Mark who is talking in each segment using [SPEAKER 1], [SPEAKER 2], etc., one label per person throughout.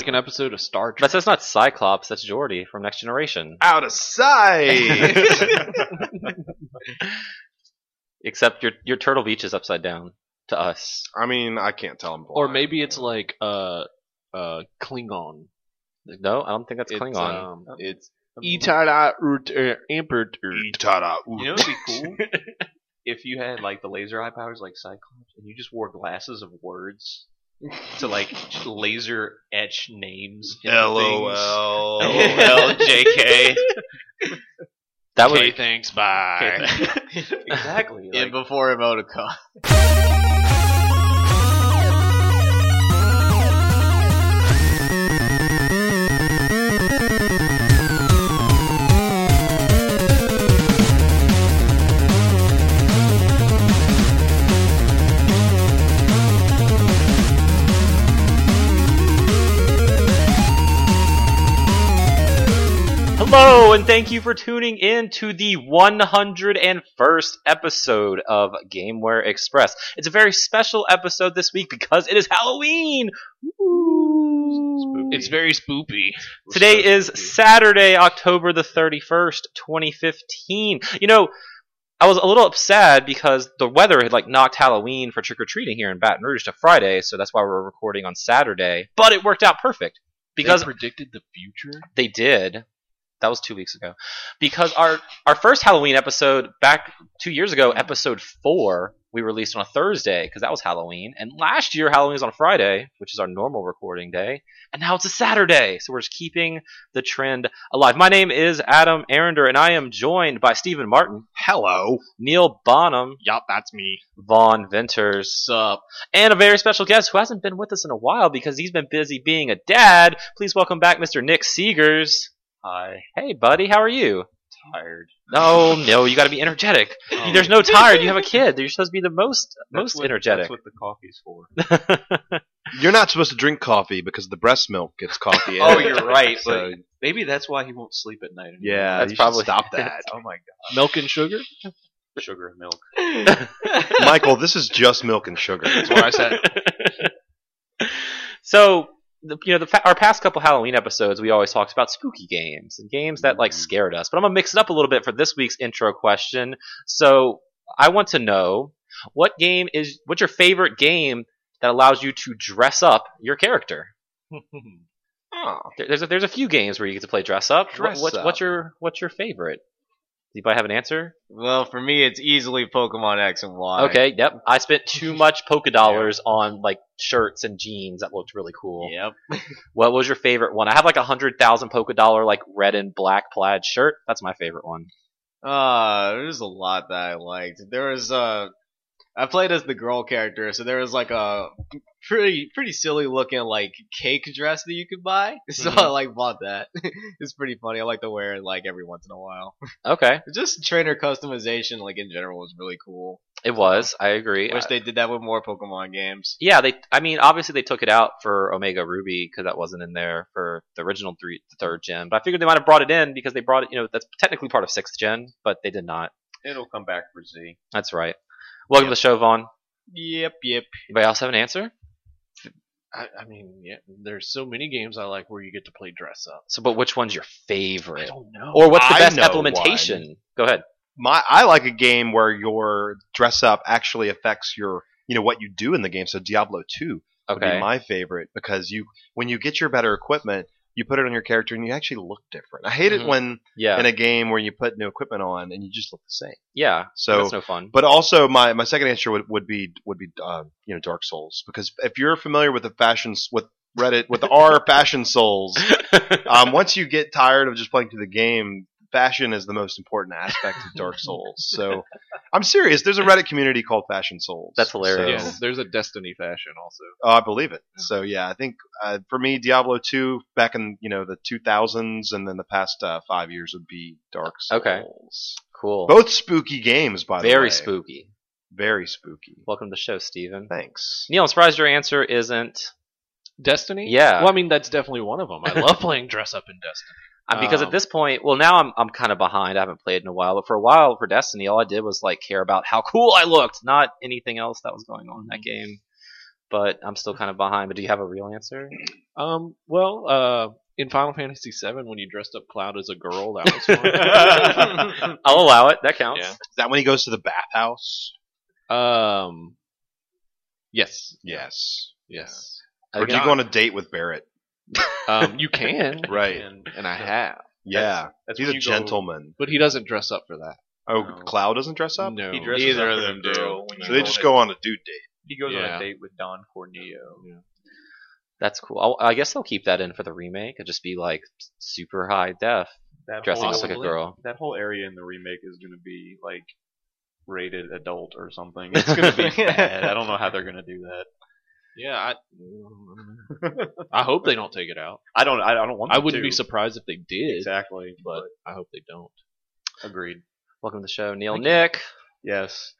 [SPEAKER 1] Second episode of Star Trek.
[SPEAKER 2] But that's not Cyclops. That's Geordi from Next Generation.
[SPEAKER 3] Out of sight.
[SPEAKER 2] Except your your Turtle Beach is upside down to us.
[SPEAKER 3] I mean, I can't tell him.
[SPEAKER 1] Or maybe it's like uh, uh, Klingon.
[SPEAKER 2] No, I don't think that's Klingon.
[SPEAKER 1] It's, um, it's uh,
[SPEAKER 3] Itara ut
[SPEAKER 1] Emperor.
[SPEAKER 3] Itara
[SPEAKER 4] You know, it'd be cool if you had like the laser eye powers, like Cyclops, and you just wore glasses of words to like just laser etch names. into things.
[SPEAKER 3] LOL.
[SPEAKER 4] LOL,
[SPEAKER 3] JK.
[SPEAKER 2] that would
[SPEAKER 3] Okay, thanks. Bye.
[SPEAKER 4] exactly. like-
[SPEAKER 5] And before emoticon.
[SPEAKER 2] Hello, and thank you for tuning in to the 101st episode of Gameware Express. It's a very special episode this week because it is Halloween! Woo!
[SPEAKER 1] It's very spoopy.
[SPEAKER 2] Today is Saturday, October the 31st, 2015. You know, I was a little upset because the weather had like knocked Halloween for trick or treating here in Baton Rouge to Friday, so that's why we're recording on Saturday. But it worked out perfect because
[SPEAKER 1] they predicted the future.
[SPEAKER 2] they did. That was two weeks ago. Because our our first Halloween episode back two years ago, episode four, we released on a Thursday because that was Halloween. And last year Halloween was on a Friday, which is our normal recording day. And now it's a Saturday, so we're just keeping the trend alive. My name is Adam Arender, and I am joined by Stephen Martin,
[SPEAKER 3] Hello.
[SPEAKER 2] Neil Bonham,
[SPEAKER 3] Yup, that's me.
[SPEAKER 2] Vaughn Venters,
[SPEAKER 5] Sup.
[SPEAKER 2] and a very special guest who hasn't been with us in a while because he's been busy being a dad. Please welcome back Mr. Nick Seegers.
[SPEAKER 4] Hi.
[SPEAKER 2] Hey, buddy, how are you?
[SPEAKER 4] Tired.
[SPEAKER 2] No, no, you got to be energetic. There's no tired. You have a kid. You're supposed to be the most most energetic.
[SPEAKER 4] Oh. That's what the coffee's for.
[SPEAKER 3] You're not supposed to drink coffee because the breast milk gets coffee. in
[SPEAKER 4] oh,
[SPEAKER 3] it.
[SPEAKER 4] you're right.
[SPEAKER 3] So,
[SPEAKER 4] But maybe that's why he won't sleep at night. Anymore.
[SPEAKER 3] yeah,
[SPEAKER 2] That's
[SPEAKER 3] Uh, you should
[SPEAKER 2] probably-
[SPEAKER 3] stop that.
[SPEAKER 4] Oh my god.
[SPEAKER 1] Milk and sugar.
[SPEAKER 4] Sugar and milk.
[SPEAKER 3] Michael, this is just milk and sugar. That's what I said.
[SPEAKER 2] so, the, you know, the, fa- our past couple Halloween episodes, we always talked about spooky games and games that like scared us. But I'm gonna mix it up a little bit for this week's intro question. So, I want to know what game is what's your favorite game that allows you to dress up your character?
[SPEAKER 3] Oh,
[SPEAKER 2] There- There's a, there's a few games where you get to play dress up. What-
[SPEAKER 3] Dress
[SPEAKER 2] what's,
[SPEAKER 3] up.
[SPEAKER 2] what's your what's your favorite? Does anybody have an answer?
[SPEAKER 5] Well, for me, it's easily Pokemon X and Y.
[SPEAKER 2] Okay, yep. I spent too much polka dollars on like shirts and jeans that looked really cool.
[SPEAKER 5] Yep.
[SPEAKER 2] What was your favorite one? I have like a hundred thousand polka dollar like red and black plaid shirt. That's my favorite one.
[SPEAKER 5] Uh, there's a lot that I liked. There was uh I played as the girl character, so there was like a pretty pretty silly looking like cake dress that you could buy.
[SPEAKER 2] Mm-hmm.
[SPEAKER 5] So I like bought that. it's pretty funny. I like to wear it like every once in a while.
[SPEAKER 2] Okay,
[SPEAKER 5] Just trainer customization like in general is really cool.
[SPEAKER 2] it was. I agree. Uh,
[SPEAKER 5] Wish they did that with more Pokemon games.
[SPEAKER 2] yeah, they. I mean, obviously they took it out for Omega Ruby because that wasn't in there for the original three, the third gen. But I figured they might have brought it in because they brought it. You know, that's technically part of sixth gen, but they did not.
[SPEAKER 4] It'll come back for Z.
[SPEAKER 2] That's right. Welcome to the show, Vaughn.
[SPEAKER 5] Yep, yep.
[SPEAKER 2] Anybody else have an answer?
[SPEAKER 1] I, I mean, yeah, there's so many games I like where you get to play dress up.
[SPEAKER 2] So, but which one's your
[SPEAKER 1] I
[SPEAKER 2] favorite?
[SPEAKER 1] don't know.
[SPEAKER 2] Or what's the
[SPEAKER 3] I
[SPEAKER 2] best
[SPEAKER 3] know
[SPEAKER 2] implementation? Go ahead.
[SPEAKER 3] my I like a game where your dress up actually affects your you know what you do in the game. So Diablo two would
[SPEAKER 2] Okay.
[SPEAKER 3] be my favorite because you when you get your better equipment, you put it on your character and you actually look different. I hate
[SPEAKER 2] Mhm.
[SPEAKER 3] it when
[SPEAKER 2] yeah.
[SPEAKER 3] in a game where you put new equipment on and you just look the same.
[SPEAKER 2] yeah.
[SPEAKER 3] So
[SPEAKER 2] that's no fun.
[SPEAKER 3] but also my, my second answer would, would be would be uh, you know Dark Souls because if you're familiar with the fashions with Reddit with our fashion souls, um, once you get tired of just playing through the game, fashion is the most important aspect of Dark Souls. So I'm serious. There's a Reddit community called Fashion Souls.
[SPEAKER 2] That's hilarious.
[SPEAKER 1] Yeah, there's a Destiny fashion also.
[SPEAKER 3] So, uh, I believe it. So yeah, I think uh, for me, Diablo 2 back in you know the 2000s and then the past uh, five years would be Dark Souls.
[SPEAKER 2] Okay. cool.
[SPEAKER 3] Both spooky games, by the way.
[SPEAKER 2] Very spooky.
[SPEAKER 3] Very spooky.
[SPEAKER 2] Welcome to the show, Steven.
[SPEAKER 3] Thanks.
[SPEAKER 2] Neil, I'm surprised your answer isn't
[SPEAKER 1] Destiny.
[SPEAKER 2] Yeah.
[SPEAKER 1] Well, I mean, that's definitely one of them. I love playing dress up in Destiny.
[SPEAKER 2] uh, because at
[SPEAKER 1] Um,
[SPEAKER 2] this point, well, now I'm I'm kind of behind. I haven't played in a while, but for a while for
[SPEAKER 3] Mm.
[SPEAKER 2] Destiny, all I did was like care about how cool I looked, not anything else that was going on in that game. but I'm still kind of behind. But do you have a real answer?
[SPEAKER 1] Um, well, uh, in Final Fantasy VII, when you dressed up Cloud as a girl, that was fun.
[SPEAKER 2] I'll allow it. That counts.
[SPEAKER 1] Yeah.
[SPEAKER 3] Is that when he goes to the bathhouse?
[SPEAKER 1] um, yes,
[SPEAKER 3] Yes.
[SPEAKER 1] yes.
[SPEAKER 3] Or do you go on a date with Barrett?
[SPEAKER 1] Um, you can,
[SPEAKER 3] Right.
[SPEAKER 4] And
[SPEAKER 1] and I have,
[SPEAKER 3] Yeah.
[SPEAKER 4] that's
[SPEAKER 3] He's
[SPEAKER 4] when you
[SPEAKER 3] a
[SPEAKER 4] go-
[SPEAKER 3] gentleman.
[SPEAKER 1] but he doesn't dress up for that.
[SPEAKER 3] Oh,
[SPEAKER 4] No.
[SPEAKER 3] Cloud doesn't dress up?
[SPEAKER 1] No,
[SPEAKER 4] He dresses
[SPEAKER 5] Neither
[SPEAKER 4] up
[SPEAKER 5] of
[SPEAKER 4] as a
[SPEAKER 5] them do.
[SPEAKER 4] girl when
[SPEAKER 3] So
[SPEAKER 4] you
[SPEAKER 3] they just
[SPEAKER 4] on
[SPEAKER 3] go on a dude date.
[SPEAKER 4] a- He goes on
[SPEAKER 1] Yeah.
[SPEAKER 4] a date with Don Corneo.
[SPEAKER 2] That's cool. I'll, I guess they'll keep that in for the remake. It'll just be like super high def,
[SPEAKER 4] That
[SPEAKER 2] dressing
[SPEAKER 4] whole,
[SPEAKER 2] up like a girl.
[SPEAKER 4] That whole area in the remake is going to be like rated adult or something. It's going to be bad. I don't know how they're going to do that.
[SPEAKER 1] Yeah, I, I hope they don't take it out.
[SPEAKER 4] I don't. I don't want.
[SPEAKER 1] I
[SPEAKER 4] them
[SPEAKER 1] wouldn't
[SPEAKER 4] to.
[SPEAKER 1] be surprised if they did,
[SPEAKER 4] Exactly.
[SPEAKER 1] but I hope they don't.
[SPEAKER 4] Agreed.
[SPEAKER 2] Welcome to the show, Neil.
[SPEAKER 4] Thank you.
[SPEAKER 2] Nick.
[SPEAKER 4] Yes.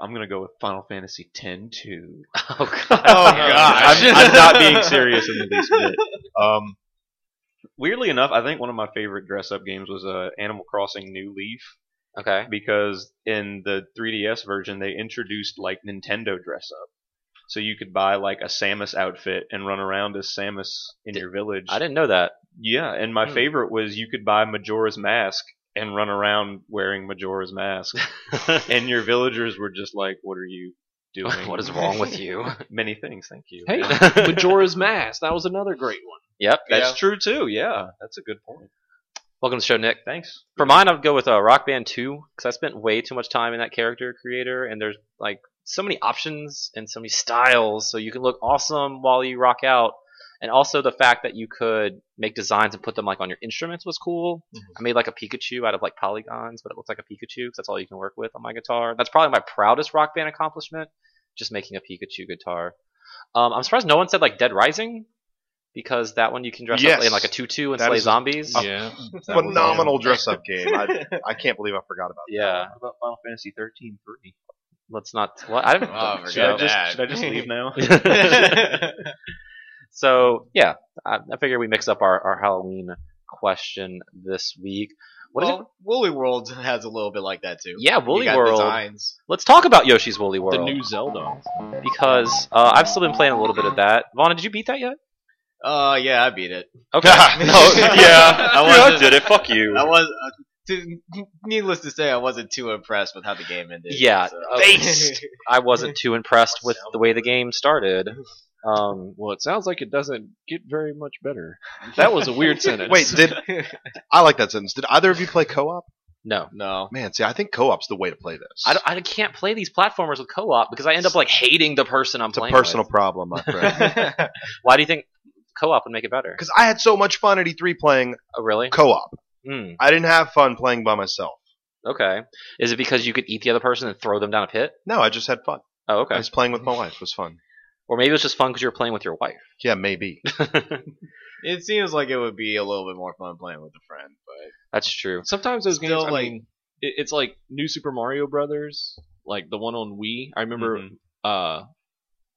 [SPEAKER 4] I'm going to go with Final Fantasy X 2.
[SPEAKER 2] Oh god.
[SPEAKER 3] Oh,
[SPEAKER 4] I'm,
[SPEAKER 1] Uh,
[SPEAKER 4] I'm not being serious in the least bit.
[SPEAKER 3] Um,
[SPEAKER 4] Weirdly enough, I think one of my favorite dress-up games was uh, Animal Crossing New Leaf.
[SPEAKER 2] Okay.
[SPEAKER 4] because in the 3DS version they introduced like Nintendo dress up. So you could buy like a Samus outfit and run around as Samus in
[SPEAKER 2] Did-
[SPEAKER 4] your village.
[SPEAKER 2] I didn't know that.
[SPEAKER 4] yeah, and my
[SPEAKER 2] Hmm.
[SPEAKER 4] favorite was you could buy Majora's Mask and run around wearing Majora's Mask. and your villagers were just like, "What are you doing?
[SPEAKER 2] what is wrong with you?
[SPEAKER 4] Many things, thank you.
[SPEAKER 1] Hey,
[SPEAKER 4] Yeah.
[SPEAKER 1] Majora's Mask. That was another great one.
[SPEAKER 2] yep.
[SPEAKER 4] that's
[SPEAKER 3] Yeah.
[SPEAKER 4] true too. Yeah, that's a good point.
[SPEAKER 2] Welcome to the show, Nick.
[SPEAKER 4] Thanks.
[SPEAKER 2] For mine, I'd go with uh, Rock Band 2 because I spent way too much time in that character creator, and there's like so many options and so many styles, so you can look awesome while you rock out. And also the fact that you could make designs and put them like on your instruments was cool.
[SPEAKER 3] Mm-hmm.
[SPEAKER 2] I made like a Pikachu out of like polygons, but it looks like a Pikachu because that's all you can work with on my guitar. That's probably my proudest Rock Band accomplishment, just making a Pikachu guitar. Um, I'm surprised no one said like Dead Rising because that one you can dress up
[SPEAKER 3] Yes.
[SPEAKER 2] in like a tutu and
[SPEAKER 3] That
[SPEAKER 2] slay
[SPEAKER 3] is a-
[SPEAKER 2] zombies.
[SPEAKER 4] Oh,
[SPEAKER 1] yeah,
[SPEAKER 3] phenomenal dress up game. I, I can't believe I forgot about
[SPEAKER 2] yeah.
[SPEAKER 4] What about Final Fantasy 13 3?
[SPEAKER 2] let's not. Well, I haven't
[SPEAKER 5] Oh,
[SPEAKER 2] done
[SPEAKER 5] I
[SPEAKER 2] the
[SPEAKER 4] Should, I
[SPEAKER 5] forgot
[SPEAKER 2] show.
[SPEAKER 4] just-
[SPEAKER 5] that.
[SPEAKER 4] should I just leave now?
[SPEAKER 2] so yeah, I, I figure we mix up our, our Halloween question this week. What is
[SPEAKER 5] well, Woolly World has a little bit like that too.
[SPEAKER 2] it? Yeah, Woolly
[SPEAKER 5] You got
[SPEAKER 2] World.
[SPEAKER 5] designs.
[SPEAKER 2] Let's talk about Yoshi's Woolly
[SPEAKER 1] the
[SPEAKER 2] World
[SPEAKER 1] new Zelda.
[SPEAKER 2] because uh, I've still been playing a little bit of that. Vaughn, did you beat that yet?
[SPEAKER 5] Uh, yeah, I beat it.
[SPEAKER 2] Okay.
[SPEAKER 5] I
[SPEAKER 2] Yeah,
[SPEAKER 5] wasn't.
[SPEAKER 2] it. Fuck you.
[SPEAKER 5] I was. Uh, to, needless to say, I wasn't too impressed with how the game ended.
[SPEAKER 2] Yeah,
[SPEAKER 5] so.
[SPEAKER 2] uh, I wasn't too impressed with the way the game started. Um,
[SPEAKER 1] Well, it sounds like it doesn't get very much better. That was a weird
[SPEAKER 3] that.
[SPEAKER 1] sentence.
[SPEAKER 3] Wait, did I like that sentence? Did either of you play co-op?
[SPEAKER 2] no.
[SPEAKER 5] no.
[SPEAKER 3] Man, see, I think co-op's the way to play this.
[SPEAKER 2] I, don't- I can't play these platformers with co-op because I end up like hating the person I'm
[SPEAKER 3] it's a
[SPEAKER 2] playing.
[SPEAKER 3] personal
[SPEAKER 2] with.
[SPEAKER 3] problem, my friend.
[SPEAKER 2] Why do you think co-op would make it better?
[SPEAKER 3] Because I had so much fun at E3 playing
[SPEAKER 2] Oh, really?
[SPEAKER 3] co-op.
[SPEAKER 2] Mm,
[SPEAKER 3] I didn't have fun playing by myself.
[SPEAKER 2] okay. Is it because you could eat the other person and throw them down a pit?
[SPEAKER 3] No, I just had fun.
[SPEAKER 2] Oh,
[SPEAKER 3] I
[SPEAKER 2] okay.
[SPEAKER 3] was playing with my wife. It was fun.
[SPEAKER 2] Or maybe it was just fun because you were playing with your wife.
[SPEAKER 3] Yeah, maybe.
[SPEAKER 5] It seems like it would be a little bit more fun playing with a friend, but
[SPEAKER 2] That's true.
[SPEAKER 1] Sometimes those
[SPEAKER 5] Still,
[SPEAKER 1] games, I
[SPEAKER 5] like-
[SPEAKER 1] mean, it, it's like New Super Mario Brothers, like the one on Wii. I remember uh,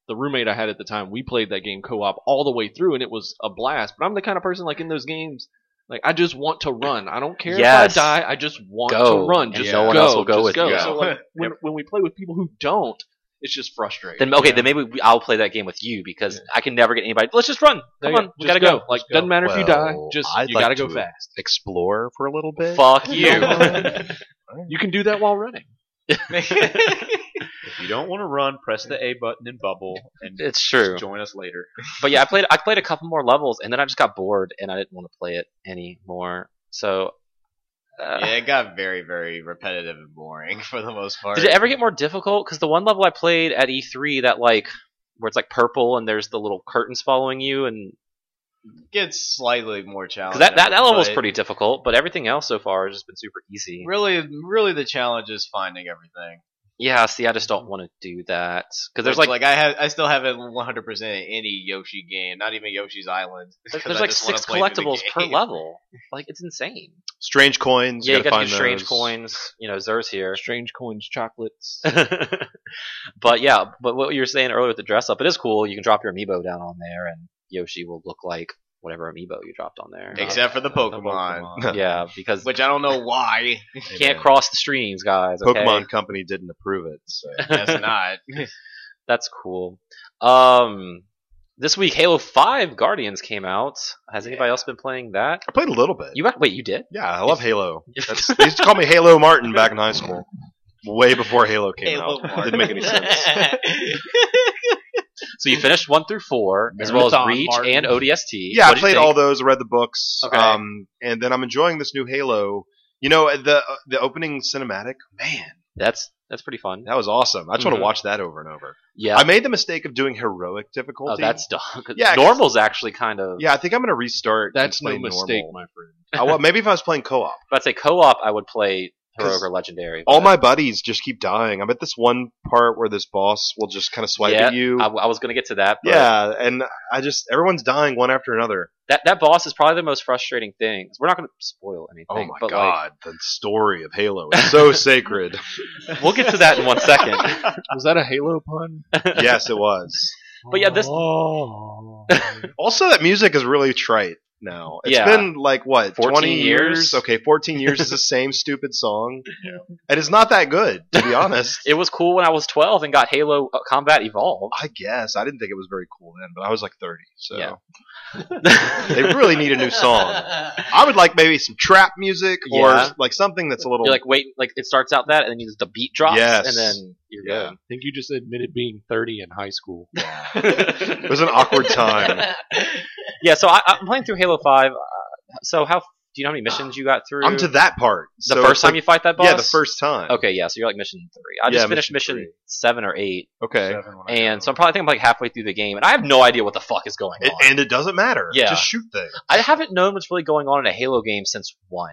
[SPEAKER 1] the roommate I had at the time. We played that game co-op all the way through, and it was a blast. But I'm the kind of person like in those games, like I just want to run. I don't care
[SPEAKER 2] Yes.
[SPEAKER 1] if I die. I just want
[SPEAKER 2] Go.
[SPEAKER 1] to run.
[SPEAKER 2] And
[SPEAKER 1] Just
[SPEAKER 5] no
[SPEAKER 1] go.
[SPEAKER 2] one else will go
[SPEAKER 1] just
[SPEAKER 2] with
[SPEAKER 1] go.
[SPEAKER 2] you.
[SPEAKER 1] So like when, when we play with people who don't, it's just frustrating.
[SPEAKER 2] Then okay, then maybe we, I'll play that game with you because I can never get anybody. Let's just run.
[SPEAKER 1] There
[SPEAKER 2] Come
[SPEAKER 1] you
[SPEAKER 2] on,
[SPEAKER 1] go.
[SPEAKER 2] we
[SPEAKER 1] Just
[SPEAKER 2] gotta
[SPEAKER 1] go.
[SPEAKER 2] go.
[SPEAKER 1] Like doesn't matter if you die.
[SPEAKER 3] Well,
[SPEAKER 1] Just
[SPEAKER 3] I'd
[SPEAKER 1] you
[SPEAKER 3] like
[SPEAKER 1] gotta go
[SPEAKER 3] to-
[SPEAKER 1] fast.
[SPEAKER 3] Explore for a little bit.
[SPEAKER 2] Fuck you.
[SPEAKER 1] You can do that while running.
[SPEAKER 4] If you don't want to run, press the A button and bubble, and
[SPEAKER 2] it's true.
[SPEAKER 4] just join us later.
[SPEAKER 2] But yeah, I played. I played a couple more levels and then I just got bored and I didn't want to play it anymore. So. Uh,
[SPEAKER 5] yeah, it got very, very repetitive and boring for the most part.
[SPEAKER 2] Did it ever get more difficult? Because the one level I played at E3 that like where it's like purple and there's the little curtains following you and
[SPEAKER 5] gets slightly more
[SPEAKER 2] because
[SPEAKER 5] challenging?
[SPEAKER 2] that that, that level was
[SPEAKER 5] but
[SPEAKER 2] pretty difficult, but everything else so far has just been super easy.
[SPEAKER 5] Really, really, the challenge is finding everything.
[SPEAKER 2] Yeah, see, I just don't want to do that because there's
[SPEAKER 5] Which,
[SPEAKER 2] like,
[SPEAKER 5] like I have, I still haven't 100 percent any Yoshi game, not even Yoshi's Island.
[SPEAKER 2] there's
[SPEAKER 5] 'cause I
[SPEAKER 2] like
[SPEAKER 5] just wanna
[SPEAKER 2] six
[SPEAKER 5] play through the
[SPEAKER 2] collectibles per
[SPEAKER 5] game.
[SPEAKER 2] level. Like it's insane.
[SPEAKER 3] Strange coins.
[SPEAKER 2] yeah, you got to
[SPEAKER 3] find
[SPEAKER 2] do strange
[SPEAKER 3] those.
[SPEAKER 2] coins. You know, Zer's here.
[SPEAKER 1] Strange coins, chocolates.
[SPEAKER 2] but yeah, but what you were saying earlier with the dress up, it is cool. You can drop your amiibo down on there, and Yoshi will look like whatever amiibo you dropped on there.
[SPEAKER 5] Except for the Pokemon,
[SPEAKER 4] Pokemon.
[SPEAKER 2] yeah, because
[SPEAKER 5] which I don't know why.
[SPEAKER 2] You can't cross the streams, guys. Okay?
[SPEAKER 3] Pokemon Company didn't approve it. So.
[SPEAKER 5] That's not.
[SPEAKER 2] That's cool. Um, this week, Halo Five Guardians came out. Has anybody else been playing that?
[SPEAKER 3] I played a little bit.
[SPEAKER 2] You ac- wait, you did?
[SPEAKER 3] yeah, I love Halo. That's, they used to call me Halo Martin back in high school, way before Halo came
[SPEAKER 5] Halo
[SPEAKER 3] out.
[SPEAKER 5] Martin.
[SPEAKER 3] Didn't make any sense.
[SPEAKER 2] so you finished one through four, as well as
[SPEAKER 4] Marathon,
[SPEAKER 2] Reach
[SPEAKER 4] Martin.
[SPEAKER 2] and ODST. What
[SPEAKER 3] Yeah, I
[SPEAKER 2] did you
[SPEAKER 3] played
[SPEAKER 2] think?
[SPEAKER 3] all those. I read the books.
[SPEAKER 2] Okay.
[SPEAKER 3] Um, and then I'm enjoying this new Halo. You know the uh, the opening cinematic, man,
[SPEAKER 2] That's that's pretty fun.
[SPEAKER 3] that was awesome. I just want
[SPEAKER 2] Mhm.
[SPEAKER 3] to watch that over and over.
[SPEAKER 2] Yeah,
[SPEAKER 3] I made the mistake of doing heroic difficulty.
[SPEAKER 2] oh, that's dumb.
[SPEAKER 3] Yeah, 'cause-
[SPEAKER 2] normal's actually kind of.
[SPEAKER 3] yeah. I think I'm gonna restart. and
[SPEAKER 1] That's no
[SPEAKER 3] play
[SPEAKER 1] mistake,
[SPEAKER 3] normal.
[SPEAKER 1] my friend.
[SPEAKER 3] I, well, maybe if I was playing co-op.
[SPEAKER 2] But I'd say co-op, I would play heroic
[SPEAKER 3] 'Cause
[SPEAKER 2] or legendary.
[SPEAKER 3] All
[SPEAKER 2] but
[SPEAKER 3] my buddies just keep dying. I'm at this one part where this boss will just kind of swipe
[SPEAKER 2] Yeah,
[SPEAKER 3] at you.
[SPEAKER 2] I, I was gonna get to that. But
[SPEAKER 3] yeah, and I just everyone's dying one after another.
[SPEAKER 2] that that boss is probably the most frustrating thing. We're not gonna spoil anything.
[SPEAKER 3] Oh my
[SPEAKER 2] but like,
[SPEAKER 3] god, the story of Halo is so sacred.
[SPEAKER 2] we'll get to that in one second.
[SPEAKER 1] Was that a Halo pun?
[SPEAKER 3] Yes, it was.
[SPEAKER 2] But yeah, this-
[SPEAKER 1] Oh.
[SPEAKER 3] Also, that music is really trite now. It's
[SPEAKER 2] Yeah.
[SPEAKER 3] been like what
[SPEAKER 2] 14
[SPEAKER 3] twenty years?
[SPEAKER 2] years?
[SPEAKER 3] Okay, fourteen years is the same stupid song, and it's not that good to be honest.
[SPEAKER 2] It was cool when I was 12 and got Halo uh, Combat Evolved.
[SPEAKER 3] I guess I didn't think it was very cool then, but I was like thirty, so
[SPEAKER 2] Yeah.
[SPEAKER 3] they really need a new song. I would like maybe some trap music or
[SPEAKER 2] Yeah.
[SPEAKER 3] like something that's a little
[SPEAKER 2] You're like, wait, like it starts out that, and then you just, the beat drops,
[SPEAKER 3] Yes.
[SPEAKER 2] and then you're
[SPEAKER 3] Yeah.
[SPEAKER 1] I think you just admitted being 30 in high school.
[SPEAKER 3] it was an awkward time.
[SPEAKER 2] good. Yeah, so I, I'm playing through Halo 5. Uh, so how do you know how many missions you got through?
[SPEAKER 3] I'm to that part.
[SPEAKER 2] the Oh, first time you fight that boss.
[SPEAKER 3] yeah, the first time.
[SPEAKER 2] Okay, yeah, so you're like mission three. I
[SPEAKER 3] Yeah,
[SPEAKER 2] just finished
[SPEAKER 3] mission
[SPEAKER 2] mission,
[SPEAKER 3] three.
[SPEAKER 2] seven or eight,
[SPEAKER 3] Okay.
[SPEAKER 2] and so I'm probably I think I'm like halfway through the game, and I have no idea what the fuck is going
[SPEAKER 3] It-
[SPEAKER 2] on.
[SPEAKER 3] and it doesn't matter.
[SPEAKER 2] Yeah.
[SPEAKER 3] Just shoot things.
[SPEAKER 2] I haven't known what's really going on in a Halo game since one.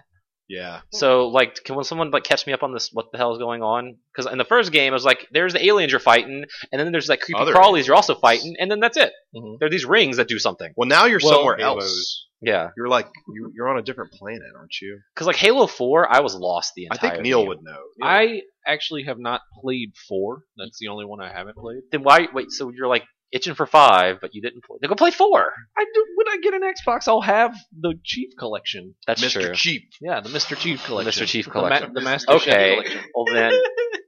[SPEAKER 3] Yeah.
[SPEAKER 2] So like, can someone like catch me up on this? What the hell is going on? Because in the first game, I was like, there's the aliens you're fighting, and then there's like creepy
[SPEAKER 3] Other
[SPEAKER 2] crawlies
[SPEAKER 3] aliens. Mm-hmm.
[SPEAKER 2] you're also fighting, and then that's it.
[SPEAKER 1] Mhm.
[SPEAKER 2] There are these rings that do something.
[SPEAKER 3] Well, now you're
[SPEAKER 1] Well,
[SPEAKER 3] somewhere
[SPEAKER 1] Halos.
[SPEAKER 3] else.
[SPEAKER 2] Yeah,
[SPEAKER 3] You're like you, you're on a different planet, aren't you?
[SPEAKER 2] because like Halo Four, I was lost the
[SPEAKER 3] I
[SPEAKER 2] entire.
[SPEAKER 3] think Neil
[SPEAKER 2] game.
[SPEAKER 3] would know.
[SPEAKER 1] I actually have not played four. That's the only one I haven't played.
[SPEAKER 2] Then why? Wait, so you're like itching for five, but you didn't play. Then go play four.
[SPEAKER 1] I do, when I get an Xbox, I'll have the Chief Collection.
[SPEAKER 2] That's
[SPEAKER 3] Mr.
[SPEAKER 2] true.
[SPEAKER 3] Cheap.
[SPEAKER 1] Yeah, the Mr. Chief Collection.
[SPEAKER 2] Mr. Chief
[SPEAKER 1] The, ma-
[SPEAKER 2] Collection.
[SPEAKER 1] the Master Chief
[SPEAKER 2] Okay.
[SPEAKER 1] Collection.
[SPEAKER 2] Well then,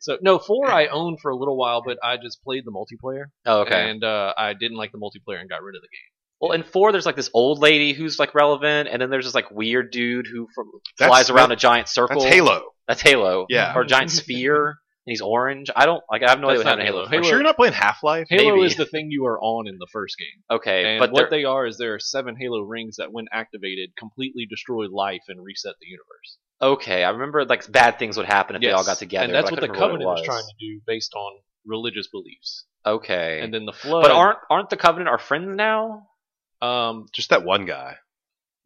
[SPEAKER 1] So no, four I owned for a little while, but I just played the multiplayer,
[SPEAKER 2] oh, okay.
[SPEAKER 1] and uh, I didn't like the multiplayer and got rid of the game.
[SPEAKER 2] Well, in four, there's like this old lady who's like relevant, and then there's this like weird dude who from,
[SPEAKER 3] That's-
[SPEAKER 2] flies around
[SPEAKER 3] that-
[SPEAKER 2] a giant circle.
[SPEAKER 3] That's Halo.
[SPEAKER 2] That's Halo.
[SPEAKER 3] Yeah.
[SPEAKER 2] Or a giant sphere, and he's orange. I don't like. I have no
[SPEAKER 1] That's
[SPEAKER 2] idea what happened
[SPEAKER 1] not
[SPEAKER 2] to Halo.
[SPEAKER 1] Halo.
[SPEAKER 3] Are you sure you're not playing Half Life?
[SPEAKER 1] Halo
[SPEAKER 2] Maybe.
[SPEAKER 1] is the thing you are on in the first game,
[SPEAKER 2] Okay,
[SPEAKER 1] and
[SPEAKER 2] but
[SPEAKER 1] what
[SPEAKER 2] they're-
[SPEAKER 1] they are is there are seven Halo rings that, when activated, completely destroy life and reset the universe.
[SPEAKER 2] okay. I remember like bad things would happen if they
[SPEAKER 1] Yes.
[SPEAKER 2] all got together.
[SPEAKER 1] and that's
[SPEAKER 2] but
[SPEAKER 1] what the
[SPEAKER 2] I couldn't remember
[SPEAKER 1] Covenant
[SPEAKER 2] what
[SPEAKER 1] is
[SPEAKER 2] it
[SPEAKER 1] trying to do based on religious beliefs.
[SPEAKER 2] was. Okay,
[SPEAKER 1] And then the flood,
[SPEAKER 2] but aren't aren't the Covenant our friends now?
[SPEAKER 1] um
[SPEAKER 3] Just that one guy.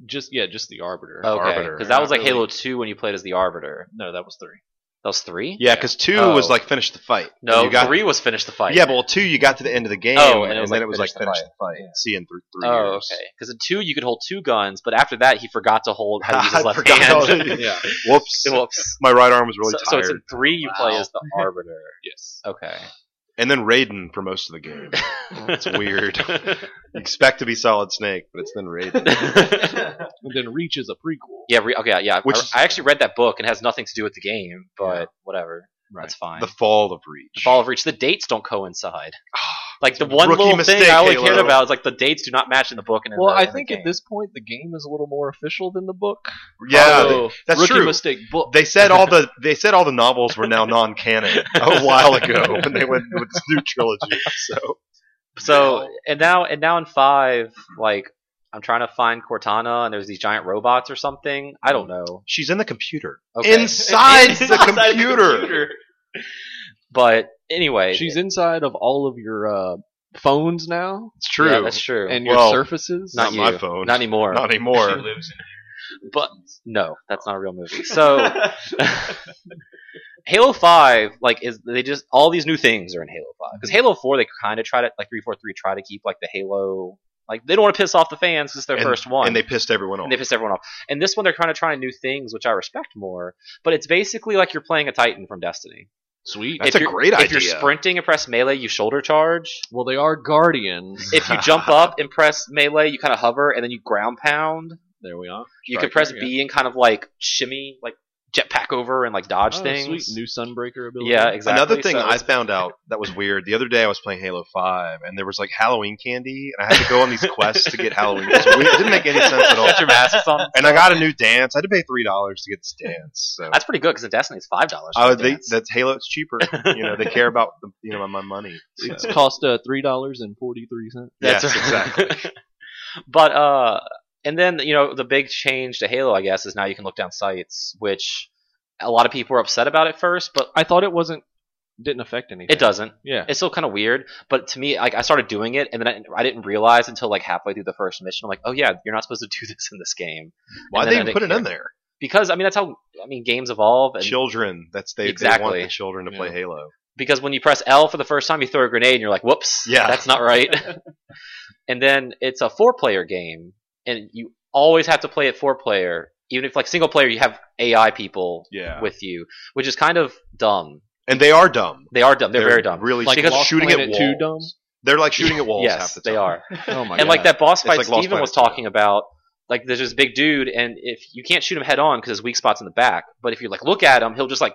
[SPEAKER 1] just yeah just the Arbiter.
[SPEAKER 2] Okay,
[SPEAKER 3] Arbiter.
[SPEAKER 2] because that was
[SPEAKER 1] Not
[SPEAKER 2] like Halo Two when you played as the Arbiter.
[SPEAKER 1] No, that was three.
[SPEAKER 2] That was three.
[SPEAKER 3] Yeah, because two
[SPEAKER 2] Oh.
[SPEAKER 3] was like finish the fight.
[SPEAKER 2] No,
[SPEAKER 3] you got,
[SPEAKER 2] three was finish the fight.
[SPEAKER 3] Yeah, but well, two you got to the end of the game,
[SPEAKER 2] Oh,
[SPEAKER 3] and,
[SPEAKER 2] and it was
[SPEAKER 3] then
[SPEAKER 2] like,
[SPEAKER 3] it was like
[SPEAKER 2] finish the
[SPEAKER 3] finish the fight. Seeing through three.
[SPEAKER 2] Oh,
[SPEAKER 3] years.
[SPEAKER 2] okay. Because in two you could hold two guns, but after that he forgot to hold how to use
[SPEAKER 3] I
[SPEAKER 2] his left
[SPEAKER 3] forgot all
[SPEAKER 2] hand.
[SPEAKER 3] that.
[SPEAKER 1] Yeah.
[SPEAKER 3] Whoops.
[SPEAKER 2] Whoops.
[SPEAKER 3] My right arm was really
[SPEAKER 2] so, so
[SPEAKER 3] tired.
[SPEAKER 2] it's in three you play
[SPEAKER 1] Wow.
[SPEAKER 2] as the Arbiter.
[SPEAKER 1] yes.
[SPEAKER 2] Okay.
[SPEAKER 3] and then Raiden for most of the game.
[SPEAKER 2] That's
[SPEAKER 3] weird. you expect to be Solid Snake, but it's then Raiden.
[SPEAKER 1] And then Reach is a prequel.
[SPEAKER 2] Yeah, re- okay, yeah.
[SPEAKER 3] Which
[SPEAKER 2] I,
[SPEAKER 3] is-
[SPEAKER 2] I actually read that book and it has nothing to do with the game, but whatever. That's fine.
[SPEAKER 3] the
[SPEAKER 2] The
[SPEAKER 3] fall of Reach.
[SPEAKER 2] Fall of Reach, the dates don't coincide. Like the one
[SPEAKER 3] rookie
[SPEAKER 2] little
[SPEAKER 3] mistake,
[SPEAKER 2] thing I only
[SPEAKER 3] Halo.
[SPEAKER 2] cared about is like the dates do not match in the book and in
[SPEAKER 1] Well,
[SPEAKER 2] the,
[SPEAKER 1] I
[SPEAKER 2] in the
[SPEAKER 1] think
[SPEAKER 2] game.
[SPEAKER 1] at this point the game is a little more official than the book.
[SPEAKER 3] Yeah,
[SPEAKER 2] Oh,
[SPEAKER 1] Although,
[SPEAKER 3] that's
[SPEAKER 1] rookie
[SPEAKER 3] true.
[SPEAKER 1] mistake book.
[SPEAKER 3] They said all the they said all the novels were now non canon a while ago when they went with this new trilogy. So
[SPEAKER 2] So and now and now in five, like I'm trying to find Cortana and there's these giant robots or something. I don't know.
[SPEAKER 3] she's in the computer.
[SPEAKER 2] Okay.
[SPEAKER 3] Inside, the,
[SPEAKER 2] Inside the
[SPEAKER 3] computer.
[SPEAKER 2] but anyway
[SPEAKER 1] She's inside of all of your uh, phones now
[SPEAKER 3] It's true.
[SPEAKER 2] Yeah, that's true.
[SPEAKER 1] and your
[SPEAKER 3] Well,
[SPEAKER 1] surfaces.
[SPEAKER 2] not
[SPEAKER 3] not my
[SPEAKER 2] you.
[SPEAKER 3] phone.
[SPEAKER 2] not anymore.
[SPEAKER 3] Not anymore.
[SPEAKER 2] but no, that's not a real movie. So Halo Five, like, is they just all these new things are in Halo Five because Halo Four they kind of try to like three four three try to keep like the Halo like they don't want to piss off the fans because it's their first one
[SPEAKER 3] and they pissed everyone off.
[SPEAKER 2] and they piss everyone off. And this one they're kind of trying new things which I respect more, but it's basically like you're playing a Titan from Destiny.
[SPEAKER 1] Sweet.
[SPEAKER 3] That's
[SPEAKER 2] if
[SPEAKER 3] a
[SPEAKER 2] you're-
[SPEAKER 3] great
[SPEAKER 2] If you're
[SPEAKER 3] idea.
[SPEAKER 2] sprinting and press melee, you shoulder charge.
[SPEAKER 1] Well, they are guardians.
[SPEAKER 2] If you jump up and press melee, you kind of hover and then you ground pound.
[SPEAKER 1] there we are.
[SPEAKER 2] You can
[SPEAKER 1] Striker,
[SPEAKER 2] press
[SPEAKER 1] yeah.
[SPEAKER 2] B and kind of like shimmy, like jetpack over and like dodge
[SPEAKER 1] Oh,
[SPEAKER 2] things.
[SPEAKER 1] Sweet new sunbreaker ability.
[SPEAKER 2] Yeah, exactly.
[SPEAKER 3] Another thing
[SPEAKER 2] So
[SPEAKER 3] I
[SPEAKER 2] it's-
[SPEAKER 3] found out that was weird the other day, I was playing Halo Five, and there was like Halloween candy, and I had to go on these quests to get Halloween. It, was weird. it didn't make any sense at all.
[SPEAKER 2] Put your masks on.
[SPEAKER 3] And I got a new dance. I had to pay three dollars to get this dance. So
[SPEAKER 2] That's pretty good because in Destiny it's five dollars.
[SPEAKER 3] I would think that's Halo. It's cheaper. You know, they care about the, you know my money. So.
[SPEAKER 1] It's cost uh, three dollars and forty three cents.
[SPEAKER 3] Yes,
[SPEAKER 2] exactly. but uh, and then you know the big change to Halo, I guess, is now you can look down sights, which a lot of people were upset about at first, but
[SPEAKER 1] I thought it wasn't didn't affect anything.
[SPEAKER 2] it doesn't.
[SPEAKER 1] Yeah.
[SPEAKER 2] It's still kind of weird, but to me, like I started doing it, and then I, I didn't realize until like halfway through the first mission, I'm like, oh yeah, you're not supposed to do this in this game
[SPEAKER 3] Why
[SPEAKER 2] And
[SPEAKER 3] they
[SPEAKER 2] then
[SPEAKER 3] even
[SPEAKER 2] I
[SPEAKER 3] put it
[SPEAKER 2] didn't
[SPEAKER 3] in there?
[SPEAKER 2] because I mean that's how I mean games evolve, and
[SPEAKER 3] Children. That's they, they want
[SPEAKER 2] Exactly.
[SPEAKER 3] the children to play Halo.
[SPEAKER 2] because when you press L for the first time, you throw a grenade and you're like, whoops,
[SPEAKER 3] Yeah.
[SPEAKER 2] that's not right. and then it's a four player game, and you always have to play it four player. Even if like single player, you have AI people
[SPEAKER 3] Yeah,
[SPEAKER 2] with you, which is kind of dumb.
[SPEAKER 3] and they are dumb.
[SPEAKER 2] They are dumb. They're, very dumb.
[SPEAKER 3] Really,
[SPEAKER 1] Like
[SPEAKER 3] because
[SPEAKER 1] Lost
[SPEAKER 3] shooting at
[SPEAKER 1] Planet
[SPEAKER 3] walls.
[SPEAKER 1] 2 dumb?
[SPEAKER 3] They're like shooting at walls.
[SPEAKER 2] yes,
[SPEAKER 3] half the time.
[SPEAKER 2] they are.
[SPEAKER 1] Oh my
[SPEAKER 2] and like
[SPEAKER 1] God.
[SPEAKER 2] that boss
[SPEAKER 3] It's
[SPEAKER 2] fight
[SPEAKER 3] like Lost
[SPEAKER 2] Steven was
[SPEAKER 3] Planet, yeah.
[SPEAKER 2] talking about, like there's this big dude, and if you can't shoot him head on because his weak spot's in the back, but if you like look at him, he'll just like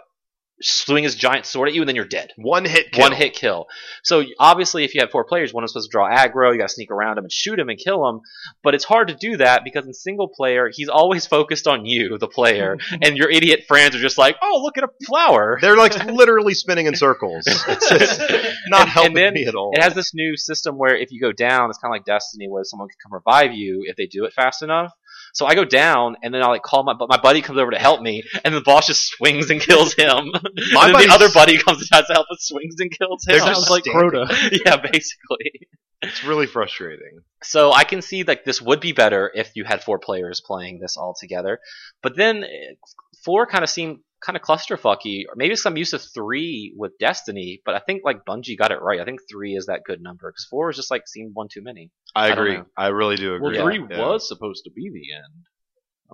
[SPEAKER 2] swing his giant sword at you, and then you're dead.
[SPEAKER 3] One hit. Kill.
[SPEAKER 2] one hit kill. So y- obviously, if you have four players, one is supposed to draw aggro. You got to sneak around him and shoot him and kill him. But it's hard to do that because in single player, he's always focused on you, the player, and your idiot friends are just like, "Oh, look at a flower."
[SPEAKER 3] They're like literally spinning in circles. It's just not
[SPEAKER 2] And- and
[SPEAKER 3] helping
[SPEAKER 2] then
[SPEAKER 3] me at all.
[SPEAKER 2] It has this new system where if you go down, it's kind of like Destiny, where someone can come revive you if they do it fast enough. So I go down, and then I like call my but my buddy comes over to help me, and the boss just swings and kills him.
[SPEAKER 3] My
[SPEAKER 2] and then
[SPEAKER 3] buddy's-
[SPEAKER 2] the other buddy comes and tries to help and swings and kills him.
[SPEAKER 3] They're
[SPEAKER 1] sounds
[SPEAKER 3] just
[SPEAKER 1] like
[SPEAKER 3] standing.
[SPEAKER 1] Crota.
[SPEAKER 2] yeah, basically.
[SPEAKER 3] It's really frustrating.
[SPEAKER 2] So I can see like this would be better if you had four players playing this all together. But then eh, four kind of seemed kind of clusterfucky. Or maybe it's 'cause I'm used to three with Destiny, but I think like Bungie got it right. I think three is that good number because four is just like seemed one too many.
[SPEAKER 3] I
[SPEAKER 2] don't
[SPEAKER 3] agree. I,
[SPEAKER 2] know.
[SPEAKER 3] really do
[SPEAKER 1] Well,
[SPEAKER 3] agree.
[SPEAKER 1] three
[SPEAKER 3] Yeah.
[SPEAKER 1] was supposed to be the end.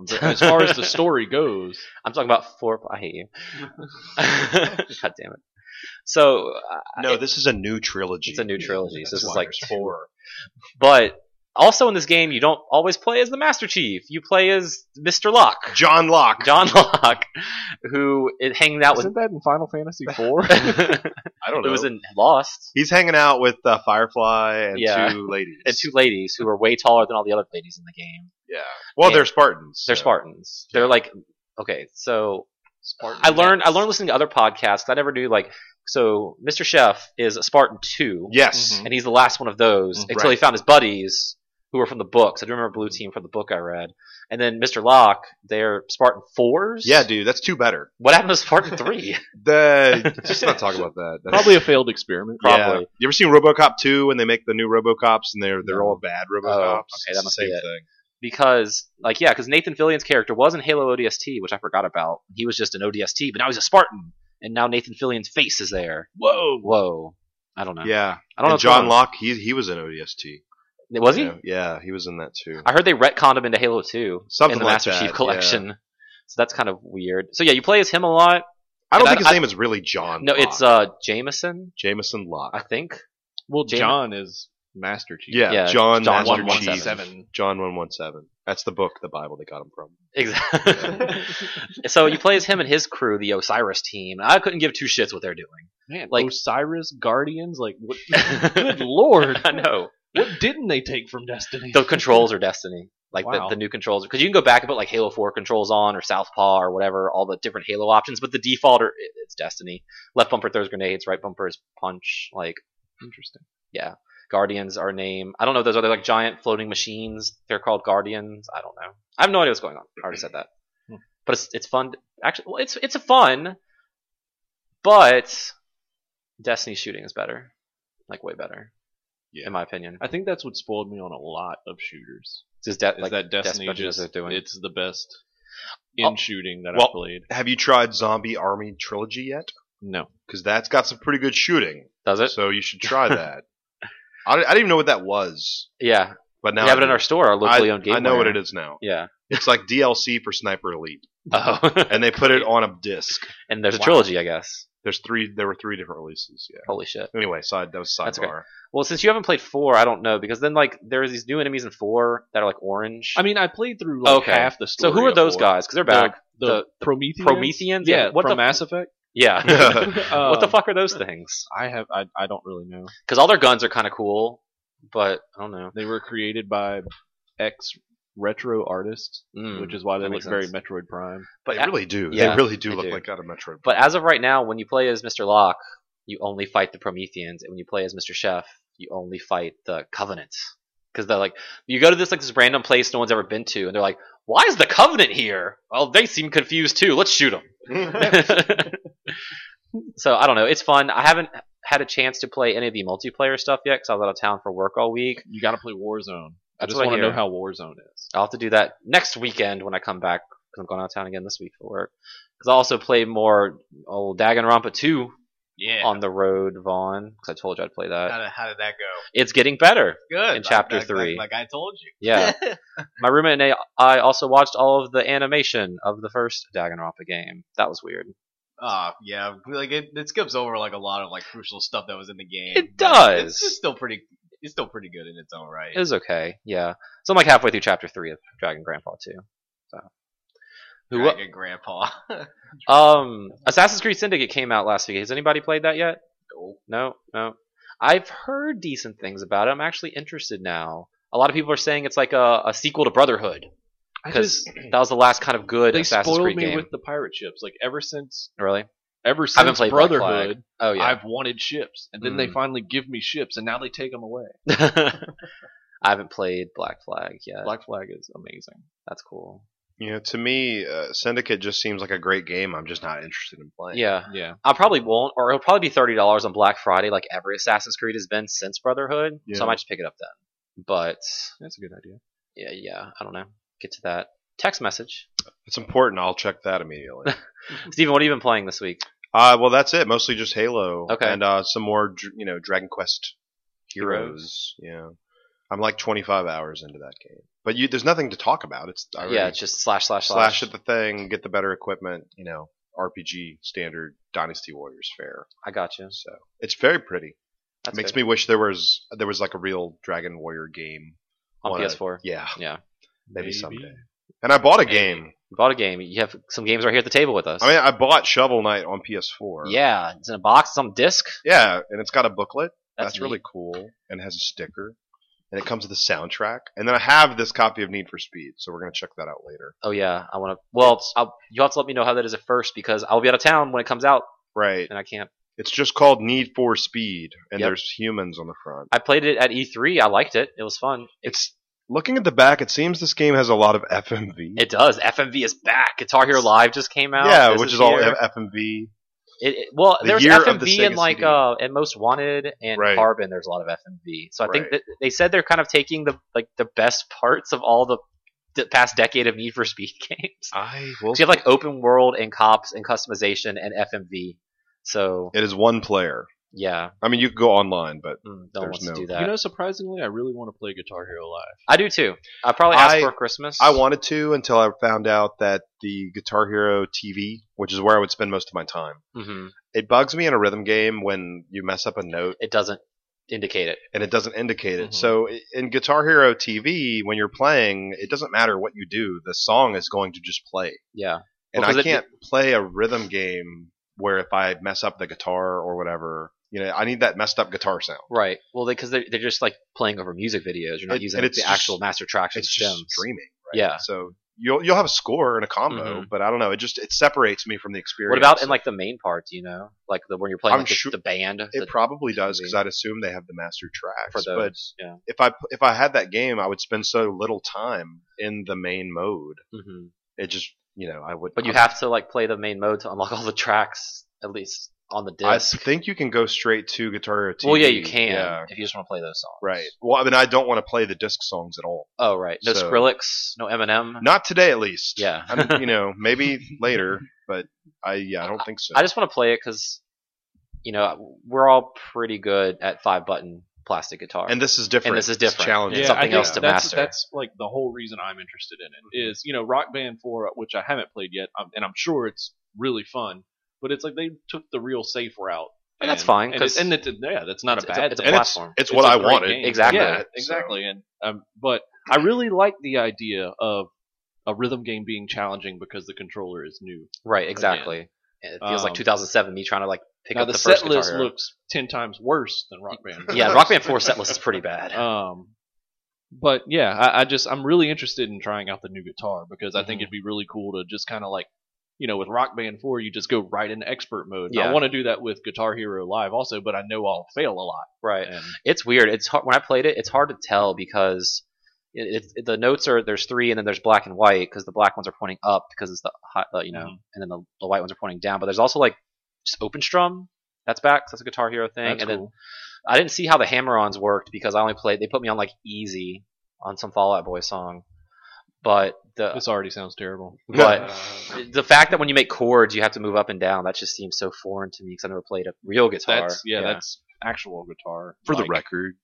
[SPEAKER 1] I'm saying, As far as the story goes,
[SPEAKER 2] I'm talking about four. I hate you. God damn it. So, uh,
[SPEAKER 3] No, this is a new trilogy.
[SPEAKER 2] It's a new trilogy, so this
[SPEAKER 3] That's
[SPEAKER 2] is
[SPEAKER 3] why
[SPEAKER 2] like
[SPEAKER 3] there's
[SPEAKER 2] two.
[SPEAKER 3] four.
[SPEAKER 2] but also in this game, you don't always play as the Master Chief. You play as Mr. Locke,
[SPEAKER 3] John Locke.
[SPEAKER 2] John Locke, who is hanging out
[SPEAKER 1] isn't
[SPEAKER 2] with.
[SPEAKER 1] that in Final Fantasy Four?
[SPEAKER 3] I don't
[SPEAKER 2] It
[SPEAKER 3] know.
[SPEAKER 2] was in Lost.
[SPEAKER 3] He's hanging out with uh, Firefly and
[SPEAKER 2] Yeah.
[SPEAKER 3] two ladies.
[SPEAKER 2] and two ladies who are way taller than all the other ladies in the game.
[SPEAKER 3] Yeah. Well,
[SPEAKER 2] and-
[SPEAKER 3] they're Spartans.
[SPEAKER 2] They're
[SPEAKER 3] so-
[SPEAKER 2] Spartans. They're like okay, so
[SPEAKER 1] Spartan
[SPEAKER 2] I learned I
[SPEAKER 1] Max.
[SPEAKER 2] learned listening to other podcasts. 'cause I never knew like so Mr. Chef is a Spartan too,
[SPEAKER 3] Yes.
[SPEAKER 1] Mhm.
[SPEAKER 2] and he's the last one of those
[SPEAKER 1] Mhm.
[SPEAKER 2] until he found his buddies who were from the books. I do remember Blue Team from the book I read, and then Mr. Locke, they're Spartan fours.
[SPEAKER 3] Yeah, dude, that's two better.
[SPEAKER 2] What happened to Spartan three?
[SPEAKER 3] The just not talk about that. That's-
[SPEAKER 1] Probably a failed experiment.
[SPEAKER 3] Yeah.
[SPEAKER 2] probably.
[SPEAKER 3] You ever seen RoboCop two when they make the new RoboCops and they're they're all bad RoboCops?
[SPEAKER 2] Oh, okay, that
[SPEAKER 3] It's the
[SPEAKER 2] must
[SPEAKER 3] same
[SPEAKER 2] be it.
[SPEAKER 3] thing.
[SPEAKER 2] because like yeah, because Nathan Fillion's character was in Halo ODST, which I forgot about. He was just an ODST, but now he's a Spartan, and now Nathan Fillion's face is there. Whoa, whoa! I don't know.
[SPEAKER 3] Yeah,
[SPEAKER 2] I don't know.
[SPEAKER 3] and
[SPEAKER 2] if
[SPEAKER 3] John
[SPEAKER 2] Locke
[SPEAKER 3] Locke, he he was in ODST.
[SPEAKER 2] was he?
[SPEAKER 3] Yeah, yeah, he was in that too.
[SPEAKER 2] I heard they retconned him into Halo Two
[SPEAKER 3] Something
[SPEAKER 2] in the
[SPEAKER 3] like
[SPEAKER 2] Master
[SPEAKER 3] that,
[SPEAKER 2] Chief Collection. So that's kind of weird. So yeah, you play as him a lot.
[SPEAKER 3] I
[SPEAKER 2] and
[SPEAKER 3] don't
[SPEAKER 2] I-
[SPEAKER 3] think his
[SPEAKER 2] I-
[SPEAKER 3] name is really John.
[SPEAKER 2] No,
[SPEAKER 3] Locke.
[SPEAKER 2] it's uh Jameson,
[SPEAKER 3] Jameson Locke.
[SPEAKER 2] I think.
[SPEAKER 1] Well,
[SPEAKER 2] Jamie-
[SPEAKER 1] John is Master Chief.
[SPEAKER 3] yeah,
[SPEAKER 2] yeah,
[SPEAKER 3] John,
[SPEAKER 2] John
[SPEAKER 3] Master
[SPEAKER 2] 117.
[SPEAKER 3] Chief. John one one seven. That's the book, the Bible they got him from.
[SPEAKER 2] Exactly. so you play as him and his crew, the Osiris team. I couldn't give two shits what they're doing.
[SPEAKER 1] Man,
[SPEAKER 2] Like-
[SPEAKER 1] Osiris Guardians, like what? good lord,
[SPEAKER 2] I know.
[SPEAKER 1] what didn't they take from Destiny?
[SPEAKER 2] the controls are Destiny. Like
[SPEAKER 1] Wow.
[SPEAKER 2] the, the new controls, because you can go back and put like Halo Four controls on, or Southpaw, or whatever, all the different Halo options. But the default are it's Destiny. Left bumper throws grenades, right bumper is punch. Like
[SPEAKER 1] Interesting.
[SPEAKER 2] Guardians are name. I don't know if those are they like giant floating machines. They're called Guardians. I don't know. I have no idea what's going on. I already said that.
[SPEAKER 1] Hmm.
[SPEAKER 2] But it's it's fun. to- Actually, well, it's it's a fun, but Destiny shooting is better, like way better,
[SPEAKER 3] Yeah.
[SPEAKER 2] in my opinion.
[SPEAKER 1] I think that's what spoiled me on a lot of shooters.
[SPEAKER 2] Is, De-
[SPEAKER 1] Is
[SPEAKER 2] like,
[SPEAKER 1] that Destiny
[SPEAKER 2] Bungie knows
[SPEAKER 1] just
[SPEAKER 2] what they're doing.
[SPEAKER 1] it's the best in
[SPEAKER 2] Oh.
[SPEAKER 1] shooting that
[SPEAKER 2] Well-
[SPEAKER 1] I've played.
[SPEAKER 3] Have you tried Zombie Army Trilogy yet?
[SPEAKER 1] No,
[SPEAKER 3] Because that's got some pretty good shooting.
[SPEAKER 2] does it?
[SPEAKER 3] So you should try that. I, I didn't even know what that was,
[SPEAKER 2] yeah,
[SPEAKER 3] but now
[SPEAKER 2] we have
[SPEAKER 3] I
[SPEAKER 2] it in
[SPEAKER 3] do.
[SPEAKER 2] our store, our locally
[SPEAKER 3] I,
[SPEAKER 2] owned game.
[SPEAKER 3] I know what it is now.
[SPEAKER 2] Yeah.
[SPEAKER 3] It's like DLC for Sniper Elite,
[SPEAKER 2] Oh.
[SPEAKER 3] and they put it on a disc.
[SPEAKER 2] and there's a
[SPEAKER 3] Wow.
[SPEAKER 2] trilogy, I guess.
[SPEAKER 3] There's three. There were three different releases. Yeah.
[SPEAKER 2] Holy shit.
[SPEAKER 3] Anyway, side that was sidebar.
[SPEAKER 2] That's okay. Well, since you haven't played four, I don't know because then like there are these new enemies in four that are like orange.
[SPEAKER 1] I mean I played through like
[SPEAKER 2] Okay.
[SPEAKER 1] half the story.
[SPEAKER 2] so who are
[SPEAKER 1] of
[SPEAKER 2] those
[SPEAKER 1] four.
[SPEAKER 2] guys? Because they're back.
[SPEAKER 1] the, Prometheus.
[SPEAKER 2] Prometheans?
[SPEAKER 1] Yeah,
[SPEAKER 2] what
[SPEAKER 1] from
[SPEAKER 2] the
[SPEAKER 1] Mass Effect.
[SPEAKER 2] yeah.
[SPEAKER 1] Uh,
[SPEAKER 2] what the fuck are those things?
[SPEAKER 1] I have I, I don't really know.
[SPEAKER 2] Because all their guns are kind of cool, but I don't know.
[SPEAKER 1] They were created by ex retro artists,
[SPEAKER 2] Mm.
[SPEAKER 1] which is why they
[SPEAKER 2] that
[SPEAKER 1] look
[SPEAKER 2] makes
[SPEAKER 1] very
[SPEAKER 2] sense.
[SPEAKER 1] Metroid Prime.
[SPEAKER 2] but
[SPEAKER 3] they really do.
[SPEAKER 2] yeah,
[SPEAKER 3] they really do
[SPEAKER 2] they
[SPEAKER 3] look
[SPEAKER 2] do.
[SPEAKER 3] like out of Metroid.
[SPEAKER 2] But as of right now, when you play as Mr. Locke, you only fight the Prometheans, and when you play as Mr. Chef, you only fight the Covenant. Because they're like, you go to this like this random place no one's ever been to, and they're like, "Why is the Covenant here?" Well, they seem confused too. Let's shoot them. so I don't know. It's fun. I haven't had a chance to play any of the multiplayer stuff yet because I was out of town for work all week.
[SPEAKER 1] You got to play Warzone. I
[SPEAKER 2] That's
[SPEAKER 1] just
[SPEAKER 2] what I
[SPEAKER 1] want to know
[SPEAKER 2] hear.
[SPEAKER 1] how Warzone is.
[SPEAKER 2] I'll have to do that next weekend when I come back because I'm going out of town again this week for work. Because I also play more old Danganronpa 2
[SPEAKER 5] Yeah.
[SPEAKER 2] on the road, Vaughn, because I told you I'd play that.
[SPEAKER 5] How did, how did that go?
[SPEAKER 2] It's getting better.
[SPEAKER 5] Good.
[SPEAKER 2] In chapter
[SPEAKER 5] Like- like-
[SPEAKER 2] three.
[SPEAKER 5] Like, like I told you.
[SPEAKER 2] Yeah. My roommate and I I also watched all of the animation of the first Danganronpa game. That was weird.
[SPEAKER 5] Uh, yeah, like it, it skips over like a lot of like crucial stuff that was in the game. but
[SPEAKER 2] It does.
[SPEAKER 5] It's just still pretty. It's still pretty good in its own right.
[SPEAKER 2] It was okay. Yeah. So I'm like halfway through chapter 3 of Dragon Grandpa 2. So. Who,
[SPEAKER 5] Dragon Grandpa.
[SPEAKER 2] Um, Assassin's Creed Syndicate came out last week. Has anybody played that yet? No, no, no. I've heard decent things about it. I'm actually interested now. A lot of people are saying it's like a, a sequel to Brotherhood
[SPEAKER 1] I
[SPEAKER 2] because
[SPEAKER 1] just
[SPEAKER 2] that was the last kind of good
[SPEAKER 1] they
[SPEAKER 2] Assassin's
[SPEAKER 1] spoiled
[SPEAKER 2] Creed
[SPEAKER 1] me
[SPEAKER 2] game.
[SPEAKER 1] with the pirate ships. Like ever since
[SPEAKER 2] really?
[SPEAKER 1] ever
[SPEAKER 2] I haven't
[SPEAKER 1] since
[SPEAKER 2] played Black Flag.
[SPEAKER 1] Brotherhood,
[SPEAKER 2] Oh yeah.
[SPEAKER 1] I've wanted ships, and then they
[SPEAKER 2] Mm.
[SPEAKER 1] finally give me ships, and now they take them away.
[SPEAKER 2] I haven't played Black Flag yet.
[SPEAKER 1] Black Flag is amazing.
[SPEAKER 2] That's cool.
[SPEAKER 3] You know, to me, uh, Syndicate just seems like a great game. I'm just not interested in playing.
[SPEAKER 2] Yeah,
[SPEAKER 1] Yeah,
[SPEAKER 2] I probably won't, or it'll probably be thirty dollars on Black Friday, like every Assassin's Creed has been since Brotherhood. So
[SPEAKER 1] Yeah.
[SPEAKER 2] I might just pick it up then. But
[SPEAKER 1] that's a good idea.
[SPEAKER 2] yeah, yeah, I don't know. Get to that text message.
[SPEAKER 3] It's important. I'll check that immediately.
[SPEAKER 2] Steven, what have you been playing this week?
[SPEAKER 3] uh, well, that's it. Mostly just Halo.
[SPEAKER 2] Okay.
[SPEAKER 3] And uh, some more, dr- you know, Dragon Quest Heroes. Yeah. I'm like 25 hours into that game. But you, there's nothing to talk about. It's I already
[SPEAKER 2] yeah, it's just slash slash slash.
[SPEAKER 3] slash at the thing, get the better equipment, you know, RPG standard Dynasty Warriors fare.
[SPEAKER 2] I got you.
[SPEAKER 3] So it's very pretty.
[SPEAKER 2] That's
[SPEAKER 3] Makes
[SPEAKER 2] good.
[SPEAKER 3] me wish there was there was like a real Dragon Warrior game.
[SPEAKER 2] on
[SPEAKER 3] wanna-
[SPEAKER 2] PS4.
[SPEAKER 3] Yeah.
[SPEAKER 2] Yeah.
[SPEAKER 3] Maybe, someday. And I bought a game.
[SPEAKER 2] You bought a game. You have some games right here at the table with us.
[SPEAKER 3] I mean, I bought Shovel Knight on PS4.
[SPEAKER 2] yeah, it's in a box, some disc.
[SPEAKER 3] Yeah, and it's got a booklet. That's,
[SPEAKER 2] That's,
[SPEAKER 3] really cool. And it has a sticker. And it comes with a soundtrack. And then I have this copy of Need for Speed, so we're gonna check that out later.
[SPEAKER 2] Oh yeah, I want to. Well, I'll, you have to let me know how that is at first because I'll be out of town when it comes out,
[SPEAKER 3] Right.
[SPEAKER 2] and I can't.
[SPEAKER 3] It's just called Need for Speed, and
[SPEAKER 2] Yep.
[SPEAKER 3] there's humans on the front.
[SPEAKER 2] I played it at E3. I liked it. It was fun.
[SPEAKER 3] It's looking at the back. It seems this game has a lot of FMV.
[SPEAKER 2] It does. FMV is back. Guitar Hero Live just came out.
[SPEAKER 3] yeah,
[SPEAKER 2] This
[SPEAKER 3] which is all
[SPEAKER 2] year.
[SPEAKER 3] FMV.
[SPEAKER 2] It, it- well,
[SPEAKER 3] The
[SPEAKER 2] there's
[SPEAKER 3] year of the
[SPEAKER 2] FMV and
[SPEAKER 3] Sega
[SPEAKER 2] like
[SPEAKER 3] CD.
[SPEAKER 2] uh and Most Wanted and
[SPEAKER 3] Right.
[SPEAKER 2] Carbon. There's a lot of FMV. So I think
[SPEAKER 3] Right.
[SPEAKER 2] that they said they're kind of taking the like the best parts of all the the past decade of Need for Speed games. So
[SPEAKER 3] I will.
[SPEAKER 2] you have like open world and cops and customization and FMV. So
[SPEAKER 3] It is one player.
[SPEAKER 2] yeah,
[SPEAKER 3] I mean, you could go online, but
[SPEAKER 2] mm, no one
[SPEAKER 3] There's
[SPEAKER 2] wants
[SPEAKER 3] no-
[SPEAKER 2] to do that.
[SPEAKER 1] You know, surprisingly, I really want to play Guitar Hero Live.
[SPEAKER 2] I do too. I probably ask
[SPEAKER 3] I-
[SPEAKER 2] for Christmas.
[SPEAKER 3] I wanted to until I found out that the Guitar Hero TV, which is where I would spend most of my time,
[SPEAKER 2] hmm
[SPEAKER 3] it bugs me in a rhythm game when you mess up a note
[SPEAKER 2] It doesn't indicate it.
[SPEAKER 3] and it doesn't indicate it.
[SPEAKER 1] Mhm.
[SPEAKER 2] Mm-hmm.
[SPEAKER 3] So i- in Guitar Hero TV, when you're playing, it doesn't matter what you do; the song is going to just play.
[SPEAKER 2] Yeah.
[SPEAKER 3] and
[SPEAKER 2] Well, 'cause
[SPEAKER 3] I
[SPEAKER 2] it-
[SPEAKER 3] can't play a rhythm game where if I mess up the guitar or whatever, you know, I need that messed up guitar sound.
[SPEAKER 2] Right. Well, because they, are they're just like playing over music videos. You're not
[SPEAKER 3] It-
[SPEAKER 2] using
[SPEAKER 3] and
[SPEAKER 2] like,
[SPEAKER 3] it's
[SPEAKER 2] the
[SPEAKER 3] just-
[SPEAKER 2] actual master tracks and
[SPEAKER 3] It's just
[SPEAKER 2] stems.
[SPEAKER 3] streaming, right?
[SPEAKER 2] Yeah. Mm-hmm.
[SPEAKER 3] So you'll you'll have a score and a combo, but I don't know. It just it separates me from the experience.
[SPEAKER 2] What about in like the main part? You know, like the when you're playing
[SPEAKER 3] I'm
[SPEAKER 2] like, the,
[SPEAKER 3] sure-
[SPEAKER 2] the band.
[SPEAKER 3] it
[SPEAKER 2] the-
[SPEAKER 3] probably does because I'd assume they have the master
[SPEAKER 2] for
[SPEAKER 3] tracks. But
[SPEAKER 2] those. yeah.
[SPEAKER 3] if I if I had that game, I would spend so little time in the main mode.
[SPEAKER 2] hmm
[SPEAKER 3] It just you know I would.
[SPEAKER 2] But you
[SPEAKER 3] I-
[SPEAKER 2] have to like play the main mode to unlock all the tracks at least on the
[SPEAKER 3] I
[SPEAKER 2] disc.
[SPEAKER 3] think you can go straight to Guitar Hero TV.
[SPEAKER 2] well, yeah, you can
[SPEAKER 3] Yeah.
[SPEAKER 2] if you just want to play those songs.
[SPEAKER 3] Right. Well, I mean, I don't want to play the disc songs at all.
[SPEAKER 2] Oh, right. No
[SPEAKER 3] So-
[SPEAKER 2] Skrillex. No Eminem.
[SPEAKER 3] Not today, at least.
[SPEAKER 2] Yeah.
[SPEAKER 3] I mean, you know, maybe later, but I yeah, I don't think so.
[SPEAKER 2] I just want to play it because you know we're all pretty good at five button plastic guitar.
[SPEAKER 3] and this is different.
[SPEAKER 2] And this is
[SPEAKER 3] It's
[SPEAKER 2] different.
[SPEAKER 3] challenging.
[SPEAKER 2] Yeah, something
[SPEAKER 1] I Mm-hmm. think
[SPEAKER 2] else to
[SPEAKER 1] that's,
[SPEAKER 2] master.
[SPEAKER 1] That's like the whole reason I'm interested in it is you know Rock Band Four, which I haven't played yet, um, and I'm sure it's really fun, but it's like they took the real safe route.
[SPEAKER 2] And that's fine,
[SPEAKER 1] And,
[SPEAKER 2] 'cause
[SPEAKER 1] it, and it's yeah, that's not
[SPEAKER 2] it's-
[SPEAKER 1] a
[SPEAKER 2] it's a-
[SPEAKER 1] bad
[SPEAKER 2] it's a
[SPEAKER 1] thing.
[SPEAKER 3] And it's,
[SPEAKER 2] platform.
[SPEAKER 3] it's what I
[SPEAKER 1] a great
[SPEAKER 3] wanted.
[SPEAKER 1] game.
[SPEAKER 2] Exactly.
[SPEAKER 1] Yeah, exactly. And um, but I really like the idea of a rhythm game being challenging because the controller is new.
[SPEAKER 2] Right, exactly. And It feels like
[SPEAKER 1] Um,
[SPEAKER 2] 2007. Me trying to like pick
[SPEAKER 1] now
[SPEAKER 2] up
[SPEAKER 1] the,
[SPEAKER 2] the, first
[SPEAKER 1] set
[SPEAKER 2] guitar
[SPEAKER 1] list
[SPEAKER 2] Hero.
[SPEAKER 1] looks ten times worse than Rock Band.
[SPEAKER 2] yeah, Rock Band 4 set list is pretty bad.
[SPEAKER 1] Um, but yeah, I, I just I'm really interested in trying out the new guitar because I
[SPEAKER 2] Mm-hmm.
[SPEAKER 1] think it'd be really cool to just kind of like, you know, with Rock Band Four, you just go right into expert mode. And I
[SPEAKER 2] Yeah.
[SPEAKER 1] want to do that with Guitar Hero Live also, but I know I'll fail a lot.
[SPEAKER 2] right.
[SPEAKER 1] And
[SPEAKER 2] It's weird. It's hard, when I played it, it's hard to tell because it, it, the notes are there's three and then there's black and white because the black ones are pointing up because it's the hot, uh, you know,
[SPEAKER 1] Mhm.
[SPEAKER 2] and then the, the white ones are pointing down. But there's also like just open strum. That's back. 'cause that's a Guitar Hero thing.
[SPEAKER 1] that's
[SPEAKER 2] and then
[SPEAKER 1] cool.
[SPEAKER 2] I didn't see how the hammer-ons worked because I only played. They put me on like easy on some Fallout Boy song, but the
[SPEAKER 1] this already sounds terrible.
[SPEAKER 2] but the fact that when you make chords you have to move up and down that just seems so foreign to me because I've never played a real guitar.
[SPEAKER 1] That's yeah, that's actual guitar.
[SPEAKER 3] For the
[SPEAKER 1] Like,
[SPEAKER 3] record,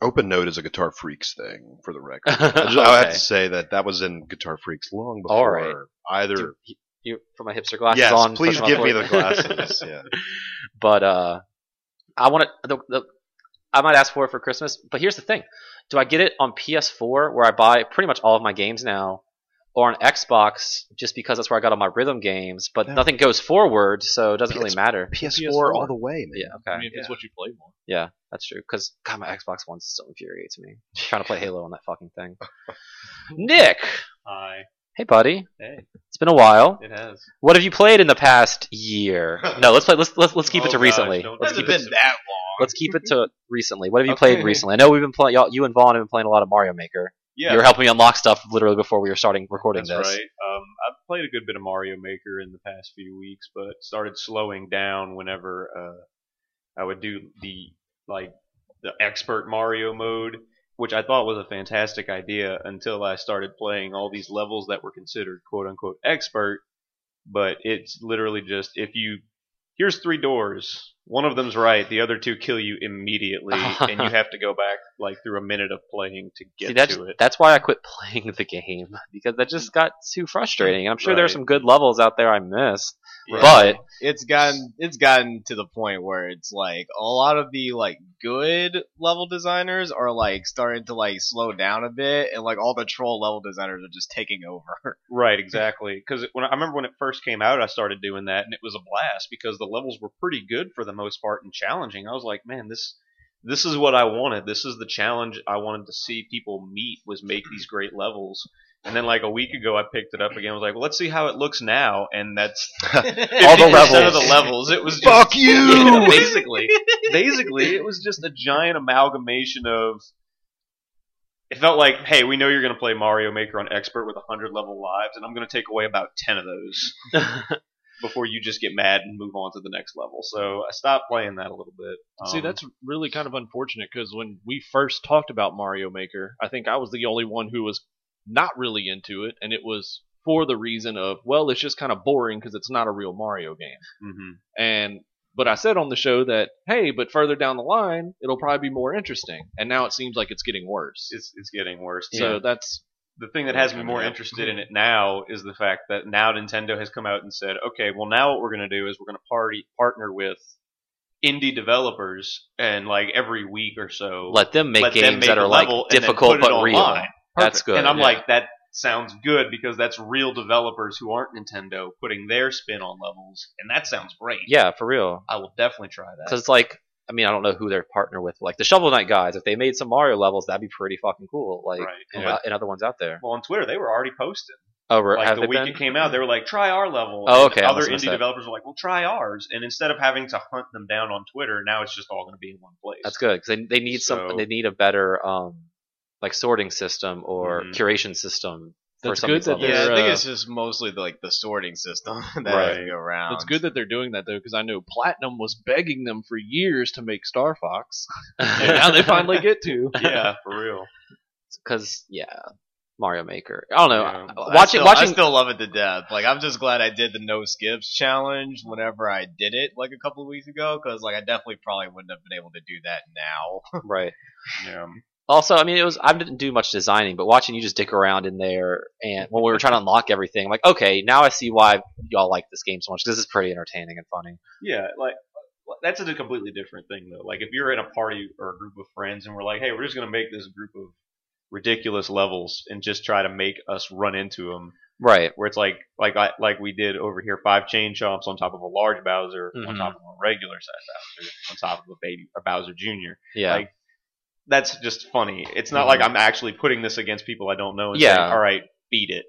[SPEAKER 3] open note is a Guitar Freaks thing. For the record, I,
[SPEAKER 2] that's
[SPEAKER 3] just- I have to say that that was in Guitar Freaks long before
[SPEAKER 2] All right.
[SPEAKER 3] either.
[SPEAKER 2] you put my hipster glasses
[SPEAKER 3] Yes,
[SPEAKER 2] on.
[SPEAKER 3] please
[SPEAKER 2] push my
[SPEAKER 3] give me
[SPEAKER 2] foot.
[SPEAKER 3] the glasses. yeah.
[SPEAKER 2] but uh, I want to. The, the, I might ask for it for Christmas. But here's the thing: Do I get it on PS4, where I buy pretty much all of my games now, or on Xbox, just because that's where I got all my rhythm games? But
[SPEAKER 3] No.
[SPEAKER 2] nothing goes forward, so it doesn't really
[SPEAKER 3] PS4.
[SPEAKER 2] matter.
[SPEAKER 3] PS4, all the way, man.
[SPEAKER 2] Yeah,
[SPEAKER 1] I
[SPEAKER 2] okay,
[SPEAKER 1] mean, if it's what you play more.
[SPEAKER 2] yeah, that's true. Because God, my Xbox One still infuriates me. trying to play Halo on that fucking thing. Nick,
[SPEAKER 4] Hi.
[SPEAKER 2] hey buddy,
[SPEAKER 4] Hey,
[SPEAKER 2] it's been a while.
[SPEAKER 4] it has.
[SPEAKER 2] What have you played in the past year? No, let's play. Let's let's let's keep it
[SPEAKER 4] Oh,
[SPEAKER 2] to
[SPEAKER 4] gosh,
[SPEAKER 2] recently.
[SPEAKER 4] don't
[SPEAKER 2] Let's
[SPEAKER 4] do
[SPEAKER 2] keep
[SPEAKER 4] this
[SPEAKER 2] it.
[SPEAKER 4] to me.
[SPEAKER 5] that
[SPEAKER 2] Let's keep it to recently. What have you
[SPEAKER 5] Okay.
[SPEAKER 2] played recently? I know we've been playing. Y'all, you and Vaughn have been playing a lot of Mario Maker.
[SPEAKER 4] Yeah,
[SPEAKER 2] You were helping me unlock stuff literally before we were starting recording
[SPEAKER 4] that's
[SPEAKER 2] this.
[SPEAKER 4] right. Um, I've played a good bit of Mario Maker in the past few weeks, but started slowing down whenever uh, I would do the like the expert Mario mode, which I thought was a fantastic idea until I started playing all these levels that were considered quote unquote expert. But it's literally just if you here's three doors, one of them's right, the other two kill you immediately, and you have to go back like through a minute of playing to get
[SPEAKER 2] See, that's
[SPEAKER 4] to it.
[SPEAKER 2] that's why I quit playing the game because that just got too frustrating. And I'm sure there are
[SPEAKER 4] Right.
[SPEAKER 2] some good levels out there I missed,
[SPEAKER 4] Yeah.
[SPEAKER 2] but
[SPEAKER 5] it's gotten it's gotten to the point where it's like a lot of the like good level designers are like starting to like slow down a bit and like all the troll level designers are just taking over.
[SPEAKER 4] Right, exactly. Because when I remember when it first came out, I started doing that, and it was a blast because the levels were pretty good for the most part and challenging. I was like, man, this this is what I wanted. This is the challenge I wanted to see people meet was make these great levels. And then like a week ago, I picked it up again. I was like, well, let's see how it looks now, and that's
[SPEAKER 2] all the
[SPEAKER 4] 50% of
[SPEAKER 2] levels.
[SPEAKER 4] the levels. It was just,
[SPEAKER 3] Fuck you!
[SPEAKER 4] basically, basically, it was just a giant amalgamation of. It felt like, hey, we know you're going to play Mario Maker on expert with 100 level lives, and I'm going to take away about 10 of those before you just get mad and move on to the next level. So I stopped playing that a little bit.
[SPEAKER 1] See,
[SPEAKER 4] Um,
[SPEAKER 1] that's really kind of unfortunate because when we first talked about Mario Maker, I think I was the only one who was not really into it, and it was for the reason of, well, it's just kind of boring because it's not a real Mario game.
[SPEAKER 4] mhm.
[SPEAKER 1] And but I said on the show that, hey, but further down the line, it'll probably be more interesting. And now it seems like it's getting worse.
[SPEAKER 4] it's it's getting worse.
[SPEAKER 1] So
[SPEAKER 4] So
[SPEAKER 1] that's
[SPEAKER 4] the thing that has me more interested
[SPEAKER 2] Mm-hmm.
[SPEAKER 4] in it now is the fact that now Nintendo has come out and said, okay, well now what we're going to do is we're going to party partner with indie developers and like every week or so
[SPEAKER 2] let them make
[SPEAKER 4] let them
[SPEAKER 2] games
[SPEAKER 4] make
[SPEAKER 2] that
[SPEAKER 4] a
[SPEAKER 2] are like
[SPEAKER 4] level and then put
[SPEAKER 2] difficult
[SPEAKER 4] it
[SPEAKER 2] but real.
[SPEAKER 4] online.
[SPEAKER 2] That's good.
[SPEAKER 4] and I'm
[SPEAKER 2] yeah.
[SPEAKER 4] like, that sounds good because that's real developers who aren't Nintendo putting their spin on levels, and that sounds great.
[SPEAKER 2] yeah, for real.
[SPEAKER 4] I will definitely try that.
[SPEAKER 2] Because it's like, I mean, I don't know who they're partner with. Like the Shovel Knight guys, if they made some Mario levels, that'd be pretty fucking cool. Like,
[SPEAKER 4] Right.
[SPEAKER 2] and,
[SPEAKER 4] Yeah.
[SPEAKER 2] and other ones out there.
[SPEAKER 4] Well, on Twitter, they were already posting.
[SPEAKER 2] Oh, we're-
[SPEAKER 4] Like
[SPEAKER 2] have
[SPEAKER 4] the
[SPEAKER 2] they
[SPEAKER 4] week
[SPEAKER 2] been?
[SPEAKER 4] it came out, they were like, "Try our level."
[SPEAKER 2] Oh,
[SPEAKER 4] And
[SPEAKER 2] okay, I
[SPEAKER 4] Other
[SPEAKER 2] must miss
[SPEAKER 4] indie
[SPEAKER 2] that.
[SPEAKER 4] developers were like, "Well, try ours," and instead of having to hunt them down on Twitter, now it's just all going to be in one place.
[SPEAKER 2] That's good because they, they need some.
[SPEAKER 4] So-
[SPEAKER 2] They need a better um, like sorting system or
[SPEAKER 4] Mhm.
[SPEAKER 2] curation system for
[SPEAKER 1] That's
[SPEAKER 2] some
[SPEAKER 1] good
[SPEAKER 2] of these
[SPEAKER 1] that
[SPEAKER 2] levels.
[SPEAKER 5] Yeah,
[SPEAKER 1] they're-
[SPEAKER 5] I think
[SPEAKER 1] uh,
[SPEAKER 5] it's just mostly the, like the sorting system that has to
[SPEAKER 4] Right.
[SPEAKER 5] go around.
[SPEAKER 1] it's good that they're doing that though, because I know Platinum was begging them for years to make Star Fox, and now they finally get to.
[SPEAKER 4] yeah, for real.
[SPEAKER 2] Because yeah, Mario Maker. I don't know.
[SPEAKER 4] Yeah.
[SPEAKER 5] I
[SPEAKER 2] Watching
[SPEAKER 5] still-
[SPEAKER 2] watching
[SPEAKER 5] I still love it to death. Like I'm just glad I did the no skips challenge whenever I did it like a couple of weeks ago because like I definitely probably wouldn't have been able to do that now.
[SPEAKER 2] right.
[SPEAKER 4] Yeah.
[SPEAKER 2] Also, I mean, it was I didn't do much designing, but watching you just dick around in there, and when we were trying to unlock everything, I'm like, okay, now I see why y'all like this game so much. 'cause This is pretty entertaining and funny.
[SPEAKER 4] Yeah, like uh, that's a completely different thing though. Like if you're in a party or a group of friends and we're like, "Hey, we're just going to make this group of ridiculous levels and just try to make us run into them.
[SPEAKER 2] Right.
[SPEAKER 4] Where it's like like I, like we did over here, five chain chomps on top of a large Bowser, on
[SPEAKER 2] Mhm.
[SPEAKER 4] top of a regular size Bowser, on top of a baby a Bowser Junior.
[SPEAKER 2] Yeah.
[SPEAKER 4] Like, That's just funny. It's not like I'm actually putting this against people I don't know. And
[SPEAKER 2] Mm-hmm. Yeah.
[SPEAKER 4] Saying, All right, beat it.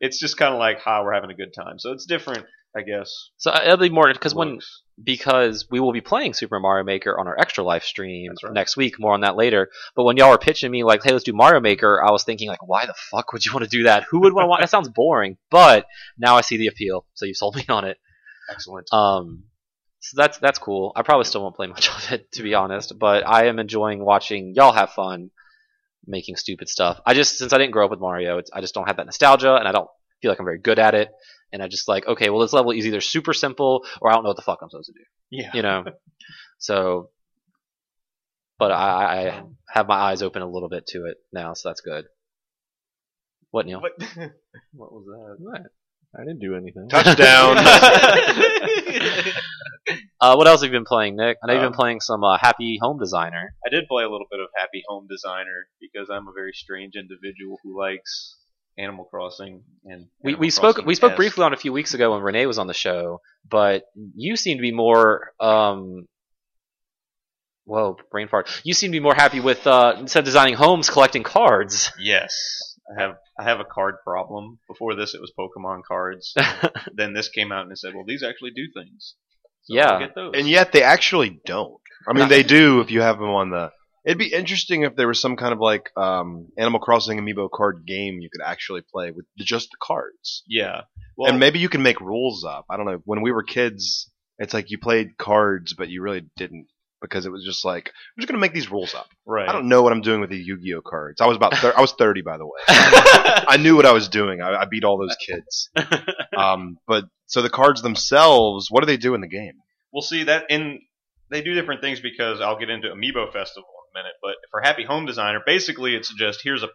[SPEAKER 4] It's just kind of like, ha, we're having a good time. So it's different, I guess.
[SPEAKER 2] so uh, it'll be more because when
[SPEAKER 4] looks.
[SPEAKER 2] because we will be playing Super Mario Maker on our extra live stream
[SPEAKER 4] That's right.
[SPEAKER 2] next week. More on that later. But when y'all were pitching me like, "Hey, let's do Mario Maker," I was thinking like, "Why the fuck would you want to do that? Who would want to watch?" That sounds boring. But now I see the appeal. So you sold me on it.
[SPEAKER 4] excellent.
[SPEAKER 2] Um, so that's that's cool. I probably still won't play much of it to be honest, but I am enjoying watching y'all have fun making stupid stuff. I just since I didn't grow up with Mario, it's, I just don't have that nostalgia, and I don't feel like I'm very good at it. And I just like okay, well this level is either super simple or I don't know what the fuck I'm supposed to do.
[SPEAKER 4] Yeah.
[SPEAKER 2] You know, so. But I, I have my eyes open a little bit to it now, so that's good. What Neil?
[SPEAKER 4] What, what was that?
[SPEAKER 1] I didn't do anything.
[SPEAKER 3] Touchdown.
[SPEAKER 2] Uh, what else have you been playing, Nick? I know you've
[SPEAKER 4] Um,
[SPEAKER 2] been playing some uh, Happy Home Designer.
[SPEAKER 4] I did play a little bit of Happy Home Designer because I'm a very strange individual who likes Animal Crossing and
[SPEAKER 2] we,
[SPEAKER 4] Animal
[SPEAKER 2] we spoke
[SPEAKER 4] Crossing
[SPEAKER 2] we spoke
[SPEAKER 4] S.
[SPEAKER 2] briefly on it a few weeks ago when Renee was on the show, but you seem to be more um whoa brain fart. You seem to be more happy with uh, instead of designing homes, collecting cards.
[SPEAKER 4] Yes, I have I have a card problem. Before this, it was Pokemon cards. then this came out and it said, "Well, these actually do things." So
[SPEAKER 2] Yeah.
[SPEAKER 4] I'll get those.
[SPEAKER 3] and yet they actually don't. I mean, they do if you have them on the. It'd be interesting if there was some kind of like um, Animal Crossing amiibo card game you could actually play with just the cards,
[SPEAKER 4] yeah, well,
[SPEAKER 3] and maybe you can make rules up. I don't know. When we were kids, it's like you played cards, but you really didn't because it was just like I'm just gonna make these rules up.
[SPEAKER 4] right.
[SPEAKER 3] I don't know what I'm doing with the Yu-Gi-Oh cards. I was about thir- I was 30 by the way. I knew what I was doing. I, I beat all those kids. Um, but so the cards themselves, what do they do in the game?
[SPEAKER 4] Well, see that in they do different things because I'll get into Amiibo Festival in a minute. But for Happy Home Designer, basically it's just here's a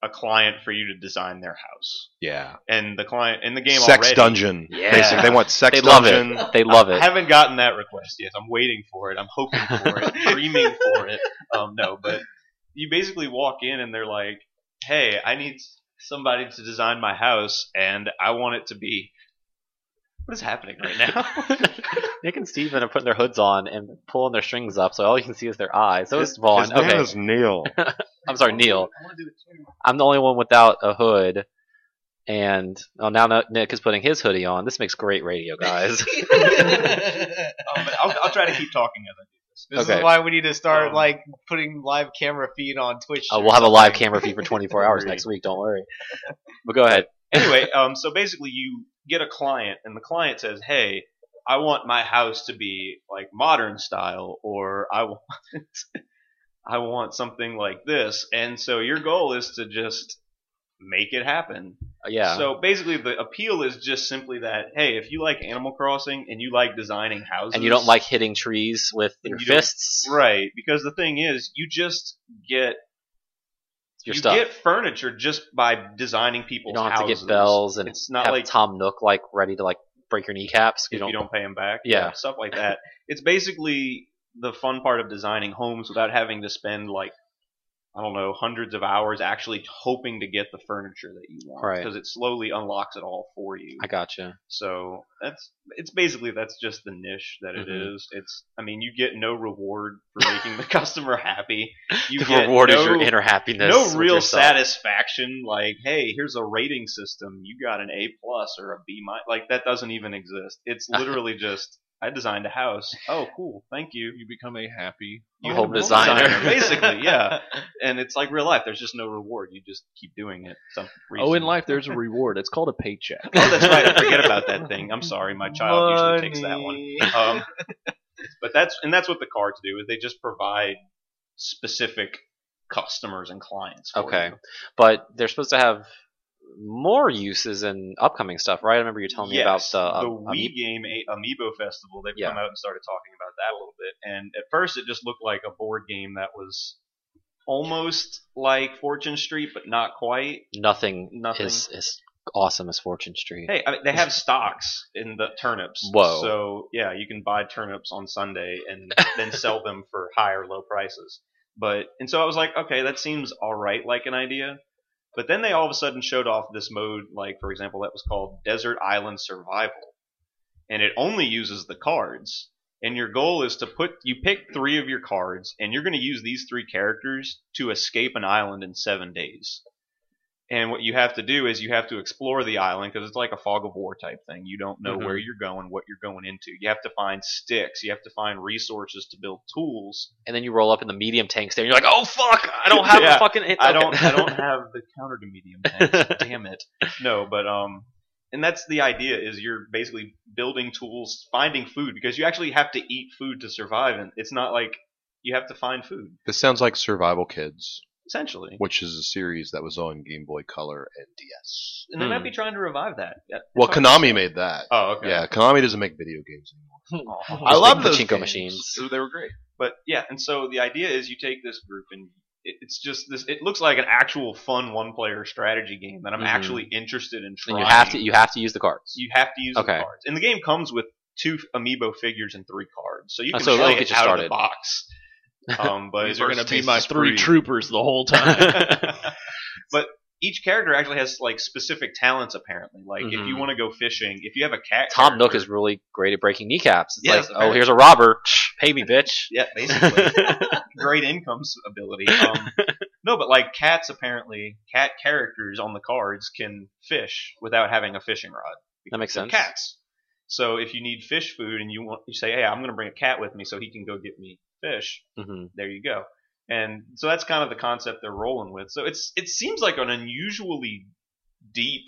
[SPEAKER 4] a client for you to design their house,
[SPEAKER 3] Yeah,
[SPEAKER 4] and the client in the game
[SPEAKER 3] sex
[SPEAKER 4] already.
[SPEAKER 3] dungeon.
[SPEAKER 2] Yeah.
[SPEAKER 3] Basically, they want sex
[SPEAKER 2] They love it.
[SPEAKER 3] dungeon.
[SPEAKER 2] they love
[SPEAKER 4] I
[SPEAKER 2] it.
[SPEAKER 4] haven't gotten that request yet. I'm waiting for it. I'm hoping for it. dreaming for it. Um, no, but you basically walk in and they're like, "Hey, I need somebody to design my house, and I want it to be." What is happening right now?
[SPEAKER 2] Nick and Steven are putting their hoods on and pulling their strings up, so all you can see is their eyes. So it's
[SPEAKER 3] His
[SPEAKER 2] Vaughn.
[SPEAKER 3] name
[SPEAKER 2] Okay,
[SPEAKER 3] is Neil.
[SPEAKER 2] I'm sorry, Neil. I'm the only one without a hood, and oh, now Nick is putting his hoodie on. This makes great radio, guys.
[SPEAKER 4] Um, but I'll, I'll try to keep talking as I do this.
[SPEAKER 5] This
[SPEAKER 2] Okay.
[SPEAKER 5] is why we need to start
[SPEAKER 4] Um,
[SPEAKER 5] like putting live camera feed on Twitch.
[SPEAKER 2] Uh,
[SPEAKER 5] or
[SPEAKER 2] we'll have a live
[SPEAKER 5] something.
[SPEAKER 2] camera feed for 24 hours next week. Don't worry. But go ahead.
[SPEAKER 4] anyway, um, so basically you get a client, and the client says, "Hey, I want my house to be like modern style, or I want, I want something like this." And so your goal is to just make it happen.
[SPEAKER 2] Uh, Yeah.
[SPEAKER 4] So basically, the appeal is just simply that, hey, if you like Animal Crossing and you like designing houses,
[SPEAKER 2] and you don't like hitting trees with
[SPEAKER 4] And
[SPEAKER 2] your
[SPEAKER 4] you don't-
[SPEAKER 2] fists.
[SPEAKER 4] right? Because the thing is, you just get
[SPEAKER 2] Your
[SPEAKER 4] you
[SPEAKER 2] stuff.
[SPEAKER 4] get furniture just by designing
[SPEAKER 2] you
[SPEAKER 4] people's
[SPEAKER 2] don't have to
[SPEAKER 4] houses.
[SPEAKER 2] get bells and
[SPEAKER 4] It's not
[SPEAKER 2] have
[SPEAKER 4] like
[SPEAKER 2] Tom Nook like ready to like break your kneecaps.
[SPEAKER 4] if you don't, pay them back.
[SPEAKER 2] Yeah.
[SPEAKER 4] stuff like that. It's basically the fun part of designing homes without having to spend like I don't know hundreds of hours actually hoping to get the furniture that you want
[SPEAKER 2] Right.
[SPEAKER 4] because it slowly unlocks it all for you.
[SPEAKER 2] I gotcha.
[SPEAKER 4] So that's it's basically that's just the niche that it
[SPEAKER 2] Mhm.
[SPEAKER 4] is. It's I mean you get no reward for making the customer happy. You
[SPEAKER 2] the
[SPEAKER 4] get
[SPEAKER 2] reward
[SPEAKER 4] no,
[SPEAKER 2] is your inner happiness.
[SPEAKER 4] no
[SPEAKER 2] with
[SPEAKER 4] real
[SPEAKER 2] yourself.
[SPEAKER 4] satisfaction. Like hey, here's a rating system. You got an A plus or a B minus. Like that doesn't even exist. It's literally just I designed a house. Oh cool, thank you.
[SPEAKER 1] You become a happy.
[SPEAKER 4] You
[SPEAKER 2] Home
[SPEAKER 4] home
[SPEAKER 2] designer.
[SPEAKER 4] basically, yeah. And it's like real life. There's just no reward. You just keep doing it. for Some reason.
[SPEAKER 1] Oh, in life there's a reward. It's called a paycheck.
[SPEAKER 4] Oh, that's right. I forget about that thing. I'm sorry. My child usually takes that one.
[SPEAKER 5] Money.
[SPEAKER 4] Um, but that's and that's what the cards do is they just provide specific customers and clients. For
[SPEAKER 2] Okay.
[SPEAKER 4] you.
[SPEAKER 2] But they're supposed to have more uses in upcoming stuff, right? I remember you telling
[SPEAKER 4] Yes,
[SPEAKER 2] me about
[SPEAKER 4] the
[SPEAKER 2] the, um,
[SPEAKER 4] Wii game a- Amiibo Festival. They've
[SPEAKER 2] Yeah.
[SPEAKER 4] come out and started talking about that a little bit. And at first, it just looked like a board game that was almost like Fortune Street, but not quite.
[SPEAKER 2] nothing,
[SPEAKER 4] Nothing.
[SPEAKER 2] Is, is awesome as Fortune Street.
[SPEAKER 4] Hey, I mean, they have stocks in the turnips.
[SPEAKER 2] Whoa.
[SPEAKER 4] So yeah, you can buy turnips on Sunday and then sell them for high or low prices. But and so I was like, okay, that seems all right, like an idea. But then they all of a sudden showed off this mode, like for example, that was called Desert Island Survival, and it only uses the cards. And your goal is to put you pick three of your cards, and you're going to use these three characters to escape an island in seven days. And what you have to do is you have to explore the island because it's like a fog of war type thing. You don't know
[SPEAKER 2] Mhm.
[SPEAKER 3] Mm-hmm.
[SPEAKER 4] where you're going, what you're going into. You have to find sticks. You have to find resources to build tools.
[SPEAKER 2] and then you roll up in the medium tanks there, and you're like, oh fuck, I don't have
[SPEAKER 4] Yeah.
[SPEAKER 2] a fucking. Hit.
[SPEAKER 4] I don't I don't have the counter to medium tanks. damn it. No, but um and that's the idea is you're basically building tools, finding food because you actually have to eat food to survive and it's not like you have to find food
[SPEAKER 3] This sounds like Survival Kids,
[SPEAKER 4] essentially.
[SPEAKER 3] which is a series that was on Game Boy Color and DS.
[SPEAKER 4] And they
[SPEAKER 2] Hmm.
[SPEAKER 4] might be trying to revive that. Yeah, it's
[SPEAKER 3] Well,
[SPEAKER 4] hard to
[SPEAKER 3] Konami
[SPEAKER 4] say.
[SPEAKER 3] made that.
[SPEAKER 4] Oh, okay. Oh,
[SPEAKER 3] Yeah, Konami doesn't make video games anymore.
[SPEAKER 4] Aw.
[SPEAKER 3] I love
[SPEAKER 2] the
[SPEAKER 3] those
[SPEAKER 2] pachinko
[SPEAKER 3] games.
[SPEAKER 2] machines.
[SPEAKER 3] They were great.
[SPEAKER 4] But yeah, and so the idea is you take this group and it- it's just this. It looks like an actual fun one-player strategy game that I'm
[SPEAKER 2] Mhm.
[SPEAKER 4] actually interested in
[SPEAKER 2] And
[SPEAKER 4] trying.
[SPEAKER 2] you have to you have to use the cards.
[SPEAKER 4] You have to use
[SPEAKER 2] Okay.
[SPEAKER 4] the cards, and the game comes with two amiibo figures and three cards, so you
[SPEAKER 2] Oh,
[SPEAKER 4] can
[SPEAKER 2] so
[SPEAKER 4] play
[SPEAKER 2] it'll
[SPEAKER 4] it
[SPEAKER 2] get you
[SPEAKER 4] out of
[SPEAKER 2] started.
[SPEAKER 4] the box. Um, but
[SPEAKER 3] These
[SPEAKER 1] They're gonna be my
[SPEAKER 3] Versus
[SPEAKER 1] three
[SPEAKER 3] Spree.
[SPEAKER 1] troopers the whole time.
[SPEAKER 4] but each character actually has like specific talents. Apparently, like if you
[SPEAKER 2] Mhm.
[SPEAKER 4] want to go fishing, if you have a cat,
[SPEAKER 2] Tom Nook
[SPEAKER 4] character-
[SPEAKER 2] is really great at breaking kneecaps. It's
[SPEAKER 4] Yeah,
[SPEAKER 2] like, oh,
[SPEAKER 4] apparently.
[SPEAKER 2] here's a robber. Pay me, bitch.
[SPEAKER 4] Yeah, basically. Great income s- ability. Um, no, but like cats, apparently, cat characters on the cards can fish without having a fishing rod.
[SPEAKER 2] That makes
[SPEAKER 4] They're
[SPEAKER 2] sense.
[SPEAKER 4] Cats. So if you need fish food and you want, you say, "Hey, I'm going to bring a cat with me so he can go get me fish."
[SPEAKER 2] hmm
[SPEAKER 4] There you go. And so that's kind of the concept they're rolling with. So it's it seems like an unusually deep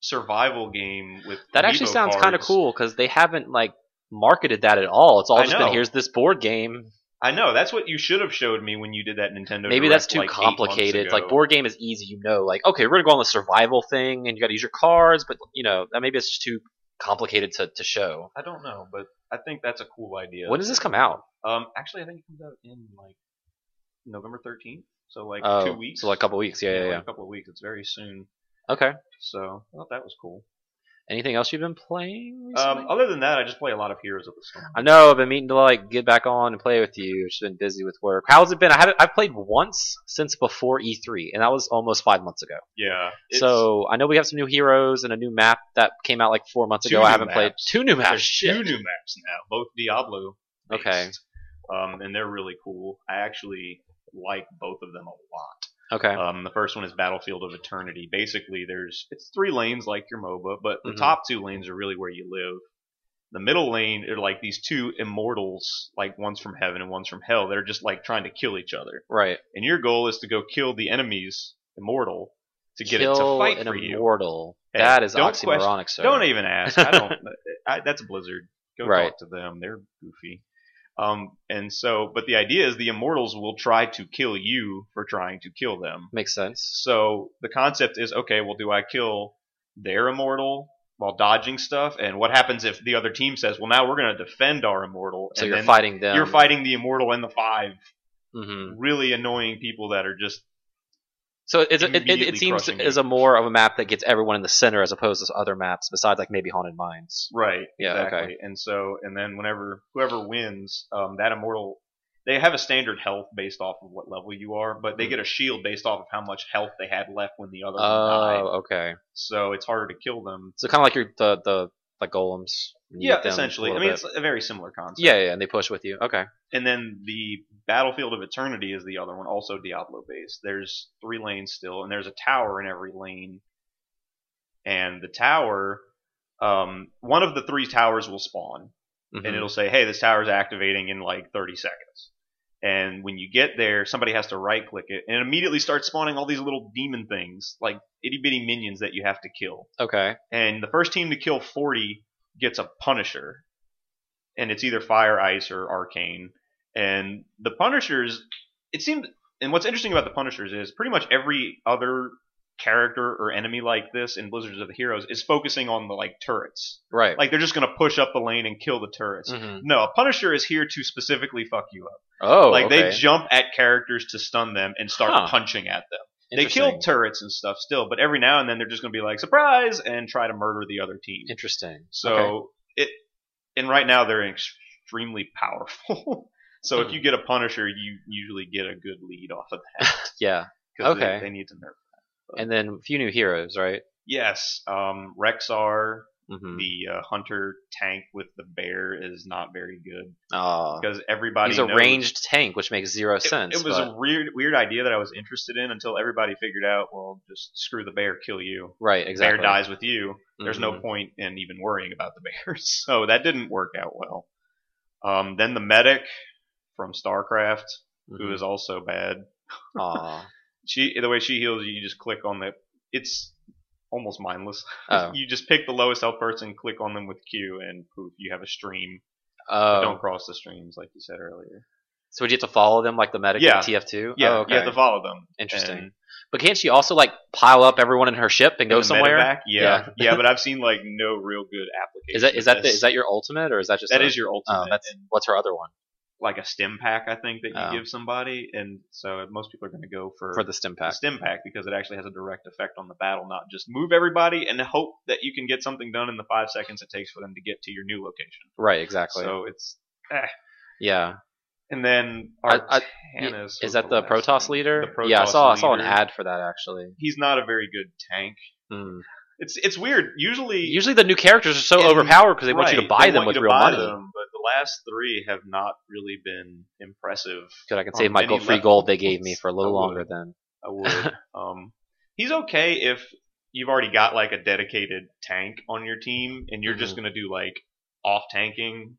[SPEAKER 4] survival game with
[SPEAKER 2] That actually
[SPEAKER 4] amiibo
[SPEAKER 2] sounds kind of
[SPEAKER 4] cards.
[SPEAKER 2] cool because they haven't like marketed that at all. It's all
[SPEAKER 4] I
[SPEAKER 2] just been
[SPEAKER 4] know.
[SPEAKER 2] here's this board game.
[SPEAKER 4] I know that's what you should have showed me when you did that Nintendo.
[SPEAKER 2] Maybe that's
[SPEAKER 4] Direct,
[SPEAKER 2] too
[SPEAKER 4] like, eight months
[SPEAKER 2] complicated. Like
[SPEAKER 4] ago.
[SPEAKER 2] board game is easy, you know. Like okay, we're gonna go on the survival thing, and you got to use your cards, but you know that maybe it's just too complicated to, to show.
[SPEAKER 4] I don't know, but I think that's a cool idea.
[SPEAKER 2] When does this come out?
[SPEAKER 4] Um, actually, I think it comes out in like November 13th, so like
[SPEAKER 2] Oh,
[SPEAKER 4] two weeks.
[SPEAKER 2] So like a couple weeks. Yeah, yeah,
[SPEAKER 4] like
[SPEAKER 2] yeah.
[SPEAKER 4] a couple of weeks. It's very soon.
[SPEAKER 2] Okay.
[SPEAKER 4] So I thought that was cool.
[SPEAKER 2] Anything else you've been playing? Recently?
[SPEAKER 4] Um, other than that, I just play a lot of Heroes of the Storm.
[SPEAKER 2] I know I've been meaning to like get back on and play with you. It's been busy with work. How's it been? I haven't. I've played once since before E3, and that was almost five months ago.
[SPEAKER 4] yeah. it's-
[SPEAKER 2] so I know we have some new heroes and a new map that came out like four months
[SPEAKER 4] Two
[SPEAKER 2] ago. I
[SPEAKER 4] new
[SPEAKER 2] haven't played
[SPEAKER 4] maps.
[SPEAKER 2] two new maps.
[SPEAKER 4] there's two
[SPEAKER 2] ah, Shit.
[SPEAKER 4] new maps now, both Diablo. -based.
[SPEAKER 2] Okay.
[SPEAKER 4] Um, and they're really cool. I actually like both of them a lot.
[SPEAKER 2] Okay.
[SPEAKER 4] Um, the first one is Battlefield of Eternity. Basically, there's it's three lanes like your MOBA, but the
[SPEAKER 2] Mhm.
[SPEAKER 4] top two lanes are really where you live. The middle lane are like these two immortals, like one's from heaven and one's from hell. They're just like trying to kill each other,
[SPEAKER 2] right.
[SPEAKER 4] and your goal is to go kill the enemy's immortal to get it to
[SPEAKER 2] Kill
[SPEAKER 4] fight
[SPEAKER 2] an
[SPEAKER 4] for you.
[SPEAKER 2] immortal.
[SPEAKER 4] Hey,
[SPEAKER 2] that is
[SPEAKER 4] don't
[SPEAKER 2] oxymoronic, sir.
[SPEAKER 4] Don't even ask. I don't. I, that's Blizzard. Go
[SPEAKER 2] Right.
[SPEAKER 4] talk to them. They're goofy. Um, and so, but the idea is the immortals will try to kill you for trying to kill them.
[SPEAKER 2] Makes sense.
[SPEAKER 4] So the concept is okay, well, do I kill their immortal while dodging stuff? And what happens if the other team says, well, now we're going to defend our immortal?
[SPEAKER 2] So
[SPEAKER 4] and
[SPEAKER 2] you're
[SPEAKER 4] then
[SPEAKER 2] fighting them.
[SPEAKER 4] You're fighting the immortal and the five
[SPEAKER 2] hmm
[SPEAKER 4] really annoying people that are just
[SPEAKER 2] So it's, it, it, it
[SPEAKER 4] Immediately
[SPEAKER 2] seems
[SPEAKER 4] crushing
[SPEAKER 2] is
[SPEAKER 4] you.
[SPEAKER 2] a more of a map that gets everyone in the center as opposed to other maps besides like maybe haunted mines.
[SPEAKER 4] right.
[SPEAKER 2] Yeah,
[SPEAKER 4] exactly.
[SPEAKER 2] okay.
[SPEAKER 4] And so, and then whenever whoever wins, um, that immortal, they have a standard health based off of what level you are, but
[SPEAKER 2] Hmm.
[SPEAKER 4] they get a shield based off of how much health they had left when the other one died.
[SPEAKER 2] Oh, okay.
[SPEAKER 4] So it's harder to kill them.
[SPEAKER 2] So kind of like your the the like golems. You
[SPEAKER 4] Yeah,
[SPEAKER 2] get them
[SPEAKER 4] essentially.
[SPEAKER 2] a
[SPEAKER 4] I
[SPEAKER 2] little
[SPEAKER 4] mean,
[SPEAKER 2] bit.
[SPEAKER 4] it's a very similar concept.
[SPEAKER 2] yeah, yeah, and they push with you. Okay,
[SPEAKER 4] and then the Battlefield of Eternity is the other one, also Diablo based. There's three lanes still, and there's a tower in every lane. And the tower, um, one of the three towers will spawn,
[SPEAKER 2] Mhm.
[SPEAKER 4] and it'll say, "Hey, this tower is activating in like 30 seconds." And when you get there, somebody has to right click it, and it immediately starts spawning all these little demon things, like itty bitty minions that you have to kill
[SPEAKER 2] okay.
[SPEAKER 4] and the first team to kill 40 gets a punisher and it's either fire ice or arcane and the punishers it seemed and what's interesting about the punishers is pretty much every other character or enemy like this in blizzards of the heroes is focusing on the like turrets
[SPEAKER 2] Right.
[SPEAKER 4] like they're just going to push up the lane and kill the turrets
[SPEAKER 2] Mhm.
[SPEAKER 4] no a punisher is here to specifically fuck you up
[SPEAKER 2] Oh,
[SPEAKER 4] like
[SPEAKER 2] okay.
[SPEAKER 4] they jump at characters to stun them and start
[SPEAKER 2] Huh.
[SPEAKER 4] punching at them they
[SPEAKER 2] Interesting.
[SPEAKER 4] kill turrets and stuff still, but every now and then they're just going to be like surprise and try to murder the other team.
[SPEAKER 2] Interesting.
[SPEAKER 4] So
[SPEAKER 2] Okay.
[SPEAKER 4] it and right now they're extremely powerful. So
[SPEAKER 2] Hmm.
[SPEAKER 4] if you get a Punisher, you usually get a good lead off of that.
[SPEAKER 2] Yeah.
[SPEAKER 4] 'cause
[SPEAKER 2] Okay.
[SPEAKER 4] They, they need to nerf.
[SPEAKER 2] And then a few new heroes, right?
[SPEAKER 4] Yes, um, Rexar,
[SPEAKER 2] Mm-hmm.
[SPEAKER 4] the uh, hunter tank with the bear, is not very good
[SPEAKER 2] Oh.
[SPEAKER 4] because everybody
[SPEAKER 2] He's a
[SPEAKER 4] knows-
[SPEAKER 2] ranged tank, which makes zero
[SPEAKER 4] It-
[SPEAKER 2] sense.
[SPEAKER 4] It, was
[SPEAKER 2] but-
[SPEAKER 4] a weird, weird idea that I was interested in until everybody figured out. Well, just screw the bear, kill you.
[SPEAKER 2] right, exactly.
[SPEAKER 4] Bear dies with you. There's no
[SPEAKER 2] Mhm.
[SPEAKER 4] point in even worrying about the bear. So that didn't work out well. Um, then the medic from StarCraft, who
[SPEAKER 2] Mhm.
[SPEAKER 4] is also bad.
[SPEAKER 2] Aw.
[SPEAKER 4] She, the way she heals you, you just click on the. It's almost mindless.
[SPEAKER 2] Oh.
[SPEAKER 4] you just pick the lowest health person, click on them with Q, and poof, you have a stream. But
[SPEAKER 2] Oh.
[SPEAKER 4] Don't cross the streams, like you said earlier.
[SPEAKER 2] So would you have to follow them like the medic
[SPEAKER 4] Yeah.
[SPEAKER 2] in TF2?
[SPEAKER 4] Yeah,
[SPEAKER 2] Oh, okay.
[SPEAKER 4] you have to follow them.
[SPEAKER 2] Interesting.
[SPEAKER 4] And-
[SPEAKER 2] but can't she also like pile up everyone in her ship and go
[SPEAKER 4] the
[SPEAKER 2] somewhere?
[SPEAKER 4] medevac? Yeah, yeah, But I've seen like no real good application.
[SPEAKER 2] Is that is that
[SPEAKER 4] of
[SPEAKER 2] the,
[SPEAKER 4] this.
[SPEAKER 2] is that your ultimate or is that just
[SPEAKER 4] that
[SPEAKER 2] a-
[SPEAKER 4] is your ultimate?
[SPEAKER 2] Oh, that's
[SPEAKER 4] and,
[SPEAKER 2] what's her other one
[SPEAKER 4] like a stim pack, I think that you
[SPEAKER 2] Oh.
[SPEAKER 4] give somebody, and so most people are going to go for,
[SPEAKER 2] for the stim
[SPEAKER 4] the
[SPEAKER 2] pack?
[SPEAKER 4] stim pack because it actually has a direct effect on the battle, not just move everybody and hope that you can get something done in the five seconds it takes for them to get to your new location.
[SPEAKER 2] Right, exactly.
[SPEAKER 4] So it's
[SPEAKER 2] yeah,
[SPEAKER 4] and then
[SPEAKER 2] I-
[SPEAKER 4] Artanis
[SPEAKER 2] I-
[SPEAKER 4] was
[SPEAKER 2] is that the
[SPEAKER 4] last
[SPEAKER 2] Protoss
[SPEAKER 4] one.
[SPEAKER 2] leader?
[SPEAKER 4] The Protoss
[SPEAKER 2] yeah, I saw I saw an
[SPEAKER 4] leader.
[SPEAKER 2] ad for that actually.
[SPEAKER 4] He's not a very good tank.
[SPEAKER 2] Hmm.
[SPEAKER 4] It's it's weird. Usually,
[SPEAKER 2] Usually the new characters are so
[SPEAKER 4] And-
[SPEAKER 2] overpowered because they want you to
[SPEAKER 4] Right,
[SPEAKER 2] buy
[SPEAKER 4] they
[SPEAKER 2] them
[SPEAKER 4] want
[SPEAKER 2] with
[SPEAKER 4] you to
[SPEAKER 2] real
[SPEAKER 4] buy
[SPEAKER 2] money.
[SPEAKER 4] them, but the last three have not really been impressive.
[SPEAKER 2] Good, I can
[SPEAKER 4] on
[SPEAKER 2] save my
[SPEAKER 4] any
[SPEAKER 2] go- free
[SPEAKER 4] level.
[SPEAKER 2] gold they gave me for a little
[SPEAKER 4] I would.
[SPEAKER 2] longer then.
[SPEAKER 4] I would. um, he's okay if you've already got like a dedicated tank on your team, and you're just gonna do like off tanking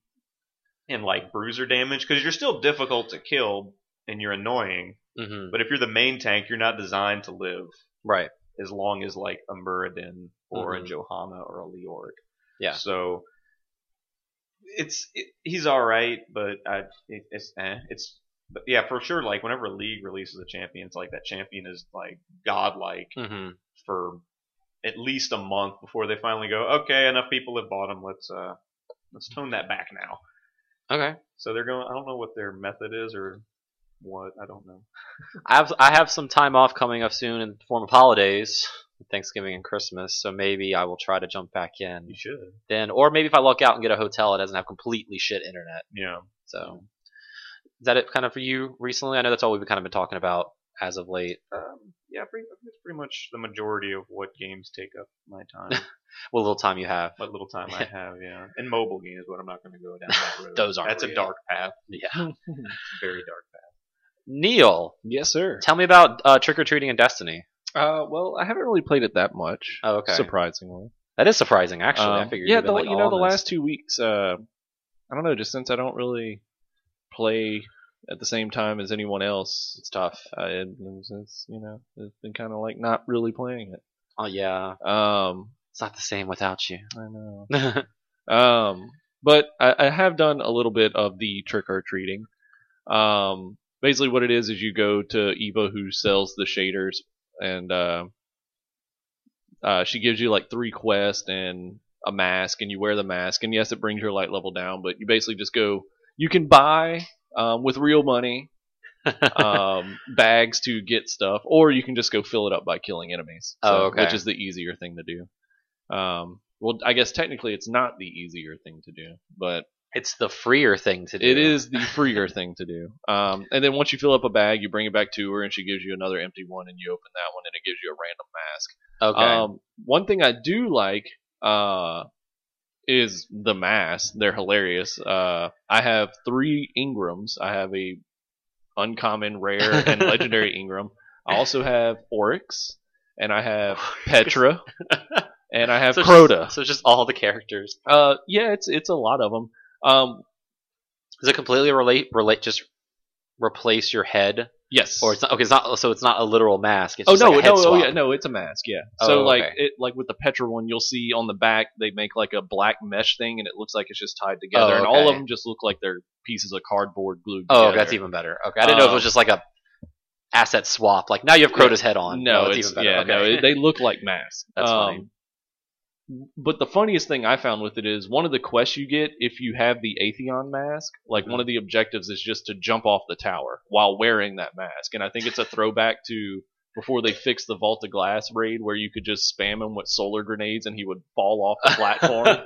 [SPEAKER 4] and like bruiser damage because you're still difficult to kill and you're annoying.
[SPEAKER 2] hmm
[SPEAKER 4] But if you're the main tank, you're not designed to live
[SPEAKER 2] Right.
[SPEAKER 4] as long as like a Muradin or
[SPEAKER 2] Mhm.
[SPEAKER 4] a Johanna or a Leoric.
[SPEAKER 2] Yeah.
[SPEAKER 4] So it's it, he's all right, but I it, it's eh, it's but yeah for sure. Like whenever a league releases a champion, it's like that champion is like godlike
[SPEAKER 2] hmm
[SPEAKER 4] for at least a month before they finally go. Okay, enough people have bought him. Let's uh let's tone that back now.
[SPEAKER 2] Okay.
[SPEAKER 4] So they're going. I don't know what their method is or what I don't know.
[SPEAKER 2] I have I have some time off coming up soon in the form of holidays, Thanksgiving and Christmas. So maybe I will try to jump back in
[SPEAKER 4] You should.
[SPEAKER 2] then, or maybe if I luck out and get a hotel that doesn't have completely shit internet.
[SPEAKER 4] Yeah.
[SPEAKER 2] So is that it kind of for you recently? I know that's all we've kind of been talking about as of late.
[SPEAKER 4] Um, yeah, pretty, that's pretty much the majority of what games take up my time.
[SPEAKER 2] What little time you have.
[SPEAKER 4] what little time I have, yeah. And mobile games, but I'm not going to go down that road.
[SPEAKER 2] Those aren't
[SPEAKER 4] That's
[SPEAKER 2] real.
[SPEAKER 4] a dark path,
[SPEAKER 2] Yeah.
[SPEAKER 4] very dark path.
[SPEAKER 2] Neil,
[SPEAKER 1] Yes, sir.
[SPEAKER 2] tell me about uh, trick or treating in Destiny.
[SPEAKER 1] Uh, well, I haven't really played it that much.
[SPEAKER 2] Oh, okay.
[SPEAKER 1] Surprisingly.
[SPEAKER 2] That is surprising, actually.
[SPEAKER 1] Um,
[SPEAKER 2] I figured.
[SPEAKER 1] yeah,
[SPEAKER 2] you've been,
[SPEAKER 1] the,
[SPEAKER 2] like,
[SPEAKER 1] you
[SPEAKER 2] all
[SPEAKER 1] know,
[SPEAKER 2] on
[SPEAKER 1] the
[SPEAKER 2] this.
[SPEAKER 1] last two weeks, uh, I don't know, just since I don't really play at the same time as anyone else,
[SPEAKER 2] It's tough.
[SPEAKER 1] uh, it, it's, it's, you know, it's been kind of like not really playing it.
[SPEAKER 2] Oh yeah,
[SPEAKER 1] Um,
[SPEAKER 2] it's not the same without you.
[SPEAKER 1] I know.
[SPEAKER 2] Mhm.
[SPEAKER 1] Um, but I, I have done a little bit of the trick or treating. Um, basically, what it is is you go to Eva, who sells the shaders, and uh, uh, she gives you like three quests and a mask, and you wear the mask. And yes, it brings your light level down, but you basically just go. You can buy um, with real money um, bags to get stuff, or you can just go fill it up by killing enemies.
[SPEAKER 2] Oh, okay.
[SPEAKER 1] Which is the easier thing to do. Um, well, I guess technically it's not the easier thing to do, but
[SPEAKER 2] it's the freer thing to do.
[SPEAKER 1] it is the freer thing to do. Um, and then once you fill up a bag, you bring it back to her, and she gives you another empty one, and you open that one, and it gives you a random mask.
[SPEAKER 2] Okay.
[SPEAKER 1] Um, one thing I do like uh, is the masks. They're hilarious. Uh, I have three Ingrams. I have a uncommon, rare, and legendary Ingram. I also have Oryx, and I have Petra, and I have
[SPEAKER 2] so
[SPEAKER 1] Crota.
[SPEAKER 2] Just, so just all the characters.
[SPEAKER 1] Uh, yeah, it's it's a lot of them. Um,
[SPEAKER 2] Does it completely relate? Relate just replace your head,
[SPEAKER 1] yes.
[SPEAKER 2] or it's not okay. It's not so. It's not a literal mask. It's
[SPEAKER 1] oh
[SPEAKER 2] just
[SPEAKER 1] no,
[SPEAKER 2] like a head
[SPEAKER 1] no, oh
[SPEAKER 2] swap.
[SPEAKER 1] yeah, no, it's a mask. Yeah.
[SPEAKER 2] Oh,
[SPEAKER 1] so like
[SPEAKER 2] okay.
[SPEAKER 1] it like with the Petra one, you'll see on the back they make like a black mesh thing, and it looks like it's just tied together,
[SPEAKER 2] Oh,
[SPEAKER 1] and all of
[SPEAKER 2] okay.
[SPEAKER 1] them just look like they're pieces of cardboard glued.
[SPEAKER 2] Oh,
[SPEAKER 1] together.
[SPEAKER 2] that's even better. Okay, I didn't know if it was
[SPEAKER 1] Um,
[SPEAKER 2] just like a asset swap. Like now you have Crota's head on.
[SPEAKER 1] No,
[SPEAKER 2] that's
[SPEAKER 1] it's,
[SPEAKER 2] even better.
[SPEAKER 1] yeah,
[SPEAKER 2] okay.
[SPEAKER 1] no, it, they look like masks. Um,
[SPEAKER 2] That's funny.
[SPEAKER 1] But the funniest thing I found with it is one of the quests you get if you have the Atheon mask. Like
[SPEAKER 2] Mm-hmm.
[SPEAKER 1] one of the objectives is just to jump off the tower while wearing that mask, and I think it's a throwback to before they fixed the Vault of Glass raid, where you could just spam him with solar grenades and he would fall off the platform.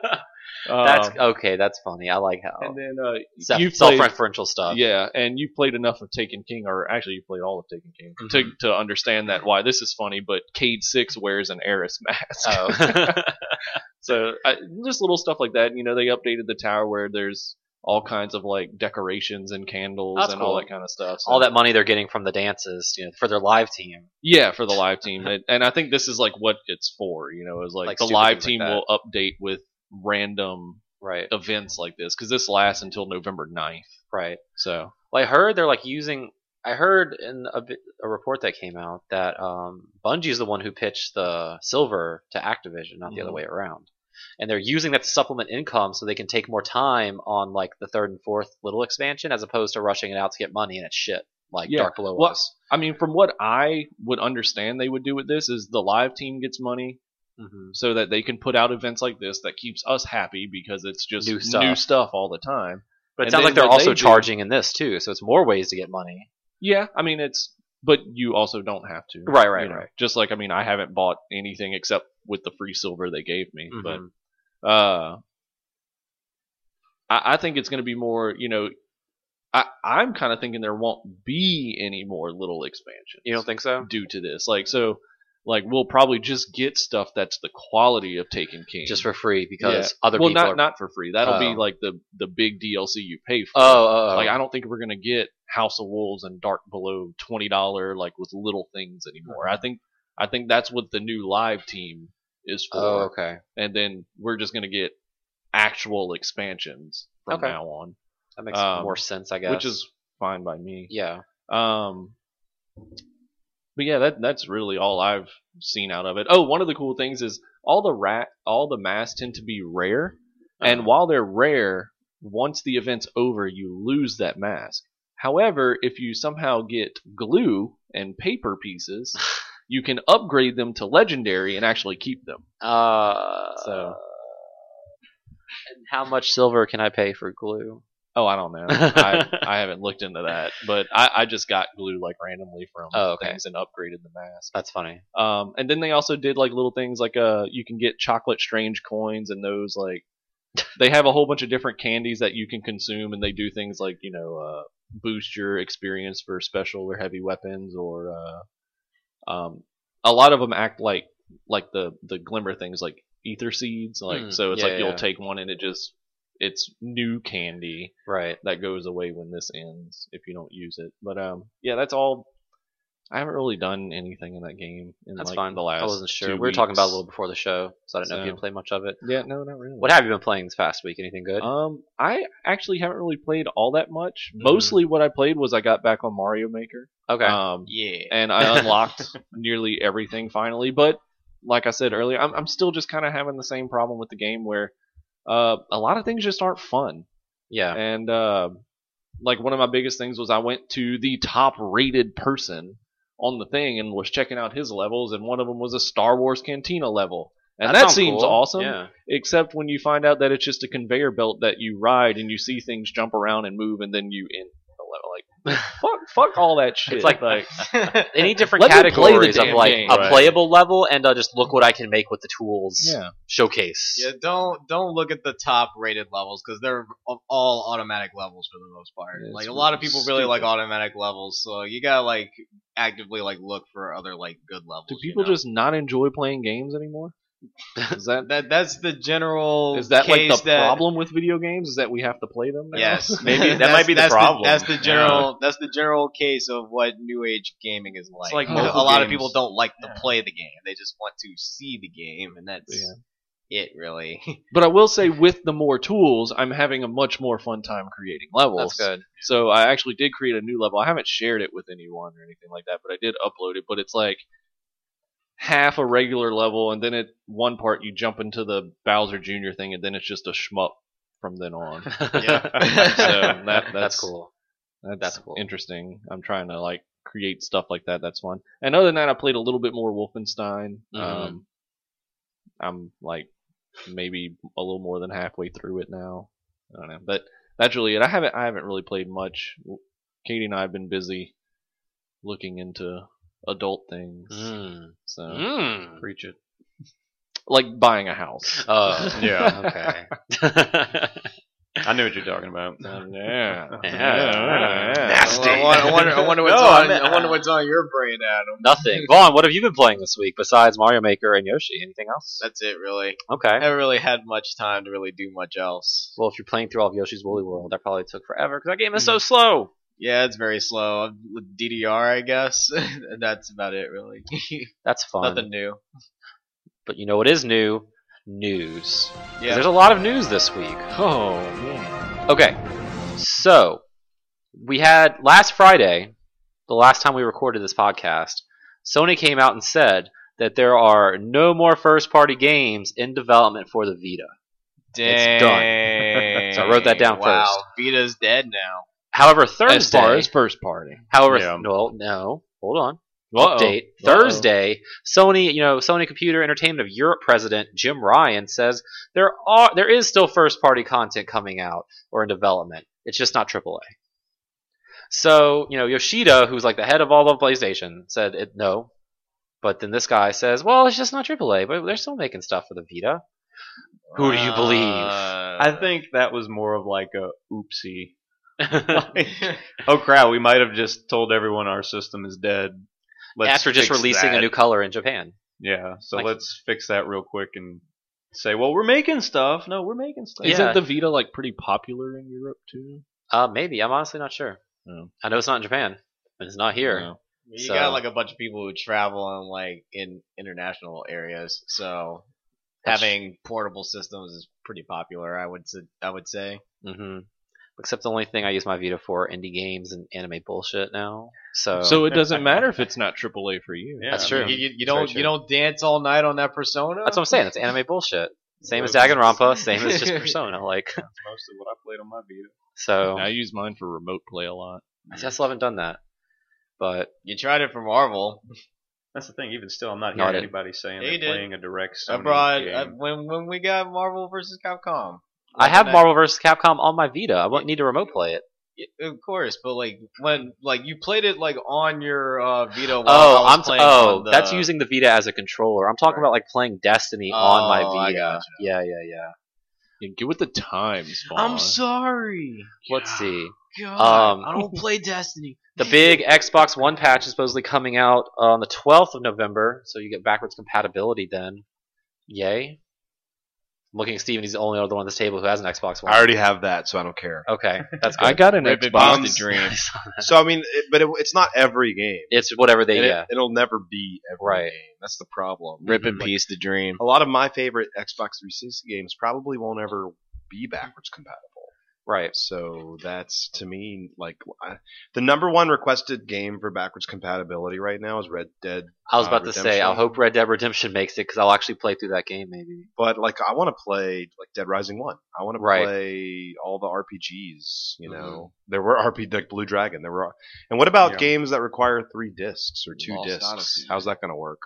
[SPEAKER 2] That's
[SPEAKER 1] Um,
[SPEAKER 2] okay. That's funny. I like how
[SPEAKER 1] and then uh,
[SPEAKER 2] self,
[SPEAKER 1] you played,
[SPEAKER 2] self-referential stuff.
[SPEAKER 1] yeah, and you played enough of Taken King, or actually you played all of Taken King
[SPEAKER 2] Mhm.
[SPEAKER 1] to to understand that why this is funny. But Cade Six wears an Eris mask,
[SPEAKER 2] Oh.
[SPEAKER 1] so I, just little stuff like that. You know, they updated the tower where there's all kinds of like decorations and candles
[SPEAKER 2] That's
[SPEAKER 1] and
[SPEAKER 2] cool.
[SPEAKER 1] all that kind of stuff. so-
[SPEAKER 2] all that money they're getting from the dances, you know, for their live team.
[SPEAKER 1] Yeah, for the live team, and, and I think this is like what it's for. You know, is like,
[SPEAKER 2] Like
[SPEAKER 1] the
[SPEAKER 2] stupid
[SPEAKER 1] live
[SPEAKER 2] things
[SPEAKER 1] team
[SPEAKER 2] like
[SPEAKER 1] will update with random
[SPEAKER 2] Right.
[SPEAKER 1] events like this because this lasts until November 9th.
[SPEAKER 2] Right.
[SPEAKER 1] So
[SPEAKER 2] Well, I heard they're like using. I heard in a, bit- a report that came out that um, Bungie's the one who pitched the silver to Activision, not the other
[SPEAKER 1] Mhm.
[SPEAKER 2] way around. And they're using that to supplement income so they can take more time on like the third and fourth little expansion as opposed to rushing it out to get money and it's shit like
[SPEAKER 1] Yeah.
[SPEAKER 2] Dark Below
[SPEAKER 1] Well,
[SPEAKER 2] was.
[SPEAKER 1] I mean, from what I would understand, they would do with this is the live team gets money
[SPEAKER 2] Mm-hmm.
[SPEAKER 1] so that they can put out events like this that keeps us happy because it's just
[SPEAKER 2] New
[SPEAKER 1] new
[SPEAKER 2] stuff.
[SPEAKER 1] stuff, all the time.
[SPEAKER 2] But it
[SPEAKER 1] And
[SPEAKER 2] sounds like
[SPEAKER 1] then
[SPEAKER 2] they're
[SPEAKER 1] what they
[SPEAKER 2] also
[SPEAKER 1] do-
[SPEAKER 2] charging in this too, so it's more ways to get money.
[SPEAKER 1] Yeah, I mean it's, but you also don't have to.
[SPEAKER 2] Right, right,
[SPEAKER 1] you know.
[SPEAKER 2] right.
[SPEAKER 1] Just like I mean, I haven't bought anything except with the free silver they gave me, but
[SPEAKER 2] Mhm.
[SPEAKER 1] uh, I, I think it's going to be more. You know, I I'm kind of thinking there won't be any more little expansions.
[SPEAKER 2] you don't think so?
[SPEAKER 1] due to this, like so, like we'll probably just get stuff that's the quality of Taken King,
[SPEAKER 2] Just for free because other
[SPEAKER 1] well,
[SPEAKER 2] people
[SPEAKER 1] not
[SPEAKER 2] are.
[SPEAKER 1] not for free. That'll
[SPEAKER 2] Oh.
[SPEAKER 1] be like the the big DLC you pay for.
[SPEAKER 2] oh, oh, oh.
[SPEAKER 1] Like I don't think we're gonna get House of Wolves and Dark Below twenty dollar like with little things anymore.
[SPEAKER 2] Mm-hmm.
[SPEAKER 1] I think I think that's what the new live team is for
[SPEAKER 2] oh, okay.
[SPEAKER 1] and then we're just going to get actual expansions from
[SPEAKER 2] Okay.
[SPEAKER 1] now on,
[SPEAKER 2] That makes
[SPEAKER 1] Um,
[SPEAKER 2] more sense, I guess.
[SPEAKER 1] which is fine by me.
[SPEAKER 2] yeah.
[SPEAKER 1] Um, but yeah, that that's really all I've seen out of it. Oh, one of the cool things is all the rat all the masks tend to be rare,
[SPEAKER 2] Uh-huh.
[SPEAKER 1] and while they're rare, once the event's over, you lose that mask. However, if you somehow get glue and paper pieces, you can upgrade them to legendary and actually keep them.
[SPEAKER 2] Uh,
[SPEAKER 1] So-
[SPEAKER 2] and how much silver can I pay for glue?
[SPEAKER 1] Oh, I don't know. I, I haven't looked into that, but I, I just got glue like randomly from
[SPEAKER 2] Oh, okay.
[SPEAKER 1] things and upgraded the mask.
[SPEAKER 2] That's funny.
[SPEAKER 1] Um, and then they also did like little things like uh, you can get chocolate strange coins and those like they have a whole bunch of different candies that you can consume, and they do things like you know uh, boost your experience for special or heavy weapons or uh, um, a lot of them act like like the the glimmer things like ether seeds like
[SPEAKER 2] Hmm,
[SPEAKER 1] so it's
[SPEAKER 2] yeah,
[SPEAKER 1] like you'll
[SPEAKER 2] yeah.
[SPEAKER 1] take one and it just it's new candy
[SPEAKER 2] Right.
[SPEAKER 1] that goes away when this ends if you don't use it. But um, yeah, that's all. I haven't really done anything in that game in
[SPEAKER 2] That's
[SPEAKER 1] like
[SPEAKER 2] fine.
[SPEAKER 1] the last.
[SPEAKER 2] I wasn't sure.
[SPEAKER 1] two
[SPEAKER 2] We were talking about it a
[SPEAKER 1] weeks.
[SPEAKER 2] little before the show, so I didn't know if
[SPEAKER 1] So-
[SPEAKER 2] you'd play much of it.
[SPEAKER 1] Yeah, no, not really.
[SPEAKER 2] What have you been playing this past week? Anything good?
[SPEAKER 1] Um, I actually haven't really played all that much.
[SPEAKER 2] Mhm.
[SPEAKER 1] Mostly, what I played was I got back on Mario Maker.
[SPEAKER 2] okay.
[SPEAKER 1] Um,
[SPEAKER 5] Yeah.
[SPEAKER 1] and I unlocked nearly everything finally. But like I said earlier, I'm, I'm still just kind of having the same problem with the game where uh, a lot of things just aren't fun.
[SPEAKER 2] yeah.
[SPEAKER 1] And uh, like one of my biggest things was I went to the top rated person on the thing and was checking out his levels, and one of them was a Star Wars Cantina level. And that,
[SPEAKER 2] sounds
[SPEAKER 1] seems
[SPEAKER 2] cool.
[SPEAKER 1] awesome,
[SPEAKER 2] Yeah.
[SPEAKER 1] except when you find out that it's just a conveyor belt that you ride and you see things jump around and move, and then you end the level. Like, fuck, fuck all that shit.
[SPEAKER 2] It's like, any different
[SPEAKER 1] Let me play the
[SPEAKER 2] categories of
[SPEAKER 1] damn
[SPEAKER 2] like
[SPEAKER 1] game.
[SPEAKER 2] a
[SPEAKER 1] Right.
[SPEAKER 2] playable level and uh, just look what I can make with the tools showcase.
[SPEAKER 5] Yeah, don't don't look at the top rated levels because they're a- all automatic levels for the most part.
[SPEAKER 1] Yeah,
[SPEAKER 5] like
[SPEAKER 1] it's
[SPEAKER 5] a lot of people really
[SPEAKER 1] stupid.
[SPEAKER 5] like automatic levels, so you gotta like actively like look for other like good levels.
[SPEAKER 1] Do
[SPEAKER 5] you
[SPEAKER 1] people
[SPEAKER 5] know?
[SPEAKER 1] just not enjoy playing games anymore? Is that
[SPEAKER 5] that? That's the general.
[SPEAKER 1] is that like
[SPEAKER 5] case
[SPEAKER 1] the
[SPEAKER 5] that-
[SPEAKER 1] problem with video games? Is that we have to play them? Now?
[SPEAKER 5] Yes,
[SPEAKER 2] Maybe that
[SPEAKER 5] That's-
[SPEAKER 2] might be the
[SPEAKER 5] that's
[SPEAKER 2] problem.
[SPEAKER 5] that's the general. That's the general case of what new age gaming is like.
[SPEAKER 1] like
[SPEAKER 5] a
[SPEAKER 1] mobile
[SPEAKER 5] lot of
[SPEAKER 1] games.
[SPEAKER 5] people don't like to play the game; they just want to see the game, and that's
[SPEAKER 1] Yeah.
[SPEAKER 5] it, really.
[SPEAKER 1] But I will say, with the more tools, I'm having a much more fun time creating levels.
[SPEAKER 2] That's good.
[SPEAKER 1] So I actually did create a new level. I haven't shared it with anyone or anything like that, but I did upload it. But it's like half a regular level, and then at one part you jump into the Bowser Jr. thing, and then it's just a shmup from then on. So that, that's,
[SPEAKER 2] that's cool.
[SPEAKER 1] That's,
[SPEAKER 2] That's cool.
[SPEAKER 1] interesting. I'm trying to like create stuff like that. That's fun. And other than that, I played a little bit more Wolfenstein.
[SPEAKER 2] Mhm.
[SPEAKER 1] Um, I'm like maybe a little more than halfway through it now. I don't know, but that's really it. I haven't I haven't really played much. Katie and I have been busy
[SPEAKER 5] Hmm.
[SPEAKER 1] looking into adult things.
[SPEAKER 2] Mm.
[SPEAKER 1] So
[SPEAKER 2] Mm.
[SPEAKER 1] preach it. like buying a house.
[SPEAKER 2] Uh,
[SPEAKER 5] Oh,
[SPEAKER 3] Yeah.
[SPEAKER 2] okay.
[SPEAKER 4] I know what you're talking about.
[SPEAKER 1] yeah.
[SPEAKER 2] Yeah.
[SPEAKER 5] I
[SPEAKER 2] Nasty.
[SPEAKER 5] wonder, I wonder, I wonder what's
[SPEAKER 2] No, I
[SPEAKER 5] on.
[SPEAKER 2] meant-
[SPEAKER 5] I uh, wonder what's on your brain, Adam.
[SPEAKER 2] Nothing. Vaughn, what have you been playing this week besides Mario Maker and Yoshi? Anything else?
[SPEAKER 5] That's it, really. I
[SPEAKER 2] Okay.
[SPEAKER 5] haven't really had much time to really do much else.
[SPEAKER 2] Well, if you're playing through all of Yoshi's Woolly World, that probably took forever because that game is so slow.
[SPEAKER 5] Yeah, it's very slow. I'm with DDR, I guess. That's about it, really.
[SPEAKER 2] That's fun.
[SPEAKER 5] Nothing new.
[SPEAKER 2] But you know what is new? News. 'Cause
[SPEAKER 5] Yeah.
[SPEAKER 2] There's a lot of news this week.
[SPEAKER 1] Oh man.
[SPEAKER 2] Okay. So, we had last Friday, the last time we recorded this podcast, Sony came out and said that there are no more first party games in development for the Vita. It's done.
[SPEAKER 5] Dang.
[SPEAKER 2] So I wrote that down
[SPEAKER 5] wow.
[SPEAKER 2] first.
[SPEAKER 5] Vita's dead now.
[SPEAKER 2] However, Thursday.
[SPEAKER 1] As far as first party.
[SPEAKER 2] However,
[SPEAKER 4] Yeah.
[SPEAKER 2] no, no, hold on.
[SPEAKER 1] Uh-oh.
[SPEAKER 2] Update
[SPEAKER 1] Uh-oh.
[SPEAKER 2] Thursday. Sony, you know, Sony Computer Entertainment of Europe president Jim Ryan says there are there is still first party content coming out or in development. It's just not AAA. So you know Yoshida, who's like the head of all of PlayStation, said it, no. But then this guy says, well, it's just not AAA, but they're still making stuff for the Vita. Who do you believe?
[SPEAKER 5] Uh,
[SPEAKER 4] I
[SPEAKER 2] Uh,
[SPEAKER 4] think that was more of like a oopsie. oh crap! We might have just told everyone our system is dead. Let's
[SPEAKER 2] after just
[SPEAKER 4] fix
[SPEAKER 2] releasing
[SPEAKER 4] that.
[SPEAKER 2] a new color in Japan.
[SPEAKER 4] Yeah, so
[SPEAKER 2] Like-
[SPEAKER 4] let's fix that real quick and say, well, we're making stuff. No, we're making stuff.
[SPEAKER 2] Yeah.
[SPEAKER 1] Isn't the Vita like pretty popular in Europe too?
[SPEAKER 2] Uh, maybe I'm honestly not sure.
[SPEAKER 1] No.
[SPEAKER 2] I know it's not in Japan, and it's not here.
[SPEAKER 1] No.
[SPEAKER 5] You
[SPEAKER 2] So-
[SPEAKER 5] got like a bunch of people who travel in like in international areas, so
[SPEAKER 2] That's-
[SPEAKER 5] having portable systems is pretty popular. I would say, I would say.
[SPEAKER 2] Mm-hmm. Except the only thing I use my Vita for indie games and anime bullshit now. So,
[SPEAKER 1] So it doesn't matter if it's not AAA for you.
[SPEAKER 4] Yeah,
[SPEAKER 2] Oh. That's
[SPEAKER 4] I
[SPEAKER 2] true.
[SPEAKER 5] You,
[SPEAKER 4] mean,
[SPEAKER 5] you- you
[SPEAKER 4] very
[SPEAKER 5] don't
[SPEAKER 4] true.
[SPEAKER 5] you don't dance all night on that persona.
[SPEAKER 2] that's what I'm saying. It's anime bullshit. Same as Danganronpa. Same as just Persona. Like
[SPEAKER 4] that's mostly what I played on my Vita.
[SPEAKER 2] so.
[SPEAKER 1] I use mine for remote play a lot.
[SPEAKER 2] I still haven't done that. But
[SPEAKER 5] you tried it for Marvel.
[SPEAKER 4] That's the thing. Even still, I'm not
[SPEAKER 2] No, I
[SPEAKER 4] hearing
[SPEAKER 2] didn't.
[SPEAKER 4] anybody saying
[SPEAKER 5] They
[SPEAKER 4] they're
[SPEAKER 5] did.
[SPEAKER 4] playing a direct
[SPEAKER 5] I
[SPEAKER 4] Sony
[SPEAKER 5] brought
[SPEAKER 4] game.
[SPEAKER 5] I, when when we got Marvel versus Capcom.
[SPEAKER 2] I have
[SPEAKER 5] Like,
[SPEAKER 2] Marvel vs. Capcom on my Vita. I won't need to remote play it.
[SPEAKER 5] I- Of course, but like when like you played it like on your uh, Vita. While
[SPEAKER 2] Oh,
[SPEAKER 5] I was
[SPEAKER 2] I'm t-
[SPEAKER 5] playing
[SPEAKER 2] oh,
[SPEAKER 5] on the-
[SPEAKER 2] that's using the Vita as a controller. I'm talking about like playing Destiny on
[SPEAKER 5] Oh, I
[SPEAKER 2] my Vita.
[SPEAKER 5] gotcha.
[SPEAKER 2] Yeah, yeah, yeah.
[SPEAKER 1] Yeah, get with the times, Vaughn.
[SPEAKER 5] I'm sorry.
[SPEAKER 2] Let's see.
[SPEAKER 5] God,
[SPEAKER 2] Um,
[SPEAKER 5] I don't play Destiny.
[SPEAKER 2] The big Xbox One patch is supposedly coming out on the 12th of November, so you get backwards compatibility then. Yay. I'm looking at Steven, he's the only other one on this table who has an Xbox One.
[SPEAKER 3] I already have that, so I don't care.
[SPEAKER 2] okay, that's good.
[SPEAKER 1] I got an
[SPEAKER 3] Rip it,
[SPEAKER 1] Xbox
[SPEAKER 3] Bombs.
[SPEAKER 1] to dream.
[SPEAKER 3] So I mean, it, but it, it's not every game.
[SPEAKER 2] it's whatever they,
[SPEAKER 3] And
[SPEAKER 2] yeah.
[SPEAKER 3] it, will never be every
[SPEAKER 2] Right.
[SPEAKER 3] game. That's the problem.
[SPEAKER 5] Rip in
[SPEAKER 3] Like,
[SPEAKER 5] peace, the dream.
[SPEAKER 3] A lot of my favorite Xbox 360 games probably won't ever be backwards compatible.
[SPEAKER 2] Right.
[SPEAKER 3] So that's to me like I, the number one requested game for backwards compatibility right now is Red Dead.
[SPEAKER 2] I was
[SPEAKER 3] Uh,
[SPEAKER 2] about to say,
[SPEAKER 3] Redemption.
[SPEAKER 2] I hope Red Dead Redemption makes it because I'll actually play through that game maybe.
[SPEAKER 3] But like I want to play like Dead Rising One. I want to
[SPEAKER 2] Right.
[SPEAKER 3] play all the RPGs. You know, there were RPG like Blue Dragon. There were. And what about
[SPEAKER 4] Yeah.
[SPEAKER 3] games that require three discs or two
[SPEAKER 5] Lost
[SPEAKER 3] discs?
[SPEAKER 5] Odyssey.
[SPEAKER 3] How's that going to work?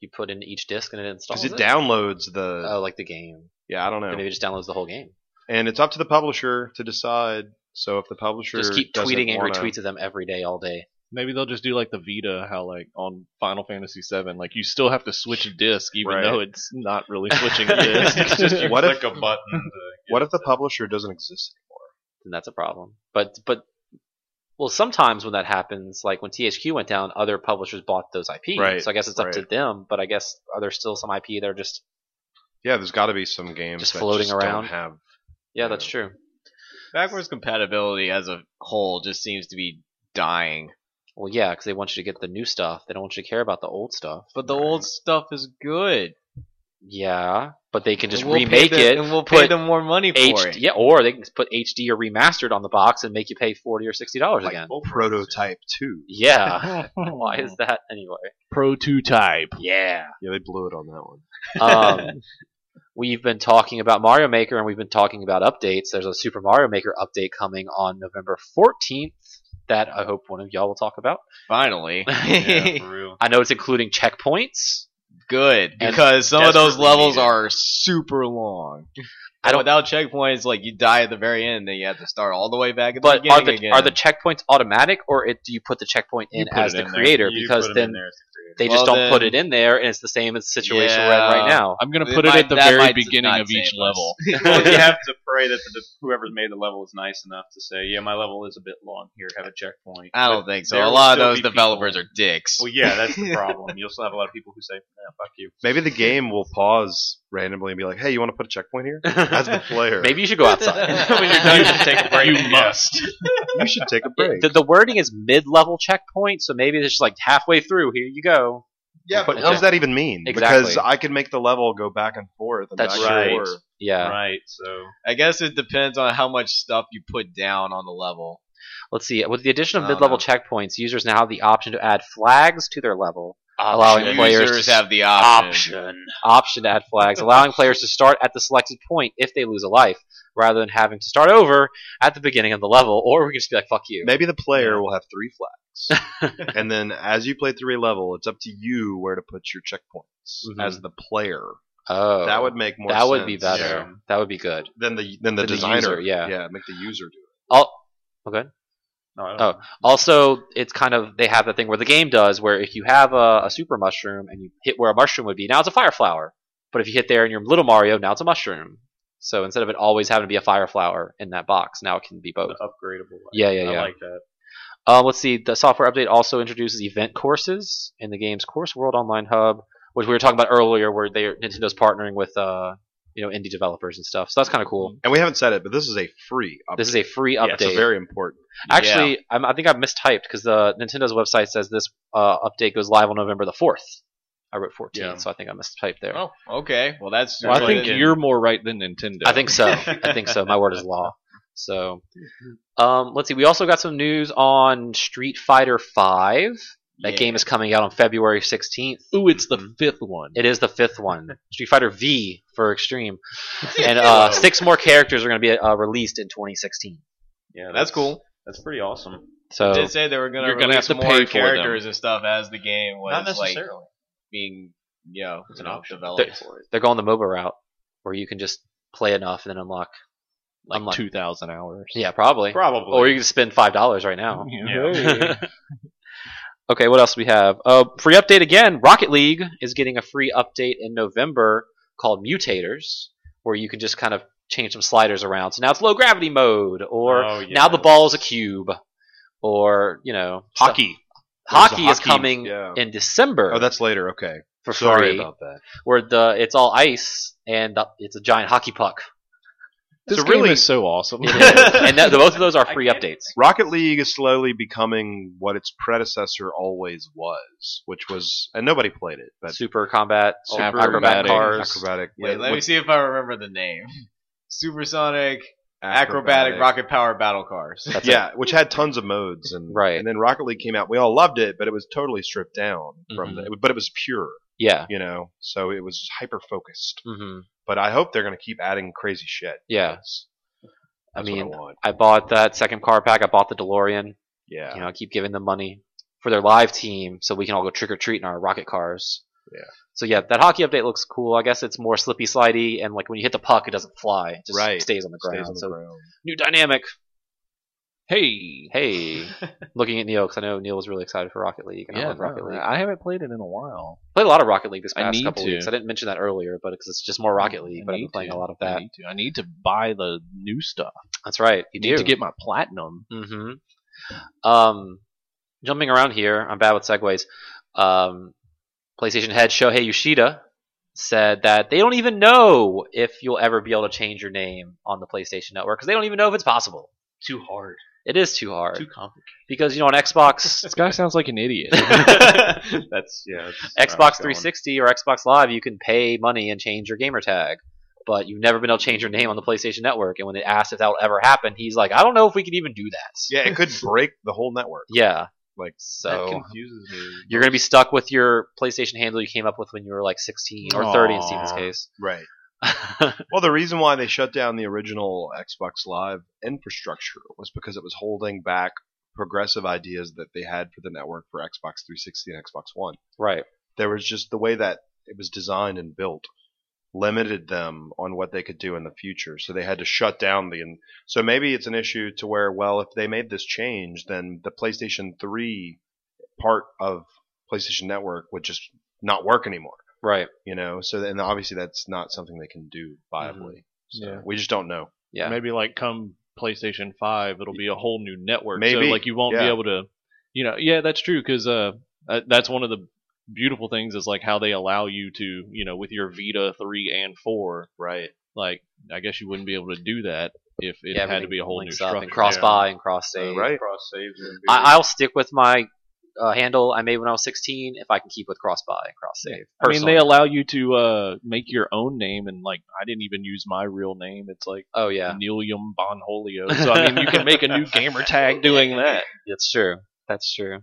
[SPEAKER 2] You put in each disc and it installs
[SPEAKER 3] Because
[SPEAKER 2] it.
[SPEAKER 3] it Oh. downloads the.
[SPEAKER 2] oh, like the game.
[SPEAKER 3] yeah, I don't know.
[SPEAKER 2] Maybe it just downloads the whole game.
[SPEAKER 3] and it's up to the publisher to decide. So if the publisher
[SPEAKER 2] just keep
[SPEAKER 3] doesn't
[SPEAKER 2] tweeting angry
[SPEAKER 3] wanna-
[SPEAKER 2] tweets of them every day, all day.
[SPEAKER 1] Maybe they'll just do like the Vita, how like on Final Fantasy VII, like you still have to switch a disc, even
[SPEAKER 3] Right.
[SPEAKER 1] though it's not really switching a disc.
[SPEAKER 4] it's just you
[SPEAKER 3] What if-
[SPEAKER 4] click a button. To
[SPEAKER 3] what if the publisher doesn't exist?
[SPEAKER 2] then that's a problem. But but well, sometimes when that happens, like when THQ went down, other publishers bought those IP.
[SPEAKER 3] Right,
[SPEAKER 2] So I guess it's up to them. But I guess are there still some IP that are just
[SPEAKER 3] Yeah, there's got to be some games
[SPEAKER 2] Just
[SPEAKER 3] that
[SPEAKER 2] floating
[SPEAKER 3] just
[SPEAKER 2] around?
[SPEAKER 3] Don't have
[SPEAKER 2] yeah,
[SPEAKER 3] Yeah.
[SPEAKER 2] that's true.
[SPEAKER 5] Backwards compatibility as a whole just seems to be dying.
[SPEAKER 2] Well, yeah, because they want you to get the new stuff. They don't want you to care about the old stuff.
[SPEAKER 5] But the old stuff is good.
[SPEAKER 2] Yeah, but they can just
[SPEAKER 5] And we'll pay
[SPEAKER 2] remake
[SPEAKER 5] the-
[SPEAKER 2] it.
[SPEAKER 5] and we'll pay
[SPEAKER 2] put
[SPEAKER 5] them more money for
[SPEAKER 2] HD,
[SPEAKER 5] it.
[SPEAKER 2] yeah, or they can just put HD or remastered on the box and make you pay forty or sixty dollars
[SPEAKER 3] like
[SPEAKER 2] again.
[SPEAKER 3] prototype two.
[SPEAKER 2] Yeah. Why is that anyway?
[SPEAKER 1] Prototype.
[SPEAKER 2] Yeah.
[SPEAKER 3] Yeah, they blew it on that one.
[SPEAKER 2] um, we've been talking about Mario Maker and we've been talking about updates. There's a Super Mario Maker update coming on November 14th that I hope one of y'all will talk about.
[SPEAKER 5] Finally,
[SPEAKER 4] yeah, for real.
[SPEAKER 2] I know it's including checkpoints.
[SPEAKER 5] good
[SPEAKER 2] And
[SPEAKER 5] because some of those
[SPEAKER 4] desperately
[SPEAKER 5] levels
[SPEAKER 4] needed.
[SPEAKER 5] are super long.
[SPEAKER 2] I
[SPEAKER 4] Oh,
[SPEAKER 2] don't-
[SPEAKER 5] Without checkpoints, like you die at the very end, then you have to start all the way back at the
[SPEAKER 2] But
[SPEAKER 5] beginning
[SPEAKER 2] are the
[SPEAKER 5] again.
[SPEAKER 2] are the checkpoints automatic, or it, do you put the checkpoint in
[SPEAKER 4] put
[SPEAKER 2] as
[SPEAKER 4] it
[SPEAKER 2] the
[SPEAKER 4] in there.
[SPEAKER 2] creator?
[SPEAKER 4] You
[SPEAKER 2] Because
[SPEAKER 4] put 'em
[SPEAKER 2] then
[SPEAKER 4] in there as the creator.
[SPEAKER 2] they just
[SPEAKER 5] Well,
[SPEAKER 2] don't put
[SPEAKER 5] then-
[SPEAKER 2] it in there, and it's the same as the situation we're in right
[SPEAKER 5] Yeah.
[SPEAKER 2] now.
[SPEAKER 1] I'm gonna
[SPEAKER 5] It
[SPEAKER 1] put it,
[SPEAKER 5] might-
[SPEAKER 1] at the
[SPEAKER 5] that
[SPEAKER 1] very
[SPEAKER 5] might
[SPEAKER 1] beginning
[SPEAKER 5] not
[SPEAKER 1] of
[SPEAKER 5] save
[SPEAKER 1] each
[SPEAKER 5] us.
[SPEAKER 1] level.
[SPEAKER 4] well, you have to pray that the, whoever's made the level is nice enough to say, "Yeah, my level is a bit long. Here, have a checkpoint."
[SPEAKER 5] I
[SPEAKER 4] But
[SPEAKER 5] don't think so.
[SPEAKER 4] there
[SPEAKER 5] A
[SPEAKER 4] will
[SPEAKER 5] lot of
[SPEAKER 4] still
[SPEAKER 5] those
[SPEAKER 4] be people-
[SPEAKER 5] developers are dicks.
[SPEAKER 4] Well, yeah, that's the problem. You'll still have a lot of people who say, "Nah, "Fuck you."
[SPEAKER 3] Maybe the game will pause randomly and be like, "Hey, you want to put a checkpoint here?" As the player,
[SPEAKER 2] Maybe you should go outside.
[SPEAKER 4] when you're done, just take a break.
[SPEAKER 1] You
[SPEAKER 4] Yeah.
[SPEAKER 1] must.
[SPEAKER 3] you should take a break.
[SPEAKER 2] the, the wording is mid-level checkpoint, so maybe it's just like halfway through. Here you go.
[SPEAKER 3] yeah, but what does that even mean?
[SPEAKER 2] Exactly.
[SPEAKER 3] Because I can make the level go back and forth. And
[SPEAKER 2] That's
[SPEAKER 3] back
[SPEAKER 4] right.
[SPEAKER 3] And forth.
[SPEAKER 2] Yeah.
[SPEAKER 4] Right. So
[SPEAKER 5] I guess it depends on how much stuff you put down on the level.
[SPEAKER 2] Let's see. With the addition of
[SPEAKER 5] I don't
[SPEAKER 2] mid-level
[SPEAKER 5] know.
[SPEAKER 2] checkpoints, users now have the option to add flags to their level. Allowing
[SPEAKER 5] Users
[SPEAKER 2] players to-
[SPEAKER 5] have the option.
[SPEAKER 2] Option to add flags, allowing players to start at the selected point if they lose a life, rather than having to start over at the beginning of the level. Or we can just be like, "Fuck you."
[SPEAKER 3] Maybe the player will have three flags, and then as you play through a level, it's up to you where to put your checkpoints
[SPEAKER 2] Mhm.
[SPEAKER 3] as the player.
[SPEAKER 2] Oh,
[SPEAKER 3] that would make more.
[SPEAKER 2] that would be
[SPEAKER 3] sense
[SPEAKER 2] better. That would be good.
[SPEAKER 3] than the than
[SPEAKER 2] Than the
[SPEAKER 3] the designer.
[SPEAKER 2] user, yeah.
[SPEAKER 3] yeah, make the user do it.
[SPEAKER 2] Al-
[SPEAKER 4] no, I don't
[SPEAKER 2] Oh.
[SPEAKER 4] know.
[SPEAKER 2] Also, it's kind of they have the thing where the game does where if you have a, a super mushroom and you hit where a mushroom would be, now it's a fire flower. But if you hit there in your little Mario, now it's a mushroom. So instead of it always having to be a fire flower in that box, now it can be both.
[SPEAKER 4] the upgradable. one.
[SPEAKER 2] Yeah, yeah,
[SPEAKER 4] I
[SPEAKER 2] yeah.
[SPEAKER 4] like that.
[SPEAKER 2] Um, let's see. The software update also introduces event courses in the game's Course World Online Hub, which we were talking about earlier, where they Nintendo's partnering with uh, you know indie developers and stuff. So that's kind of cool.
[SPEAKER 3] And we haven't said it, but this is a free. Update.
[SPEAKER 2] This is a free
[SPEAKER 3] Mm-hmm. Yeah,
[SPEAKER 2] update.
[SPEAKER 3] so very important.
[SPEAKER 2] Actually, I'm, I think I mistyped because the Nintendo's website says this uh, update goes live on November the fourth. I wrote 14,
[SPEAKER 4] Yeah.
[SPEAKER 2] so I think I mistyped there.
[SPEAKER 5] Oh, okay. Well, that's.
[SPEAKER 1] Well, I
[SPEAKER 5] really
[SPEAKER 1] think
[SPEAKER 5] good.
[SPEAKER 1] you're more right than Nintendo.
[SPEAKER 2] I think so. I think so. My word is law. So, um, let's see. We also got some news on Street Fighter Five. That
[SPEAKER 5] Yeah.
[SPEAKER 2] game is coming out on February 16th.
[SPEAKER 1] Ooh, it's the fifth one.
[SPEAKER 2] It is the fifth one, Street Fighter V for Extreme, and uh, six more characters are going to be uh, released in 2016.
[SPEAKER 4] Yeah,
[SPEAKER 5] That's cool.
[SPEAKER 4] That's pretty awesome.
[SPEAKER 2] So
[SPEAKER 5] Did say they were gonna
[SPEAKER 1] You're gonna
[SPEAKER 5] release
[SPEAKER 1] have to
[SPEAKER 5] more
[SPEAKER 1] pay for them.
[SPEAKER 5] characters and stuff as the game was
[SPEAKER 4] Not
[SPEAKER 5] like
[SPEAKER 4] necessarily.
[SPEAKER 5] being you know,
[SPEAKER 4] It's an
[SPEAKER 5] you know,
[SPEAKER 4] option.
[SPEAKER 5] developed
[SPEAKER 2] There-
[SPEAKER 5] for it.
[SPEAKER 2] they're going the MOBA route, where you can just play enough and then unlock.
[SPEAKER 1] Like
[SPEAKER 2] unlock.
[SPEAKER 1] two thousand hours.
[SPEAKER 2] Yeah, probably.
[SPEAKER 4] Probably. Mm-hmm.
[SPEAKER 2] Or you can spend five dollars right now.
[SPEAKER 4] Yeah.
[SPEAKER 2] okay, what else we have? Uh, free update again. Rocket League is getting a free update in November called Mutators, where you can just kind of change some sliders around. So now it's low gravity mode, or
[SPEAKER 4] Oh, yeah.
[SPEAKER 2] now the ball is a cube, or you know, stuff-
[SPEAKER 3] Hockey.
[SPEAKER 2] Hockey,
[SPEAKER 3] There's
[SPEAKER 2] is
[SPEAKER 3] a
[SPEAKER 2] coming
[SPEAKER 3] yeah.
[SPEAKER 2] in December
[SPEAKER 3] Oh, that's later. Okay.
[SPEAKER 2] for
[SPEAKER 3] Sorry
[SPEAKER 2] free,
[SPEAKER 3] about that.
[SPEAKER 2] where the it's all ice and the, it's a giant hockey puck,
[SPEAKER 1] This
[SPEAKER 3] So
[SPEAKER 1] game
[SPEAKER 3] really-
[SPEAKER 1] is so awesome.
[SPEAKER 2] and that, both of those are
[SPEAKER 4] I
[SPEAKER 2] free
[SPEAKER 4] can't-
[SPEAKER 2] updates.
[SPEAKER 3] Rocket League is slowly becoming what its predecessor always was, which was, and nobody played it, but
[SPEAKER 2] Super combat,
[SPEAKER 3] Super
[SPEAKER 2] acrobat
[SPEAKER 1] Acrobatic.
[SPEAKER 2] cars.
[SPEAKER 3] acrobatic,
[SPEAKER 5] Wait,
[SPEAKER 3] yeah,
[SPEAKER 5] let me
[SPEAKER 3] with
[SPEAKER 5] see if I remember the name. Supersonic
[SPEAKER 3] acrobatic,
[SPEAKER 5] Acrobatic, Rocket Power Battle Cars.
[SPEAKER 2] That's it.
[SPEAKER 3] yeah, which had tons of modes, and
[SPEAKER 2] Right.
[SPEAKER 3] And then Rocket League came out. We all loved it, but it was totally stripped down from
[SPEAKER 2] Mhm.
[SPEAKER 3] the, but it was pure,
[SPEAKER 2] Yeah.
[SPEAKER 3] you know. So it was hyper focused.
[SPEAKER 2] hmm
[SPEAKER 3] But I hope they're going to keep adding crazy shit.
[SPEAKER 2] Yeah.
[SPEAKER 3] That's,
[SPEAKER 2] I
[SPEAKER 3] that's
[SPEAKER 2] mean,
[SPEAKER 3] what I want.
[SPEAKER 2] I bought that second car pack. I bought the DeLorean.
[SPEAKER 3] Yeah.
[SPEAKER 2] You know, I keep giving them money for their live team so we can all go trick or treat in our rocket cars.
[SPEAKER 3] Yeah.
[SPEAKER 2] So yeah, that hockey update looks cool. I guess it's more slippy slidey and like when you hit the puck, it doesn't fly. It just
[SPEAKER 3] Right.
[SPEAKER 2] stays on the ground.
[SPEAKER 3] Stays on the
[SPEAKER 2] so
[SPEAKER 3] ground.
[SPEAKER 2] new dynamic.
[SPEAKER 1] hey,
[SPEAKER 2] Hey, looking at Neil because I know Neil was really excited for Rocket League. And I love Rocket League. I
[SPEAKER 1] I haven't played it in a while.
[SPEAKER 2] played a lot of Rocket League this
[SPEAKER 1] I
[SPEAKER 2] past
[SPEAKER 1] need
[SPEAKER 2] couple
[SPEAKER 1] to.
[SPEAKER 2] weeks. I didn't mention that earlier, but because it's just more Rocket League. but I've been playing a lot of that.
[SPEAKER 1] I need, to. I need to buy the new stuff.
[SPEAKER 2] That's right. You
[SPEAKER 1] I
[SPEAKER 2] do
[SPEAKER 1] need to get my platinum.
[SPEAKER 2] Mm-hmm. Um, jumping around here, I'm bad with segues. Um, PlayStation head Shohei Yoshida said that they don't even know if you'll ever be able to change your name on the PlayStation Network because they don't even know if it's possible.
[SPEAKER 4] Too hard.
[SPEAKER 2] It is too hard
[SPEAKER 4] Too complicated.
[SPEAKER 2] because you know on Xbox,
[SPEAKER 1] This guy sounds like an idiot.
[SPEAKER 4] that's yeah. that's where I was
[SPEAKER 2] Xbox
[SPEAKER 4] going.
[SPEAKER 2] 360 or Xbox Live, you can pay money and change your gamer tag. But you've never been able to change your name on the PlayStation Network. And when they asked if that'll ever happen, he's like, I don't know if we can even do that.
[SPEAKER 3] Yeah, it could break the whole network.
[SPEAKER 2] Yeah.
[SPEAKER 3] Like,
[SPEAKER 2] so
[SPEAKER 4] That confuses me.
[SPEAKER 2] You're going to be stuck with your PlayStation handle you came up with when you were like 16 or 30 in
[SPEAKER 1] Aw.
[SPEAKER 2] Steven's case.
[SPEAKER 3] Right. Well, the reason why they shut down the original Xbox Live infrastructure was because it was holding back progressive ideas that they had for the network for Xbox 360 and Xbox One.
[SPEAKER 2] right.
[SPEAKER 3] There was just the way that it was designed and built limited them on what they could do in the future. So they had to shut down the. And so maybe it's an issue to where, well, if they made this change, then the PlayStation 3 part of PlayStation Network would just not work anymore.
[SPEAKER 2] Right.
[SPEAKER 3] You know, so and obviously that's not something they can do viably.
[SPEAKER 4] Mm-hmm.
[SPEAKER 3] So
[SPEAKER 1] Yeah.
[SPEAKER 3] we just don't know.
[SPEAKER 2] Yeah.
[SPEAKER 1] Maybe like come PlayStation Five, it'll be a whole new network. so
[SPEAKER 3] Maybe,
[SPEAKER 1] like you won't be
[SPEAKER 3] yeah.
[SPEAKER 1] able to, you know, yeah, that's true because uh, uh, that's one of the beautiful things is like how they allow you to, you know, with your Vita three and four,
[SPEAKER 3] Right.
[SPEAKER 1] like I guess you wouldn't be able to do that if it
[SPEAKER 2] Yeah,
[SPEAKER 1] had to
[SPEAKER 2] everything
[SPEAKER 1] be a whole new
[SPEAKER 2] links up
[SPEAKER 1] structure.
[SPEAKER 2] and cross
[SPEAKER 4] yeah.
[SPEAKER 2] buy and cross save.
[SPEAKER 3] right.
[SPEAKER 4] Cross saves. are good.
[SPEAKER 2] I, I'll stick with my uh, handle I made when I was 16 if I can keep with cross buy and cross save.
[SPEAKER 1] I mean,
[SPEAKER 2] Personally.
[SPEAKER 1] they allow you to uh, make your own name, and like I didn't even use my real name. It's like
[SPEAKER 2] oh yeah,
[SPEAKER 1] Nelium Bonholio. So I mean, you can make a new gamer tag doing that.
[SPEAKER 2] that's true. That's true.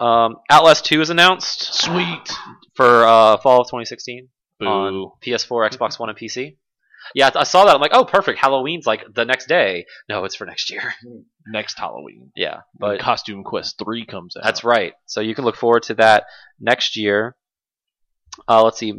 [SPEAKER 2] Um, Outlast 2 is announced
[SPEAKER 1] Sweet.
[SPEAKER 2] for uh, fall of 2016.
[SPEAKER 1] Boo.
[SPEAKER 2] On- PS4, Xbox One, and PC. Yeah, I saw that. I'm like, oh, perfect. Halloween's like the next day. No, it's for next year.
[SPEAKER 1] Next Halloween,
[SPEAKER 2] yeah,
[SPEAKER 1] but
[SPEAKER 2] but
[SPEAKER 1] Costume Quest Three comes out.
[SPEAKER 2] That's right. So you can look forward to that next year. Uh, let's see.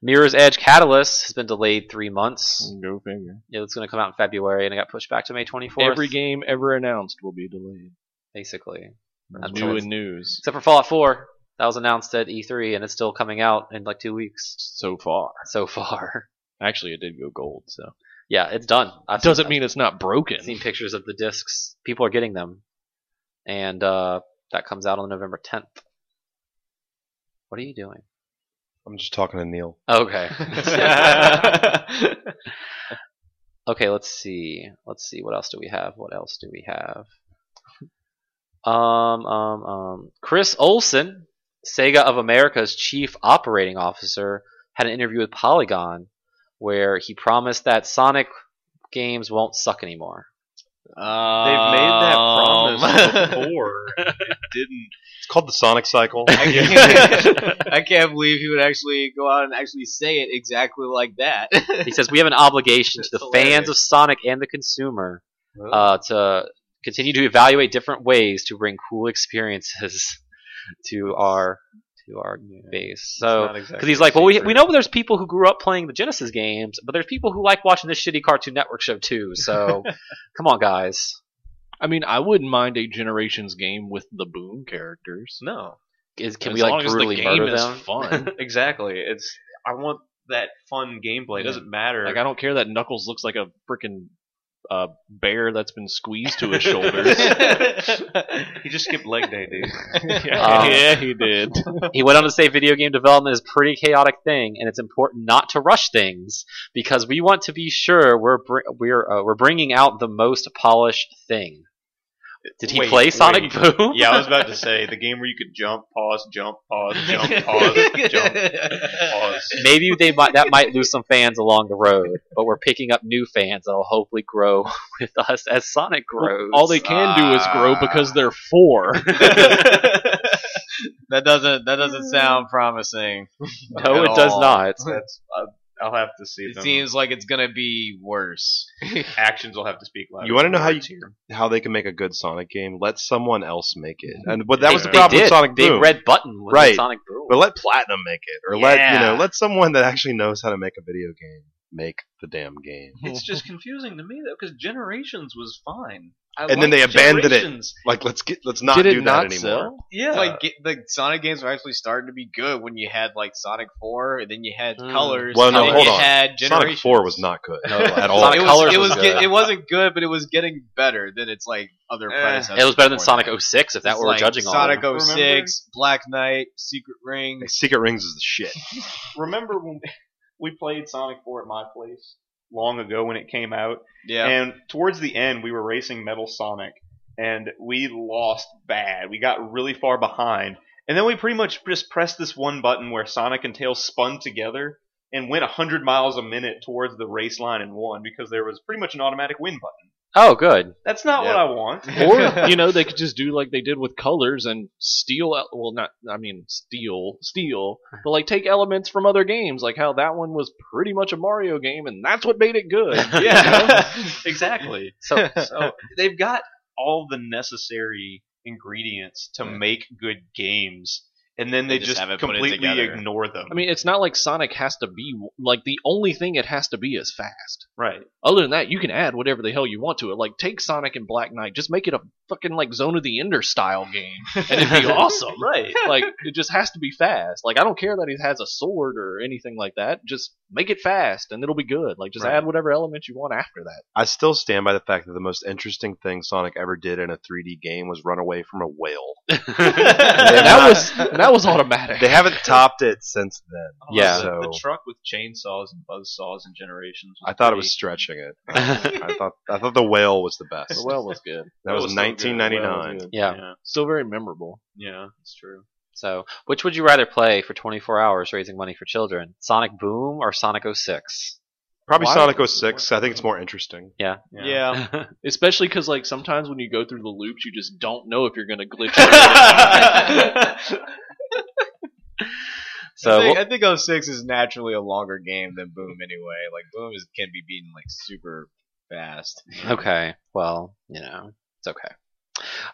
[SPEAKER 2] Mirror's Edge Catalyst has been delayed three months.
[SPEAKER 1] Go figure.
[SPEAKER 2] It was going to come out in February, and it got pushed back to May 24th.
[SPEAKER 1] Every game ever announced will be delayed.
[SPEAKER 2] basically, That's
[SPEAKER 1] New
[SPEAKER 2] always-
[SPEAKER 1] in news
[SPEAKER 2] except for Fallout 4, that was announced at E3, and it's still coming out in like two weeks
[SPEAKER 1] so far.
[SPEAKER 2] so far.
[SPEAKER 1] Actually, it did go gold, so
[SPEAKER 2] Yeah, it's done. I've seen-
[SPEAKER 1] doesn't mean it's not broken.
[SPEAKER 2] I've seen pictures of the discs. People are getting them, and uh, that comes out on November 10th. What are you doing?
[SPEAKER 3] I'm just talking to Neil.
[SPEAKER 2] Okay. okay, let's see. Let's see. What else do we have? What else do we have? Um, um, um. Chris Olson, Sega of America's chief operating officer, had an interview with Polygon where he promised that Sonic games won't suck anymore.
[SPEAKER 4] They've made that
[SPEAKER 1] Uh,
[SPEAKER 4] promise
[SPEAKER 5] Um,
[SPEAKER 4] before.
[SPEAKER 3] Didn't. It's called the Sonic Cycle.
[SPEAKER 5] I can't, I can't believe he would actually go out and actually say it exactly like that.
[SPEAKER 2] He says we have an obligation to
[SPEAKER 5] That's
[SPEAKER 2] the fans of Sonic and the consumer uh, to continue to evaluate different ways to bring cool experiences to our to our base. So Because he's like, well, we, we know there's people who grew up playing the Genesis games, but there's people who like watching this shitty Cartoon Network show too. So, come on, guys.
[SPEAKER 1] I mean, I wouldn't mind a Generations game with the Boom characters.
[SPEAKER 4] no.
[SPEAKER 2] Is, can
[SPEAKER 1] as
[SPEAKER 2] we like
[SPEAKER 1] long as the
[SPEAKER 2] brutally
[SPEAKER 1] game
[SPEAKER 2] murder
[SPEAKER 1] is
[SPEAKER 2] them?
[SPEAKER 1] fun.
[SPEAKER 4] Exactly. It's I want that fun gameplay. It
[SPEAKER 1] Yeah.
[SPEAKER 4] doesn't matter.
[SPEAKER 1] like I don't care that Knuckles looks like a freaking uh, bear that's been squeezed to his shoulders. Um,
[SPEAKER 4] he just skipped leg day, dude. Uh,
[SPEAKER 2] Um,
[SPEAKER 1] yeah, he did.
[SPEAKER 2] he went on to say video game development is a pretty chaotic thing, and it's important not to rush things because we want to be sure we're br- we're uh, we're bringing out the most polished thing. Did he
[SPEAKER 4] Wait,
[SPEAKER 2] play Sonic
[SPEAKER 4] wait.
[SPEAKER 2] Boom?
[SPEAKER 4] Yeah, I was about to say the game where you could jump, pause, jump, pause, jump, pause, jump, pause.
[SPEAKER 2] Maybe they might that might lose some fans along the road, but we're picking up new fans that'll hopefully grow with us as Sonic grows.
[SPEAKER 1] All they can do is grow because they're four.
[SPEAKER 5] that doesn't that doesn't sound promising.
[SPEAKER 2] No,
[SPEAKER 5] at
[SPEAKER 2] it does
[SPEAKER 5] all.
[SPEAKER 2] not.
[SPEAKER 4] That's. I'll- I'll have to see.
[SPEAKER 5] It
[SPEAKER 4] them.
[SPEAKER 5] seems like it's gonna be worse.
[SPEAKER 4] actions will have to speak louder.
[SPEAKER 3] You wanna
[SPEAKER 4] than
[SPEAKER 3] know how
[SPEAKER 4] words here.
[SPEAKER 3] How they can make a good Sonic game? Let someone else make it. And but that was the
[SPEAKER 4] They
[SPEAKER 3] problem with
[SPEAKER 2] did.
[SPEAKER 3] Sonic
[SPEAKER 2] Big
[SPEAKER 3] Boom.
[SPEAKER 2] Red Button was
[SPEAKER 3] Right.
[SPEAKER 2] Sonic Boom.
[SPEAKER 3] but let Platinum make it, or let you
[SPEAKER 4] Yeah.
[SPEAKER 3] know, let someone that actually knows how to make a video game make the damn game.
[SPEAKER 4] It's just confusing to me though, because Generations was fine. I
[SPEAKER 3] And then
[SPEAKER 4] liked
[SPEAKER 3] they abandoned it.
[SPEAKER 4] Generations.
[SPEAKER 3] Like let's get let's not
[SPEAKER 1] Did it
[SPEAKER 3] do that
[SPEAKER 1] not
[SPEAKER 3] anymore.
[SPEAKER 1] sell?
[SPEAKER 4] Yeah,
[SPEAKER 5] It's like ge- the Sonic games were actually starting to be good when you had like Sonic Four, and then you had
[SPEAKER 2] Mm.
[SPEAKER 5] Colors,
[SPEAKER 3] Well,
[SPEAKER 5] and
[SPEAKER 3] no,
[SPEAKER 5] then
[SPEAKER 3] hold
[SPEAKER 5] you
[SPEAKER 3] on.
[SPEAKER 5] had Generation.
[SPEAKER 3] Sonic Four was not good
[SPEAKER 2] No,
[SPEAKER 3] at
[SPEAKER 2] Sonic
[SPEAKER 3] all.
[SPEAKER 5] it was,
[SPEAKER 2] Colors
[SPEAKER 5] it
[SPEAKER 2] was
[SPEAKER 5] was,
[SPEAKER 2] good.
[SPEAKER 5] get- it wasn't good, but it was getting better than its like other
[SPEAKER 4] Eh.
[SPEAKER 5] predecessors.
[SPEAKER 2] it was better than
[SPEAKER 5] before
[SPEAKER 2] Sonic
[SPEAKER 5] that.
[SPEAKER 2] 06 if that
[SPEAKER 5] It's
[SPEAKER 2] were
[SPEAKER 5] like
[SPEAKER 2] judging
[SPEAKER 5] Sonic
[SPEAKER 2] on.
[SPEAKER 5] 06,
[SPEAKER 4] Remember?
[SPEAKER 5] Black Knight, Secret Ring.
[SPEAKER 3] Secret Rings is the shit.
[SPEAKER 4] remember when we played Sonic Four at my place long ago when it came out,
[SPEAKER 5] Yeah,
[SPEAKER 4] and towards the end we were racing Metal Sonic, and we lost bad. We got really far behind, and then we pretty much just pressed this one button where Sonic and Tails spun together and went 100 miles a minute towards the race line and won because there was pretty much an automatic win button.
[SPEAKER 2] Oh, good.
[SPEAKER 4] That's not
[SPEAKER 3] Yeah.
[SPEAKER 4] what I want.
[SPEAKER 1] or you know they could just do like they did with colors and steal el- well not i mean steal steal but like take elements from other games like how that one was pretty much a mario game and that's what made it good
[SPEAKER 4] yeah, exactly.
[SPEAKER 2] So
[SPEAKER 4] So they've got all the necessary ingredients to make good games,
[SPEAKER 3] and then they,
[SPEAKER 5] They just
[SPEAKER 3] just,
[SPEAKER 5] haven't put it
[SPEAKER 3] completely
[SPEAKER 5] together.
[SPEAKER 3] ignore them.
[SPEAKER 1] I mean, it's not like Sonic has to be like the only thing it has to be is fast.
[SPEAKER 4] Right.
[SPEAKER 1] Other than that, you can add whatever the hell you want to it. Like take Sonic and Black Knight, just make it a fucking like Zone of the Ender style game, and it'd be awesome.
[SPEAKER 4] Right.
[SPEAKER 1] Like it just has to be fast. Like I don't care that he has a sword or anything like that. Just make it fast, and it'll be good. Like just
[SPEAKER 4] Right.
[SPEAKER 1] add whatever element you want after that.
[SPEAKER 3] I still stand by the fact that the most interesting thing Sonic ever did in a 3D game was run away from a whale.
[SPEAKER 1] And that was and that was automatic.
[SPEAKER 3] They haven't topped it since then.
[SPEAKER 2] Yeah.
[SPEAKER 3] So
[SPEAKER 4] The, the truck with chainsaws and buzz saws and generations.
[SPEAKER 3] I thought it was stretching it. I thought I thought the whale was the best.
[SPEAKER 1] The well was good.
[SPEAKER 3] That was 1999.
[SPEAKER 2] yeah.
[SPEAKER 4] Yeah.
[SPEAKER 1] Still very memorable.
[SPEAKER 4] Yeah, it's true.
[SPEAKER 2] So, which would you rather play for 24 hours raising money for children? Sonic Boom or Sonic 06?
[SPEAKER 3] Probably
[SPEAKER 1] Why
[SPEAKER 3] Sonic
[SPEAKER 1] was it
[SPEAKER 3] 06. I think it's more interesting.
[SPEAKER 5] Yeah.
[SPEAKER 1] Especially because like sometimes when you go through the loops, you just don't know if you're gonna glitch.
[SPEAKER 2] so,
[SPEAKER 5] I think,
[SPEAKER 2] well,
[SPEAKER 5] I think 06 is naturally a longer game than Boom anyway. Like Boom is, can be beaten like super fast.
[SPEAKER 2] okay. Well, you know, it's okay.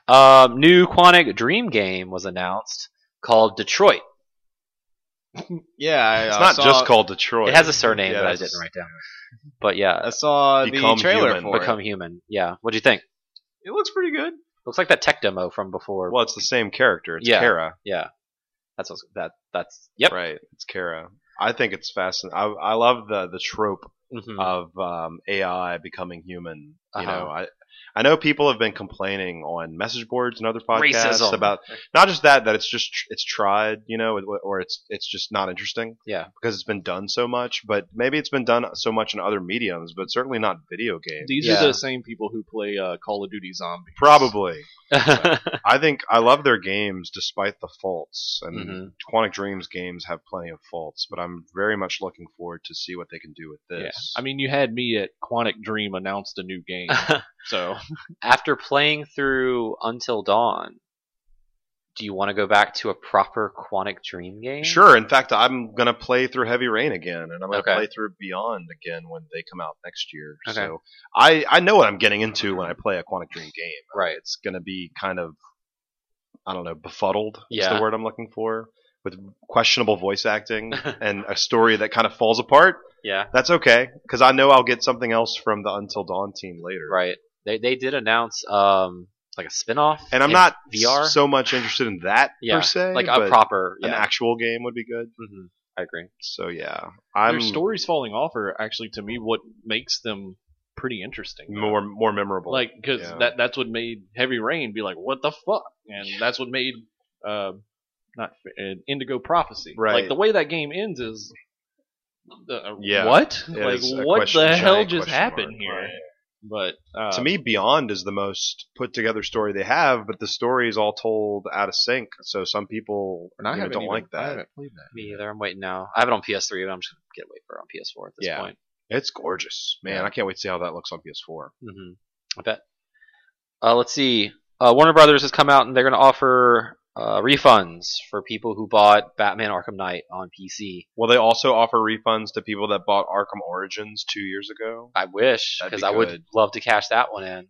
[SPEAKER 2] Um, new Quantic Dream game was announced called Detroit.
[SPEAKER 5] Yeah, I,
[SPEAKER 3] It's
[SPEAKER 5] uh,
[SPEAKER 3] not
[SPEAKER 5] saw,
[SPEAKER 3] just called Detroit.
[SPEAKER 2] It has a surname
[SPEAKER 3] Yeah,
[SPEAKER 2] that I
[SPEAKER 3] that's-
[SPEAKER 2] didn't write down. But yeah,
[SPEAKER 5] I saw the
[SPEAKER 3] Become
[SPEAKER 5] trailer
[SPEAKER 3] Human.
[SPEAKER 5] for
[SPEAKER 2] Become
[SPEAKER 5] it.
[SPEAKER 2] Human. Yeah. What'd you think?
[SPEAKER 5] It looks pretty good.
[SPEAKER 2] Looks like that tech demo from before.
[SPEAKER 3] Well, it's the same character. It's
[SPEAKER 2] Yeah.
[SPEAKER 3] Kara.
[SPEAKER 2] Yeah. That's what's, that. That's yep.
[SPEAKER 3] Right. It's Kara. I think it's fascinating. I, I love the the trope
[SPEAKER 2] Mhm.
[SPEAKER 3] of um, AI becoming human. You
[SPEAKER 2] Uh-huh.
[SPEAKER 3] know, I I know people have been complaining on message boards and other podcasts
[SPEAKER 2] Racism.
[SPEAKER 3] about not just that that it's just tr- it's tried, you know, or- or it's it's just not interesting
[SPEAKER 2] Yeah.
[SPEAKER 3] because it's been done so much. But maybe it's been done so much in other mediums, but certainly not video games.
[SPEAKER 1] These
[SPEAKER 2] Yeah.
[SPEAKER 1] are the same people who play uh, Call of Duty Zombies.
[SPEAKER 3] Probably, I think I love their games despite the faults, and
[SPEAKER 2] Mhm.
[SPEAKER 3] Quantic Dreams games have plenty of faults. But I'm very much looking forward to see what they can do with this.
[SPEAKER 1] I mean, you had me at Quantic Dream announced a new game, so
[SPEAKER 2] after playing through Until Dawn, do you want to go back to a proper Quantic Dream game?
[SPEAKER 3] Sure. In fact, I'm gonna play through Heavy Rain again, and I'm gonna
[SPEAKER 2] Okay.
[SPEAKER 3] play through Beyond again when they come out next year.
[SPEAKER 2] Okay.
[SPEAKER 3] So I I know what I'm getting into when I play a Quantic Dream game.
[SPEAKER 2] Right.
[SPEAKER 3] It's gonna be kind of I don't know befuddled is
[SPEAKER 2] Yeah.
[SPEAKER 3] the word I'm looking for with questionable voice acting and a story that kind of falls apart.
[SPEAKER 2] Yeah.
[SPEAKER 3] That's okay because I know I'll get something else from the Until Dawn team later.
[SPEAKER 2] Right. They they did announce um like a spin-off.
[SPEAKER 3] And I'm
[SPEAKER 2] in
[SPEAKER 3] not
[SPEAKER 2] VR.
[SPEAKER 3] so much interested in that
[SPEAKER 2] Yeah,
[SPEAKER 3] per se.
[SPEAKER 2] like
[SPEAKER 3] but
[SPEAKER 2] a proper
[SPEAKER 3] an
[SPEAKER 2] yeah.
[SPEAKER 3] actual game would be good.
[SPEAKER 2] Mhm. I agree.
[SPEAKER 3] So yeah, I'm
[SPEAKER 1] their stories falling off are actually to me what makes them pretty interesting.
[SPEAKER 3] more more memorable.
[SPEAKER 1] Like because
[SPEAKER 3] Yeah.
[SPEAKER 1] that that's what made Heavy Rain be like, what the fuck, and that's what made uh, not uh, Indigo Prophecy.
[SPEAKER 3] Right.
[SPEAKER 1] Like the way that game ends is. Uh,
[SPEAKER 3] Yeah.
[SPEAKER 1] What?
[SPEAKER 3] Yeah,
[SPEAKER 1] like
[SPEAKER 3] it's a
[SPEAKER 1] what
[SPEAKER 3] question-
[SPEAKER 1] the
[SPEAKER 3] giant
[SPEAKER 1] hell just
[SPEAKER 3] question
[SPEAKER 1] happened
[SPEAKER 3] mark.
[SPEAKER 1] here? But uh,
[SPEAKER 3] to me, Beyond is the most put together story they have, but the story is all told out of sync. So some people
[SPEAKER 1] and I
[SPEAKER 3] you know,
[SPEAKER 1] haven't
[SPEAKER 3] don't
[SPEAKER 1] even-
[SPEAKER 3] like
[SPEAKER 1] I
[SPEAKER 3] that.
[SPEAKER 1] haven't played that.
[SPEAKER 2] Me either. I'm waiting now. I have it on PS3, but I'm just gonna get wait for it on PS4 at this
[SPEAKER 3] Yeah.
[SPEAKER 2] point.
[SPEAKER 3] It's gorgeous, man.
[SPEAKER 2] Yeah.
[SPEAKER 3] I can't wait to see how that looks on PS4.
[SPEAKER 2] hmm I bet. Uh, let's see. Uh, Warner Brothers has come out and they're going to offer uh, refunds for people who bought Batman Arkham Knight on PC.
[SPEAKER 3] Will they also offer refunds to people that bought Arkham Origins two years ago?
[SPEAKER 2] I wish
[SPEAKER 3] That'd be
[SPEAKER 2] because I would
[SPEAKER 3] good.
[SPEAKER 2] love to cash that one in.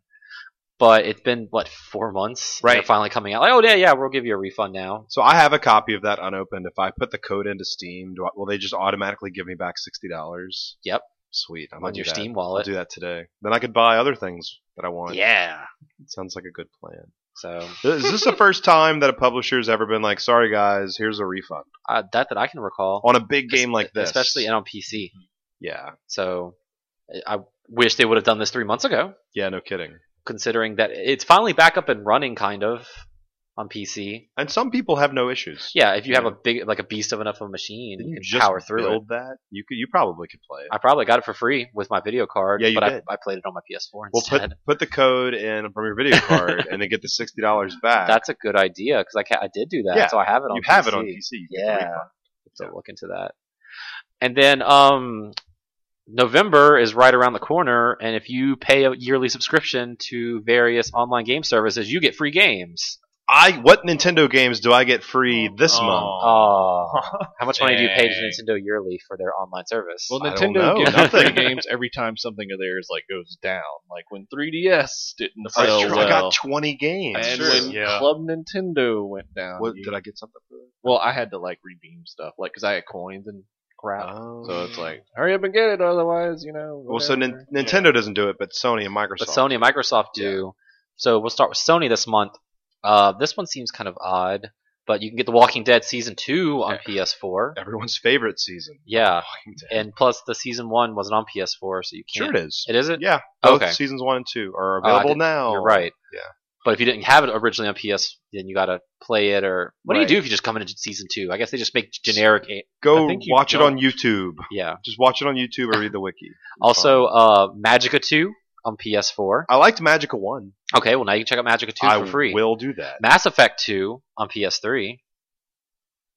[SPEAKER 2] But it's been what four months? and They're
[SPEAKER 3] Right.
[SPEAKER 2] finally coming out. Like, oh yeah, yeah, we'll give you a refund now.
[SPEAKER 3] So I have a copy of that unopened. If I put the code into Steam, do I, will they just automatically give me back sixty dollars?
[SPEAKER 2] Yep.
[SPEAKER 3] Sweet. I'm
[SPEAKER 2] on your Steam
[SPEAKER 3] I'll
[SPEAKER 2] wallet.
[SPEAKER 3] do that today. Then I could buy other things that I want.
[SPEAKER 2] Yeah.
[SPEAKER 3] Sounds like a good plan.
[SPEAKER 2] So
[SPEAKER 3] Is this the first time that a publisher's ever been like, "Sorry guys, here's a refund"
[SPEAKER 2] uh, that that I can recall
[SPEAKER 3] on a big game like this? Hmm.
[SPEAKER 2] especially and on PC.
[SPEAKER 3] yeah,
[SPEAKER 2] So I I wish they would have done this three months ago.
[SPEAKER 3] yeah, no kidding.
[SPEAKER 2] considering that it's finally back up and running kind of on PC.
[SPEAKER 3] And some people have no issues.
[SPEAKER 2] Yeah, if you have a big like a beast of enough of a machine,
[SPEAKER 3] Didn't
[SPEAKER 2] you
[SPEAKER 3] you
[SPEAKER 2] can
[SPEAKER 3] just
[SPEAKER 2] power through it.
[SPEAKER 3] build that. You could, you probably could play it.
[SPEAKER 2] I probably got it for free with my video card,
[SPEAKER 3] Yeah, you
[SPEAKER 2] but
[SPEAKER 3] did.
[SPEAKER 2] I, I played it on my PS4
[SPEAKER 3] Well,
[SPEAKER 2] instead.
[SPEAKER 3] put put the code in from your video card and then get the sixty dollars back.
[SPEAKER 2] That's a good idea because I ca- I did do that,
[SPEAKER 3] Yeah,
[SPEAKER 2] so I have it on
[SPEAKER 3] you
[SPEAKER 2] PC.
[SPEAKER 3] have it on PC. You get the
[SPEAKER 2] Yeah,
[SPEAKER 3] refund.
[SPEAKER 2] so look into that. And then um, November is right around the corner, and if you pay a yearly subscription to various online game services, you get free games.
[SPEAKER 3] I what Nintendo games do I get free this
[SPEAKER 4] Aw.
[SPEAKER 3] month?
[SPEAKER 2] Oh, how much money do you pay to
[SPEAKER 4] Dang.
[SPEAKER 2] Nintendo yearly for their online service?
[SPEAKER 1] Well,
[SPEAKER 3] I don't
[SPEAKER 1] Nintendo
[SPEAKER 3] know,
[SPEAKER 1] gives
[SPEAKER 3] nothing.
[SPEAKER 1] free games every time something of theirs like goes down. Like when 3DS didn't
[SPEAKER 3] I,
[SPEAKER 1] sell
[SPEAKER 3] I
[SPEAKER 1] well,
[SPEAKER 3] got twenty games.
[SPEAKER 1] and
[SPEAKER 4] Sure.
[SPEAKER 1] when
[SPEAKER 4] Yeah.
[SPEAKER 1] Club Nintendo went down,
[SPEAKER 3] What,
[SPEAKER 1] you-
[SPEAKER 3] did I get something for that?
[SPEAKER 1] well, I had to like redeem stuff, like because I had coins and
[SPEAKER 2] Uh,
[SPEAKER 1] crap.
[SPEAKER 3] Oh.
[SPEAKER 1] so it's like, hurry up and get it, otherwise, you know.
[SPEAKER 3] well, so
[SPEAKER 1] whatever.
[SPEAKER 3] Nin- Nintendo doesn't do it, but Sony and Microsoft.
[SPEAKER 2] but Sony and Microsoft do. So we'll start with Sony this month. Uh, this one seems kind of odd, but you can get The Walking Dead season two on PS4.
[SPEAKER 3] everyone's favorite season.
[SPEAKER 2] Yeah, and plus the season one wasn't on PS4, so you
[SPEAKER 3] Sure,
[SPEAKER 2] can't.
[SPEAKER 3] it Ah, is.
[SPEAKER 2] It isn't.
[SPEAKER 3] Yeah, both
[SPEAKER 2] Okay.
[SPEAKER 3] seasons one and two are
[SPEAKER 2] Oh, I
[SPEAKER 3] available
[SPEAKER 2] didn't-
[SPEAKER 3] now.
[SPEAKER 2] You're right.
[SPEAKER 3] Yeah.
[SPEAKER 2] But if you didn't have it originally on PS, then you gotta play it. Or what
[SPEAKER 1] Right.
[SPEAKER 2] do you do if you just come into season two? I guess they just make generic. a-
[SPEAKER 3] Go
[SPEAKER 1] I think you
[SPEAKER 3] watch it
[SPEAKER 1] don't-
[SPEAKER 3] on YouTube.
[SPEAKER 2] Yeah.
[SPEAKER 3] Just watch it on YouTube or read the wiki. It's
[SPEAKER 2] Also,
[SPEAKER 3] fine.
[SPEAKER 2] uh, Magica two on PS4.
[SPEAKER 3] I liked Magica One.
[SPEAKER 2] Okay, well now you can check out Magica two
[SPEAKER 3] I
[SPEAKER 2] for free.
[SPEAKER 3] will do that.
[SPEAKER 2] Mass Effect two on PS3.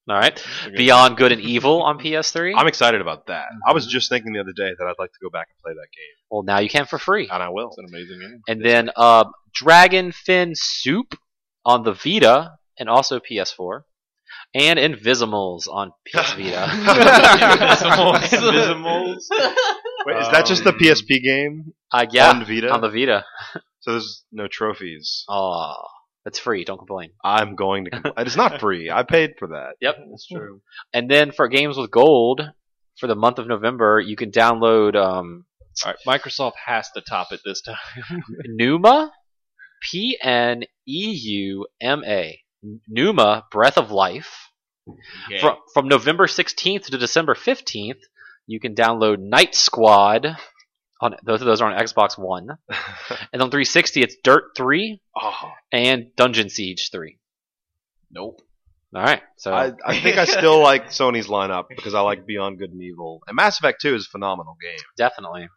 [SPEAKER 2] All right.
[SPEAKER 1] Okay.
[SPEAKER 2] Beyond Good and Evil on PS3.
[SPEAKER 3] I'm excited about that. I was just thinking the other day that I'd like to go back and play that game,
[SPEAKER 2] well, now you can for free.
[SPEAKER 3] and I will.
[SPEAKER 1] It's an amazing game.
[SPEAKER 2] And then uh, Dragon Fin Soup on the Vita and also PS4. And Invisimals on PS Vita.
[SPEAKER 4] Invisibles. Invisibles.
[SPEAKER 3] Wait, is that just the
[SPEAKER 4] Um,
[SPEAKER 3] PSP game
[SPEAKER 2] I guess
[SPEAKER 3] on Vita?
[SPEAKER 2] on the Vita.
[SPEAKER 3] so there's no trophies.
[SPEAKER 2] Oh, that's free. Don't complain.
[SPEAKER 3] I'm going to. Compl- it's not free. I paid for that.
[SPEAKER 4] That's true.
[SPEAKER 2] And then for games with gold for the month of November, you can download um,
[SPEAKER 1] All right, Microsoft has to top it this time.
[SPEAKER 2] Pneuma, P N E U M A, Pneuma Breath of Life. From, from November 16th to December 15th, you can download Night Squad. On both of those are on Xbox One, and on 360 it's Dirt 3
[SPEAKER 3] Oh,
[SPEAKER 2] and Dungeon Siege 3.
[SPEAKER 5] Nope.
[SPEAKER 2] All right, so
[SPEAKER 3] I, I think I still like Sony's lineup because I like Beyond Good and Evil, and Mass Effect Two is a phenomenal game. Oh,
[SPEAKER 2] definitely.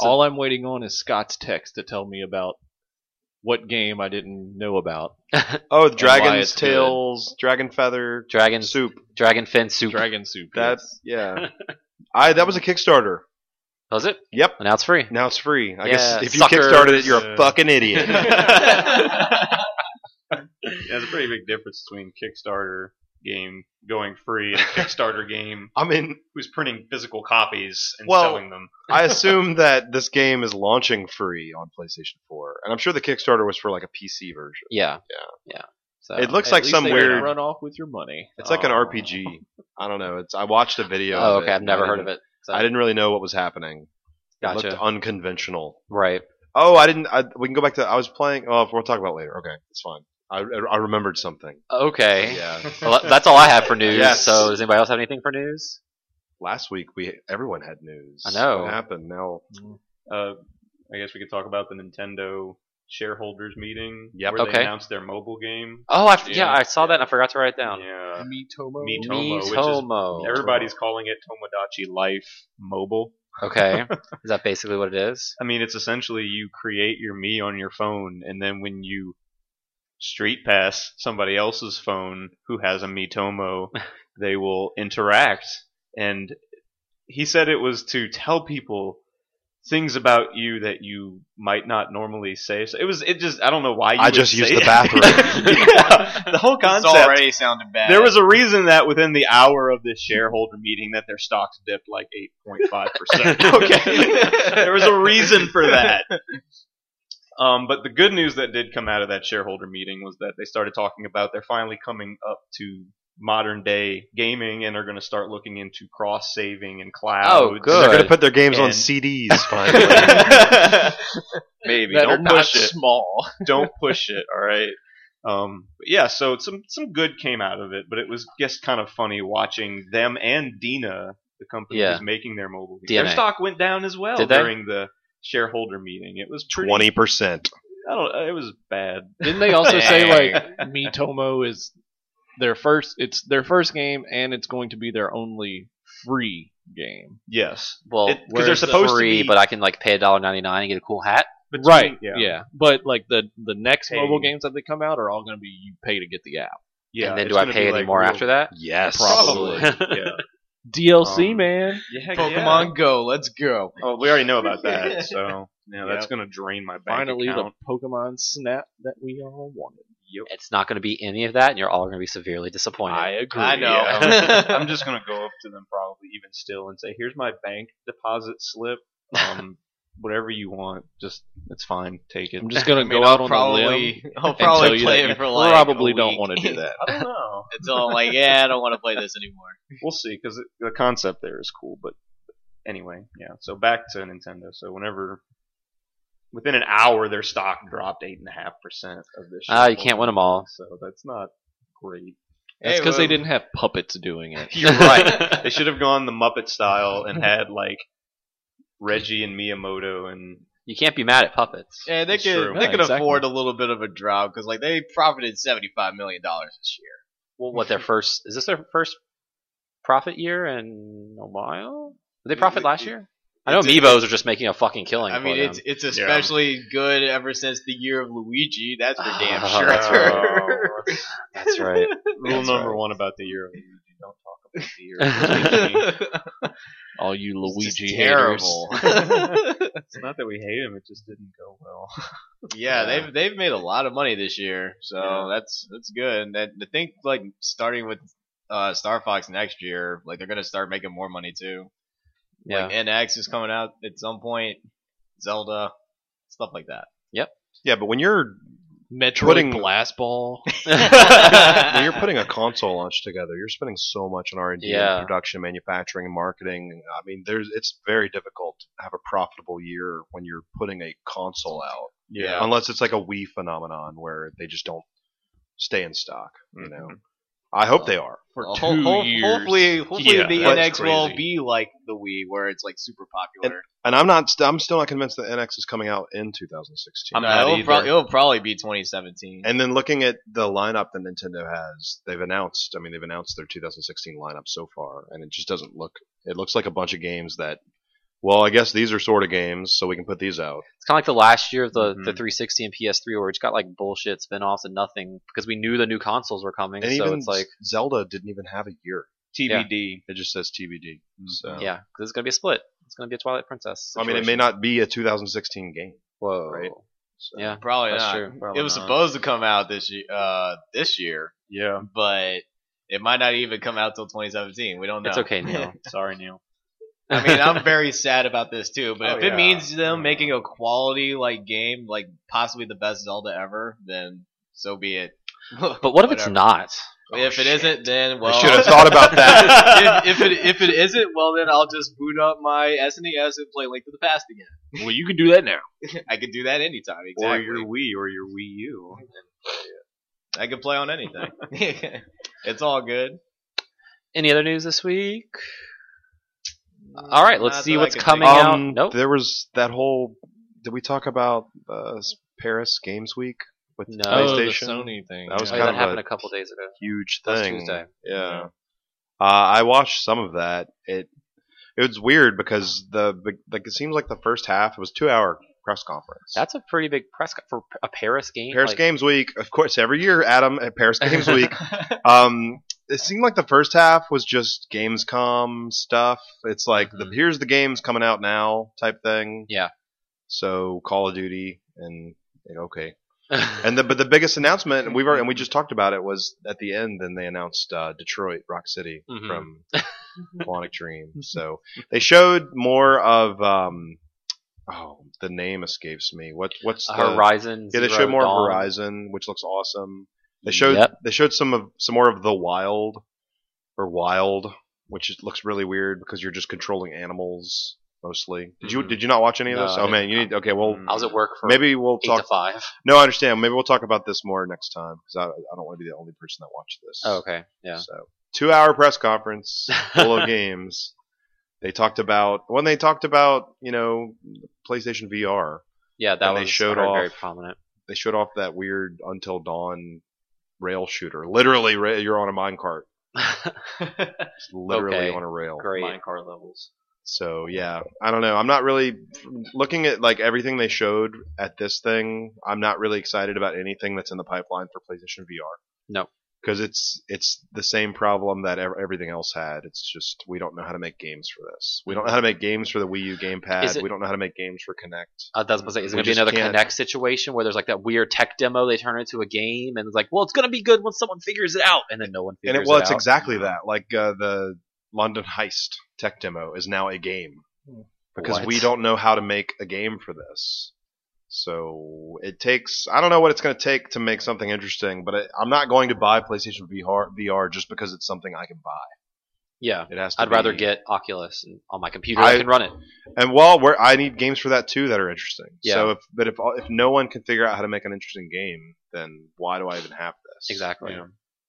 [SPEAKER 2] So-
[SPEAKER 1] All I'm waiting on is Scott's text to tell me about what game I didn't know about.
[SPEAKER 3] Oh,
[SPEAKER 1] why
[SPEAKER 3] the Dragon's
[SPEAKER 1] it's good.
[SPEAKER 3] Tales, Dragon Feather,
[SPEAKER 2] Dragon
[SPEAKER 3] Soup.
[SPEAKER 2] Dragon Fin Soup.
[SPEAKER 1] Dragon Soup.
[SPEAKER 3] That's yeah. I that was a Kickstarter.
[SPEAKER 2] Does it?
[SPEAKER 3] Yep.
[SPEAKER 2] And now it's free.
[SPEAKER 3] Now it's free. I
[SPEAKER 2] Yeah,
[SPEAKER 3] guess if you
[SPEAKER 2] suckers.
[SPEAKER 3] kickstarted it, you're a
[SPEAKER 4] Yeah.
[SPEAKER 3] fucking idiot.
[SPEAKER 4] There's a pretty big difference between Kickstarter game going free and a Kickstarter game
[SPEAKER 3] I mean,
[SPEAKER 4] who's printing physical copies and
[SPEAKER 3] Well,
[SPEAKER 4] selling them.
[SPEAKER 3] I assume that this game is launching free on PlayStation 4, and I'm sure the Kickstarter was for like a PC version.
[SPEAKER 2] Yeah.
[SPEAKER 3] Yeah.
[SPEAKER 2] Yeah. So
[SPEAKER 3] It looks
[SPEAKER 1] At
[SPEAKER 3] like
[SPEAKER 1] least
[SPEAKER 3] some
[SPEAKER 1] they didn't
[SPEAKER 3] weird.
[SPEAKER 1] run off with your money.
[SPEAKER 3] It's like an RPG. I don't know. It's. I watched a video.
[SPEAKER 2] Oh,
[SPEAKER 3] of
[SPEAKER 2] okay.
[SPEAKER 3] it.
[SPEAKER 2] I've never
[SPEAKER 3] I
[SPEAKER 2] heard
[SPEAKER 3] didn't-
[SPEAKER 2] of it. So,
[SPEAKER 3] I didn't really know what was happening. It
[SPEAKER 2] Gotcha.
[SPEAKER 3] looked unconventional.
[SPEAKER 2] Right.
[SPEAKER 3] Oh, I didn't. I, we can go back to. I was playing. Oh, we'll talk about it later. Okay, it's fine. I, I remembered something.
[SPEAKER 2] Okay.
[SPEAKER 3] Yeah.
[SPEAKER 2] Well, that's all I have for news.
[SPEAKER 3] Yes.
[SPEAKER 2] So does anybody else have anything for news?
[SPEAKER 3] Last week we everyone had news.
[SPEAKER 2] I know.
[SPEAKER 3] what happened. Now
[SPEAKER 4] Uh, I guess we could talk about the Nintendo shareholders meeting
[SPEAKER 3] Yep.
[SPEAKER 4] where
[SPEAKER 2] Okay.
[SPEAKER 4] they announced their mobile game.
[SPEAKER 2] Oh, I, f- yeah.
[SPEAKER 4] Yeah.
[SPEAKER 2] I saw that and I forgot to write it down.
[SPEAKER 4] Yeah.
[SPEAKER 1] Mitomo.
[SPEAKER 4] Me too. Tomo, which is-
[SPEAKER 3] Oh,
[SPEAKER 2] Mitomo.
[SPEAKER 4] Everybody's calling it Tomodachi Life Mobile.
[SPEAKER 2] Okay. Is that basically what it is?
[SPEAKER 4] I mean, it's essentially you create your me on your phone, and then when you street pass somebody else's phone who has a Mitomo, they will interact. And he said it was to tell people things about you that you might not normally say. So it was, it just, I don't know why you
[SPEAKER 3] I
[SPEAKER 4] would
[SPEAKER 3] just
[SPEAKER 4] say
[SPEAKER 3] used the
[SPEAKER 4] that. yeah, the whole
[SPEAKER 5] It's
[SPEAKER 4] concept.
[SPEAKER 5] already sounded bad.
[SPEAKER 4] There was a reason that within the hour of this shareholder meeting that their stocks dipped like 8.5%. okay. there was a reason for that. Um, but the good news that did come out of that shareholder meeting was that they started talking about they're finally coming up to modern day gaming and are going to start looking into cross saving and cloud.
[SPEAKER 2] Oh,
[SPEAKER 3] they're
[SPEAKER 2] Good.
[SPEAKER 3] gonna put their games on
[SPEAKER 4] And-
[SPEAKER 3] CDs finally.
[SPEAKER 4] Maybe
[SPEAKER 1] That are
[SPEAKER 4] don't
[SPEAKER 1] not
[SPEAKER 4] push it
[SPEAKER 1] small.
[SPEAKER 4] don't push it. All right. Um, but yeah, so some some good came out of it, but it was just kind of funny watching them and Dina, the company
[SPEAKER 2] Yeah.
[SPEAKER 4] who's making their mobile. game.
[SPEAKER 2] DNA.
[SPEAKER 4] Their stock went down as well
[SPEAKER 2] Did they?
[SPEAKER 4] during the shareholder meeting. It was pretty,
[SPEAKER 3] Twenty percent.
[SPEAKER 4] I don't. It was bad.
[SPEAKER 1] Didn't they also say like Mitomo is their first? It's their first game, and it's going to be their only free game.
[SPEAKER 4] Yes,
[SPEAKER 2] Well,
[SPEAKER 4] It- 'cause
[SPEAKER 2] where's
[SPEAKER 4] they're supposed to
[SPEAKER 2] free,
[SPEAKER 4] be-
[SPEAKER 2] but I can like pay a dollar ninety nine and get a cool hat.
[SPEAKER 4] Between-
[SPEAKER 1] right.
[SPEAKER 4] Yeah.
[SPEAKER 1] Yeah. But like the the next
[SPEAKER 4] Pay.
[SPEAKER 1] mobile games that they come out are all going to be you pay to get the app.
[SPEAKER 4] Yeah.
[SPEAKER 2] and then
[SPEAKER 4] it's
[SPEAKER 2] do I
[SPEAKER 4] gonna
[SPEAKER 2] pay
[SPEAKER 4] be,
[SPEAKER 2] any
[SPEAKER 4] like,
[SPEAKER 2] more
[SPEAKER 4] real-
[SPEAKER 2] after that?
[SPEAKER 3] Yes.
[SPEAKER 1] Probably.
[SPEAKER 4] Yeah.
[SPEAKER 1] DLC
[SPEAKER 4] Um,
[SPEAKER 1] man.
[SPEAKER 4] yeah heck yeah.
[SPEAKER 5] Pokemon Go. Let's go.
[SPEAKER 4] Oh, we already know about that. So yeah,
[SPEAKER 5] Yeah.
[SPEAKER 4] that's gonna drain my bank
[SPEAKER 1] Finally,
[SPEAKER 4] account.
[SPEAKER 1] the Pokemon Snap that we all wanted.
[SPEAKER 4] Yep.
[SPEAKER 2] It's not going to be any of that, and you're all going to be severely disappointed.
[SPEAKER 1] I agree.
[SPEAKER 4] I know.
[SPEAKER 6] I'm just gonna go up to them probably.
[SPEAKER 4] Even still, and say, "Here's my bank deposit slip. Um, whatever you want, just it's fine. Take it."
[SPEAKER 1] I'm just gonna
[SPEAKER 5] I mean,
[SPEAKER 1] go out
[SPEAKER 5] I'll
[SPEAKER 1] on a limb
[SPEAKER 5] probably, I'll
[SPEAKER 1] and tell
[SPEAKER 5] probably
[SPEAKER 1] you
[SPEAKER 5] play
[SPEAKER 1] that you
[SPEAKER 5] it for like
[SPEAKER 1] probably
[SPEAKER 5] a
[SPEAKER 1] don't
[SPEAKER 5] week.
[SPEAKER 1] want to do that.
[SPEAKER 4] I don't know.
[SPEAKER 5] until I'm like, yeah, I don't want to play this anymore.
[SPEAKER 4] we'll see because the concept there is cool. But anyway, yeah. So back to Nintendo. So whenever within an hour, their stock dropped eight and a half percent of this.
[SPEAKER 2] Ah,
[SPEAKER 4] shit.
[SPEAKER 2] you can't win them all.
[SPEAKER 4] So that's not great.
[SPEAKER 1] That's
[SPEAKER 5] Hey,
[SPEAKER 1] because they
[SPEAKER 5] well-
[SPEAKER 1] didn't have puppets doing it.
[SPEAKER 4] You're right. they should have gone the Muppet style and had like Reggie and Miyamoto and
[SPEAKER 2] You can't be mad at puppets.
[SPEAKER 5] Yeah, they
[SPEAKER 4] That's
[SPEAKER 5] could
[SPEAKER 4] true.
[SPEAKER 5] they
[SPEAKER 1] Yeah,
[SPEAKER 5] could
[SPEAKER 1] exactly.
[SPEAKER 5] afford a little bit of a drought because like they profited seventy five million dollars this year.
[SPEAKER 2] Well, what their first is this their first profit year in a while? Did they profit
[SPEAKER 5] It- it-
[SPEAKER 2] last year? I know
[SPEAKER 5] it's-
[SPEAKER 2] Amiibos are just making a fucking killing.
[SPEAKER 5] I mean,
[SPEAKER 2] for
[SPEAKER 5] it's
[SPEAKER 2] them.
[SPEAKER 5] it's especially good ever since the year of Luigi. That's for damn
[SPEAKER 2] Oh,
[SPEAKER 5] sure.
[SPEAKER 2] that's that's right.
[SPEAKER 4] rule
[SPEAKER 2] That's
[SPEAKER 4] number
[SPEAKER 2] right.
[SPEAKER 4] one about the year. of Luigi, Don't talk about the year. of Luigi.
[SPEAKER 1] All you Luigi haters.
[SPEAKER 5] terrible.
[SPEAKER 4] it's not that we hate him; it just didn't go well.
[SPEAKER 5] yeah,
[SPEAKER 2] Yeah.
[SPEAKER 5] they've they've made a lot of money this year, so
[SPEAKER 4] Yeah.
[SPEAKER 5] that's that's good. And that, I think like starting with uh, Star Fox next year, like they're gonna start making more money too.
[SPEAKER 2] Yeah.
[SPEAKER 5] Like NX is coming out at some point, Zelda, stuff like that.
[SPEAKER 3] Yeah, but when you're
[SPEAKER 1] Metroid
[SPEAKER 3] Putting-
[SPEAKER 1] Blast Ball.
[SPEAKER 3] when you're putting a console launch together, you're spending so much on R and D,
[SPEAKER 2] Yeah.
[SPEAKER 3] production, manufacturing, and marketing. I mean, there's it's very difficult to have a profitable year when you're putting a console out,
[SPEAKER 5] Yeah.
[SPEAKER 3] unless it's like a Wii phenomenon where they just don't stay in stock. You know,
[SPEAKER 4] Mhm.
[SPEAKER 3] I hope they are.
[SPEAKER 5] Well,
[SPEAKER 1] two
[SPEAKER 5] ho- ho-
[SPEAKER 1] years.
[SPEAKER 5] Hopefully, hopefully
[SPEAKER 4] Yeah,
[SPEAKER 5] the NX
[SPEAKER 3] that's
[SPEAKER 5] will
[SPEAKER 3] crazy.
[SPEAKER 5] be like the Wii, where it's like super popular.
[SPEAKER 3] And I'm not. St- I'm still not convinced that NX is coming out in 2016.
[SPEAKER 4] I'm
[SPEAKER 5] No,
[SPEAKER 4] not
[SPEAKER 5] it'll,
[SPEAKER 4] either.
[SPEAKER 5] prob- it'll probably be 2017.
[SPEAKER 3] and then looking at the lineup that Nintendo has, they've announced. I mean, they've announced their 2016 lineup so far, and it just doesn't look. It looks like a bunch of games that. Well, I guess these are sort of games, so we can put these out.
[SPEAKER 2] It's kind of like the last year of the, the
[SPEAKER 5] Mm-hmm.
[SPEAKER 4] Mhm.
[SPEAKER 2] 360 and PS3, where it's got like bullshit spin-offs and nothing because we knew the new consoles were coming.
[SPEAKER 3] And
[SPEAKER 2] so
[SPEAKER 3] even
[SPEAKER 2] it's like,
[SPEAKER 3] Zelda didn't even have a year.
[SPEAKER 4] TBD.
[SPEAKER 3] It just says TBD.
[SPEAKER 4] Mm-hmm.
[SPEAKER 3] So
[SPEAKER 2] yeah, because it's gonna be a split. It's gonna be a Twilight Princess.
[SPEAKER 3] I mean, it may
[SPEAKER 2] situation.
[SPEAKER 3] not be a 2016 game.
[SPEAKER 2] Whoa.
[SPEAKER 3] right?
[SPEAKER 2] Yeah,
[SPEAKER 5] probably
[SPEAKER 2] that's
[SPEAKER 5] not.
[SPEAKER 2] true.
[SPEAKER 5] it was supposed to come out this year, uh, this year,
[SPEAKER 4] Yeah.
[SPEAKER 5] but it might not even come out till 2017. We don't know.
[SPEAKER 2] It's okay, Neil.
[SPEAKER 4] Sorry, Neil.
[SPEAKER 5] I mean, I'm very sad about this too. But
[SPEAKER 4] Oh,
[SPEAKER 5] if
[SPEAKER 4] yeah.
[SPEAKER 5] it means them
[SPEAKER 4] Yeah.
[SPEAKER 5] making a quality like game, like possibly the best Zelda ever, then so be it.
[SPEAKER 2] but what if it's
[SPEAKER 5] Whatever.
[SPEAKER 2] not?
[SPEAKER 5] If it not then well,
[SPEAKER 3] I should have thought about that.
[SPEAKER 5] if, if it if it isn't, well then I'll just boot up my SNES and play Link to the Past again.
[SPEAKER 1] well, you can do that now.
[SPEAKER 5] I could do that anytime.
[SPEAKER 4] Or
[SPEAKER 5] Exactly.
[SPEAKER 4] your Wii or your Wii U.
[SPEAKER 5] I could play on anything. it's all good.
[SPEAKER 2] Any other news this week? All right, let's
[SPEAKER 5] Not
[SPEAKER 2] see
[SPEAKER 5] that I
[SPEAKER 2] what's
[SPEAKER 5] can
[SPEAKER 2] coming
[SPEAKER 5] think
[SPEAKER 2] out.
[SPEAKER 3] Um,
[SPEAKER 2] Nope.
[SPEAKER 3] There was that whole. Did we talk about uh, s- Paris Games Week with
[SPEAKER 2] No.
[SPEAKER 1] Oh, the
[SPEAKER 3] PlayStation?
[SPEAKER 1] Sony thing.
[SPEAKER 3] That was
[SPEAKER 2] Oh,
[SPEAKER 1] yeah.
[SPEAKER 3] kind
[SPEAKER 2] that
[SPEAKER 3] of
[SPEAKER 2] happened
[SPEAKER 3] a-
[SPEAKER 2] a couple days ago.
[SPEAKER 3] Huge
[SPEAKER 2] Last
[SPEAKER 3] thing.
[SPEAKER 2] Tuesday.
[SPEAKER 3] Yeah. Uh, I watched some of that. It it was weird because the like it seems like the first half it was two hour press conference.
[SPEAKER 2] That's a pretty big press co- for a Paris game.
[SPEAKER 3] Paris
[SPEAKER 2] like-
[SPEAKER 3] Games Week, of course, every year, Adam at Paris Games Week. Um, it seemed like the first half was just Gamescom stuff. It's like the, here's the games coming out now type thing.
[SPEAKER 2] Mm-hmm. Yeah.
[SPEAKER 3] So Call of Duty and and okay, and the but the biggest announcement and we've already, and we just talked about it was at the end. Then they announced uh, Detroit Rock City
[SPEAKER 2] Mhm.
[SPEAKER 3] from Quantic Dream. So they showed more of um, oh the name escapes me. What what's the
[SPEAKER 2] Horizon.
[SPEAKER 3] yeah, they
[SPEAKER 2] Uh, Zero
[SPEAKER 3] showed more
[SPEAKER 2] Dawn.
[SPEAKER 3] of Horizon, which looks awesome. They showed
[SPEAKER 2] Yep.
[SPEAKER 3] they showed some of some more of the wild or wild, which is, looks really weird because you're just controlling animals mostly. Did you
[SPEAKER 2] Mhm.
[SPEAKER 3] did you not watch any of
[SPEAKER 2] No,
[SPEAKER 3] this?
[SPEAKER 2] I
[SPEAKER 3] oh man, you need okay. Well,
[SPEAKER 2] I was at work for
[SPEAKER 3] maybe we'll
[SPEAKER 2] eight
[SPEAKER 3] talk.
[SPEAKER 2] to five.
[SPEAKER 3] No, I understand. Maybe we'll talk about this more next time because I, I don't want to be the only person that watched this.
[SPEAKER 2] Oh, okay. Yeah.
[SPEAKER 3] So two hour press conference full of games. They talked about when they talked about you know PlayStation VR
[SPEAKER 2] Yeah, that
[SPEAKER 3] And
[SPEAKER 2] was
[SPEAKER 3] they showed
[SPEAKER 2] I heard, very
[SPEAKER 3] off-
[SPEAKER 2] prominent.
[SPEAKER 3] they showed off that weird Until Dawn rail shooter. Literally, ra- you're on a minecart. It's literally
[SPEAKER 2] Okay,
[SPEAKER 3] on a rail.
[SPEAKER 2] Great.
[SPEAKER 4] Minecart levels.
[SPEAKER 3] So yeah, I don't know. I'm not really looking at like everything they showed at this thing. I'm not really excited about anything that's in the pipeline for PlayStation VR.
[SPEAKER 2] No.
[SPEAKER 3] because it's it's the same problem that ev- everything else had. It's just we don't know how to make games for this. We don't know how to make games for the Wii U
[SPEAKER 2] Is
[SPEAKER 3] gamepad.
[SPEAKER 2] it-
[SPEAKER 3] we don't know how to make games for Connect.
[SPEAKER 2] Uh, that's what I'm saying. Is it
[SPEAKER 3] We
[SPEAKER 2] going to be
[SPEAKER 3] just
[SPEAKER 2] another
[SPEAKER 3] can't-
[SPEAKER 2] Connect situation where there's like that weird tech demo they turn into a game and it's like, well, it's going to be good when someone figures it out, and then no one figures
[SPEAKER 3] And it, well,
[SPEAKER 2] it
[SPEAKER 3] it's
[SPEAKER 2] out.
[SPEAKER 3] exactly that. Like uh, the London Heist tech demo is now a game because
[SPEAKER 2] What?
[SPEAKER 3] we don't know how to make a game for this. So it takes. I don't know what it's going to take to make something interesting, but I, I'm not going to buy PlayStation VR, VR just because it's something I can buy.
[SPEAKER 2] Yeah,
[SPEAKER 3] It has. To
[SPEAKER 2] I'd rather
[SPEAKER 3] be-
[SPEAKER 2] get Oculus and on my computer. I
[SPEAKER 3] I-
[SPEAKER 2] can run it.
[SPEAKER 3] And while we're, I need games for that too that are interesting.
[SPEAKER 2] Yeah.
[SPEAKER 3] So if, but if if no one can figure out how to make an interesting game, then why do I even have this?
[SPEAKER 2] Exactly.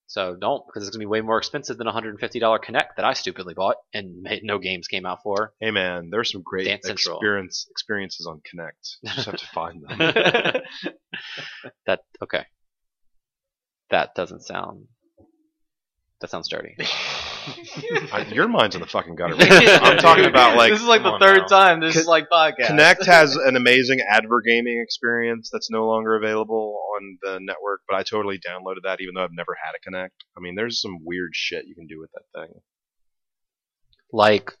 [SPEAKER 2] So don't because it's going to be way more expensive than a $150 Connect that I stupidly bought and made, no games came out for.
[SPEAKER 3] Hey man, there's some great
[SPEAKER 2] Dance Central.
[SPEAKER 3] experience experiences on Connect. You just have to find them.
[SPEAKER 2] that okay. That doesn't sound. That sounds dirty.
[SPEAKER 3] I- your mind's in the fucking gutter. right now. I'm talking about like
[SPEAKER 5] this is like
[SPEAKER 6] come
[SPEAKER 5] the
[SPEAKER 6] on
[SPEAKER 5] third
[SPEAKER 6] now.
[SPEAKER 5] time this is like podcast.
[SPEAKER 3] Connect has an amazing adver gaming experience that's no longer available on the network, but I totally downloaded that even though I've never had a Connect. I mean, there's some weird shit you can do with that thing.
[SPEAKER 2] Like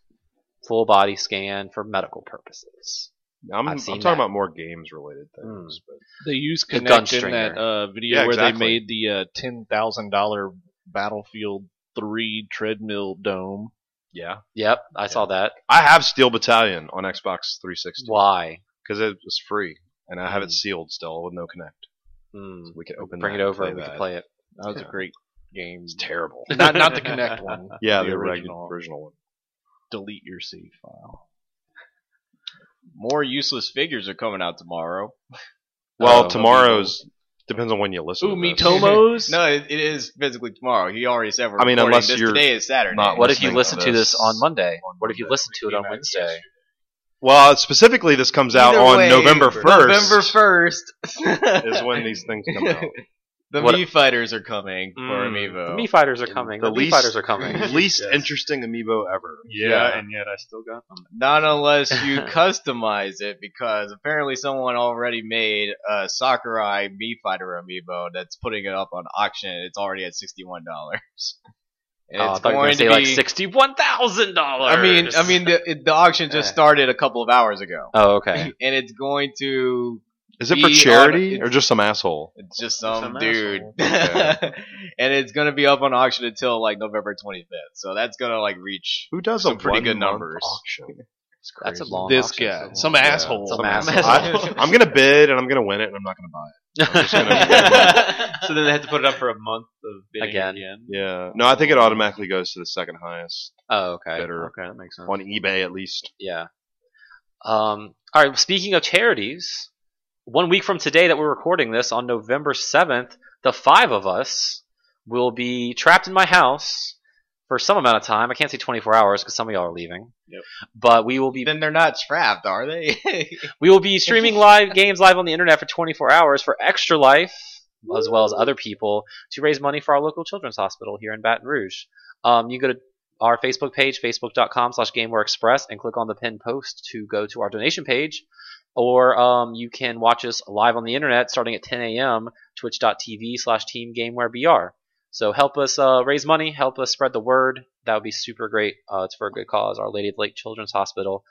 [SPEAKER 2] full body scan for medical purposes.
[SPEAKER 3] I'm, I'm
[SPEAKER 2] I've seen
[SPEAKER 3] talking
[SPEAKER 2] that. Hmm.
[SPEAKER 3] about more games related things. But.
[SPEAKER 1] They used
[SPEAKER 2] The
[SPEAKER 1] Connect in
[SPEAKER 2] Gunstringer.
[SPEAKER 1] that uh, video
[SPEAKER 3] Yeah,
[SPEAKER 1] where
[SPEAKER 3] exactly.
[SPEAKER 1] they made the uh, ten thousand dollar Battlefield Three treadmill dome.
[SPEAKER 3] Yeah.
[SPEAKER 2] Yep, I saw that.
[SPEAKER 3] I have Steel Battalion on Xbox 360
[SPEAKER 2] Why?
[SPEAKER 3] because it was free, and I have
[SPEAKER 2] Mm.
[SPEAKER 3] it sealed still with no connect.
[SPEAKER 2] Hmm.
[SPEAKER 3] We can open
[SPEAKER 2] Bring it
[SPEAKER 3] that
[SPEAKER 2] over
[SPEAKER 3] and
[SPEAKER 2] and we can play it.
[SPEAKER 1] That was
[SPEAKER 3] Yeah.
[SPEAKER 1] a great game.
[SPEAKER 3] It's terrible.
[SPEAKER 1] not not the Connect one.
[SPEAKER 3] yeah,
[SPEAKER 1] the,
[SPEAKER 3] the original,
[SPEAKER 1] original.
[SPEAKER 3] original one.
[SPEAKER 1] Delete your save file.
[SPEAKER 5] More useless figures are coming out tomorrow.
[SPEAKER 3] Well,
[SPEAKER 2] Oh.
[SPEAKER 3] tomorro's depends on when you listen.
[SPEAKER 1] Ooh,
[SPEAKER 3] to this.
[SPEAKER 1] Mitomo's.
[SPEAKER 5] No, it, it is physically tomorrow. He already said we're.
[SPEAKER 3] I mean,
[SPEAKER 5] recording
[SPEAKER 3] unless
[SPEAKER 5] this
[SPEAKER 3] you're
[SPEAKER 5] today is Saturday.
[SPEAKER 3] not
[SPEAKER 2] What if you
[SPEAKER 3] listening
[SPEAKER 2] listen
[SPEAKER 3] to
[SPEAKER 2] to
[SPEAKER 3] this
[SPEAKER 2] this on Monday?
[SPEAKER 3] on
[SPEAKER 2] What if you
[SPEAKER 3] Monday.
[SPEAKER 2] listen to it on
[SPEAKER 6] Came out
[SPEAKER 2] Wednesday?
[SPEAKER 3] Well, specifically, this comes out
[SPEAKER 5] Either
[SPEAKER 3] on
[SPEAKER 5] way,
[SPEAKER 3] November
[SPEAKER 5] November
[SPEAKER 3] first.
[SPEAKER 5] first
[SPEAKER 3] is when these things come out.
[SPEAKER 5] the
[SPEAKER 2] What-
[SPEAKER 5] Mii fighters are coming for
[SPEAKER 6] Mm,
[SPEAKER 5] Amiibo.
[SPEAKER 2] The Mii Fighters are coming.
[SPEAKER 3] the
[SPEAKER 2] The, Mii
[SPEAKER 3] least-
[SPEAKER 2] Fighters are coming.
[SPEAKER 3] Least
[SPEAKER 6] Yes.
[SPEAKER 3] interesting amiibo ever.
[SPEAKER 6] Yeah,
[SPEAKER 5] Yeah.
[SPEAKER 6] and yet I still got them.
[SPEAKER 5] Not unless you customize it, because apparently someone already made a Sakurai Mii Fighter amiibo that's putting it up on auction. It's already at sixty one dollars.
[SPEAKER 2] Oh, I thought you were gonna say like sixty-one thousand dollars.
[SPEAKER 5] I mean, I mean, the, it- the auction just
[SPEAKER 6] Eh.
[SPEAKER 5] started a couple of hours ago,
[SPEAKER 2] Oh, okay.
[SPEAKER 5] and it's going to
[SPEAKER 3] Is it for
[SPEAKER 5] We
[SPEAKER 3] charity
[SPEAKER 5] oughta-
[SPEAKER 3] or just some asshole?
[SPEAKER 5] it's just some,
[SPEAKER 6] Some
[SPEAKER 5] dude,
[SPEAKER 6] asshole.
[SPEAKER 5] and it's going to be up on auction until like November twenty fifth. So that's going to like reach
[SPEAKER 3] Who does
[SPEAKER 5] Some
[SPEAKER 3] a
[SPEAKER 5] pretty good
[SPEAKER 3] one-month
[SPEAKER 5] numbers.
[SPEAKER 3] auction? It's
[SPEAKER 2] That's a
[SPEAKER 3] crazy.
[SPEAKER 2] long
[SPEAKER 1] this
[SPEAKER 2] option,
[SPEAKER 1] guy,
[SPEAKER 2] so-
[SPEAKER 1] some
[SPEAKER 2] Yeah.
[SPEAKER 1] asshole.
[SPEAKER 2] Some
[SPEAKER 3] I,
[SPEAKER 2] asshole.
[SPEAKER 3] I'm gonna bid and I'm gonna win it and I'm not gonna buy it.
[SPEAKER 6] So then they had to put it up for a month of bidding
[SPEAKER 2] Again.
[SPEAKER 6] again.
[SPEAKER 3] Yeah. No, I think it automatically goes to the second highest
[SPEAKER 2] oh, okay.
[SPEAKER 3] bidder
[SPEAKER 6] Okay, that makes sense.
[SPEAKER 3] on eBay at least.
[SPEAKER 2] Yeah. Um. All right. Speaking of charities, one week from today that we're recording this on November seventh, the five of us will be trapped in my house for some amount of time. I can't say twenty-four hours because some of y'all are leaving.
[SPEAKER 6] Yep.
[SPEAKER 2] But we will be
[SPEAKER 5] then they're not trapped, are they?
[SPEAKER 2] We will be streaming live games live on the internet for 24 hours for Extra Life, as well as other people, to raise money for our local children's hospital here in Baton Rouge. Um, you go to our Facebook page, facebook.com slash GameWareExpress, and click on the pinned post to go to our donation page. Or um, you can watch us live on the internet starting at 10 a.m., twitch.tv slash teamgamewarebr. So help us uh, raise money, help us spread the word. That would be super great. Uh, it's for a good cause, Our Lady of the Lake Children's Hospital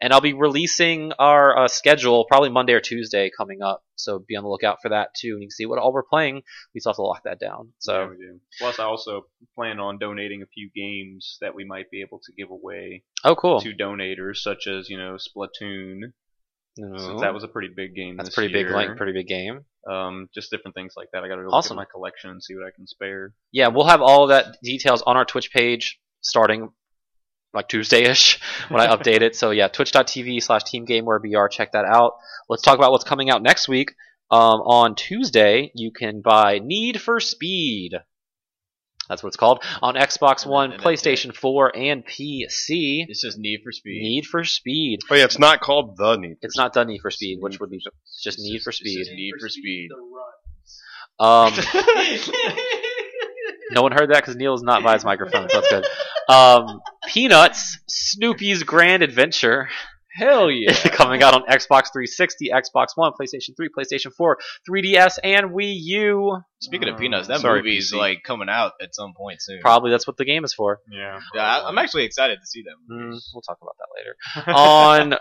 [SPEAKER 2] and I'll be releasing our uh, schedule probably Monday or Tuesday coming up. So be on the lookout for that too, and you can see what all we're playing. We still have to lock that down.
[SPEAKER 6] Yeah,
[SPEAKER 2] So
[SPEAKER 6] we do. Plus, I also plan on donating a few games that we might be able to give away
[SPEAKER 2] oh, cool.
[SPEAKER 6] to donators, such as you know Splatoon,
[SPEAKER 2] No.
[SPEAKER 6] since that was a pretty big game.
[SPEAKER 2] that's
[SPEAKER 6] this
[SPEAKER 2] pretty big
[SPEAKER 6] year.
[SPEAKER 2] link, pretty big game.
[SPEAKER 6] Um, just different things like that. I got to go
[SPEAKER 2] Awesome.
[SPEAKER 6] look at my collection and see what I can spare.
[SPEAKER 2] Yeah, we'll have all that details on our Twitch page starting like Tuesday ish when I update it. So yeah, twitch.tv slash teamgamewarebr. Check that out. Let's talk about what's coming out next week. Um, on Tuesday, you can buy Need for Speed. That's what it's called on Xbox
[SPEAKER 5] And
[SPEAKER 2] One,
[SPEAKER 5] then that's it.
[SPEAKER 2] PlayStation 4, and PC.
[SPEAKER 5] it's just Need for Speed.
[SPEAKER 2] Need for Speed.
[SPEAKER 3] Oh yeah, it's not called the Need.
[SPEAKER 2] It's not done Need for Speed, which would be just Need for Speed.
[SPEAKER 5] Need for Speed.
[SPEAKER 2] Um, no one heard that because Neil's not by his microphone, so that's good. Um, Peanuts, Snoopy's Grand Adventure,
[SPEAKER 4] Hell yeah.
[SPEAKER 2] coming out on Xbox 360, Xbox One, PlayStation 3, PlayStation 4, 3DS, and Wii U.
[SPEAKER 5] Speaking
[SPEAKER 3] Mm.
[SPEAKER 5] of peanuts, that
[SPEAKER 3] Sorry,
[SPEAKER 5] movie's
[SPEAKER 3] PC.
[SPEAKER 5] like coming out at some point soon.
[SPEAKER 2] Probably that's what the game is for. Mm,
[SPEAKER 4] Yeah.
[SPEAKER 5] Yeah, I- I'm actually excited to see them.
[SPEAKER 2] We'll talk about that later. on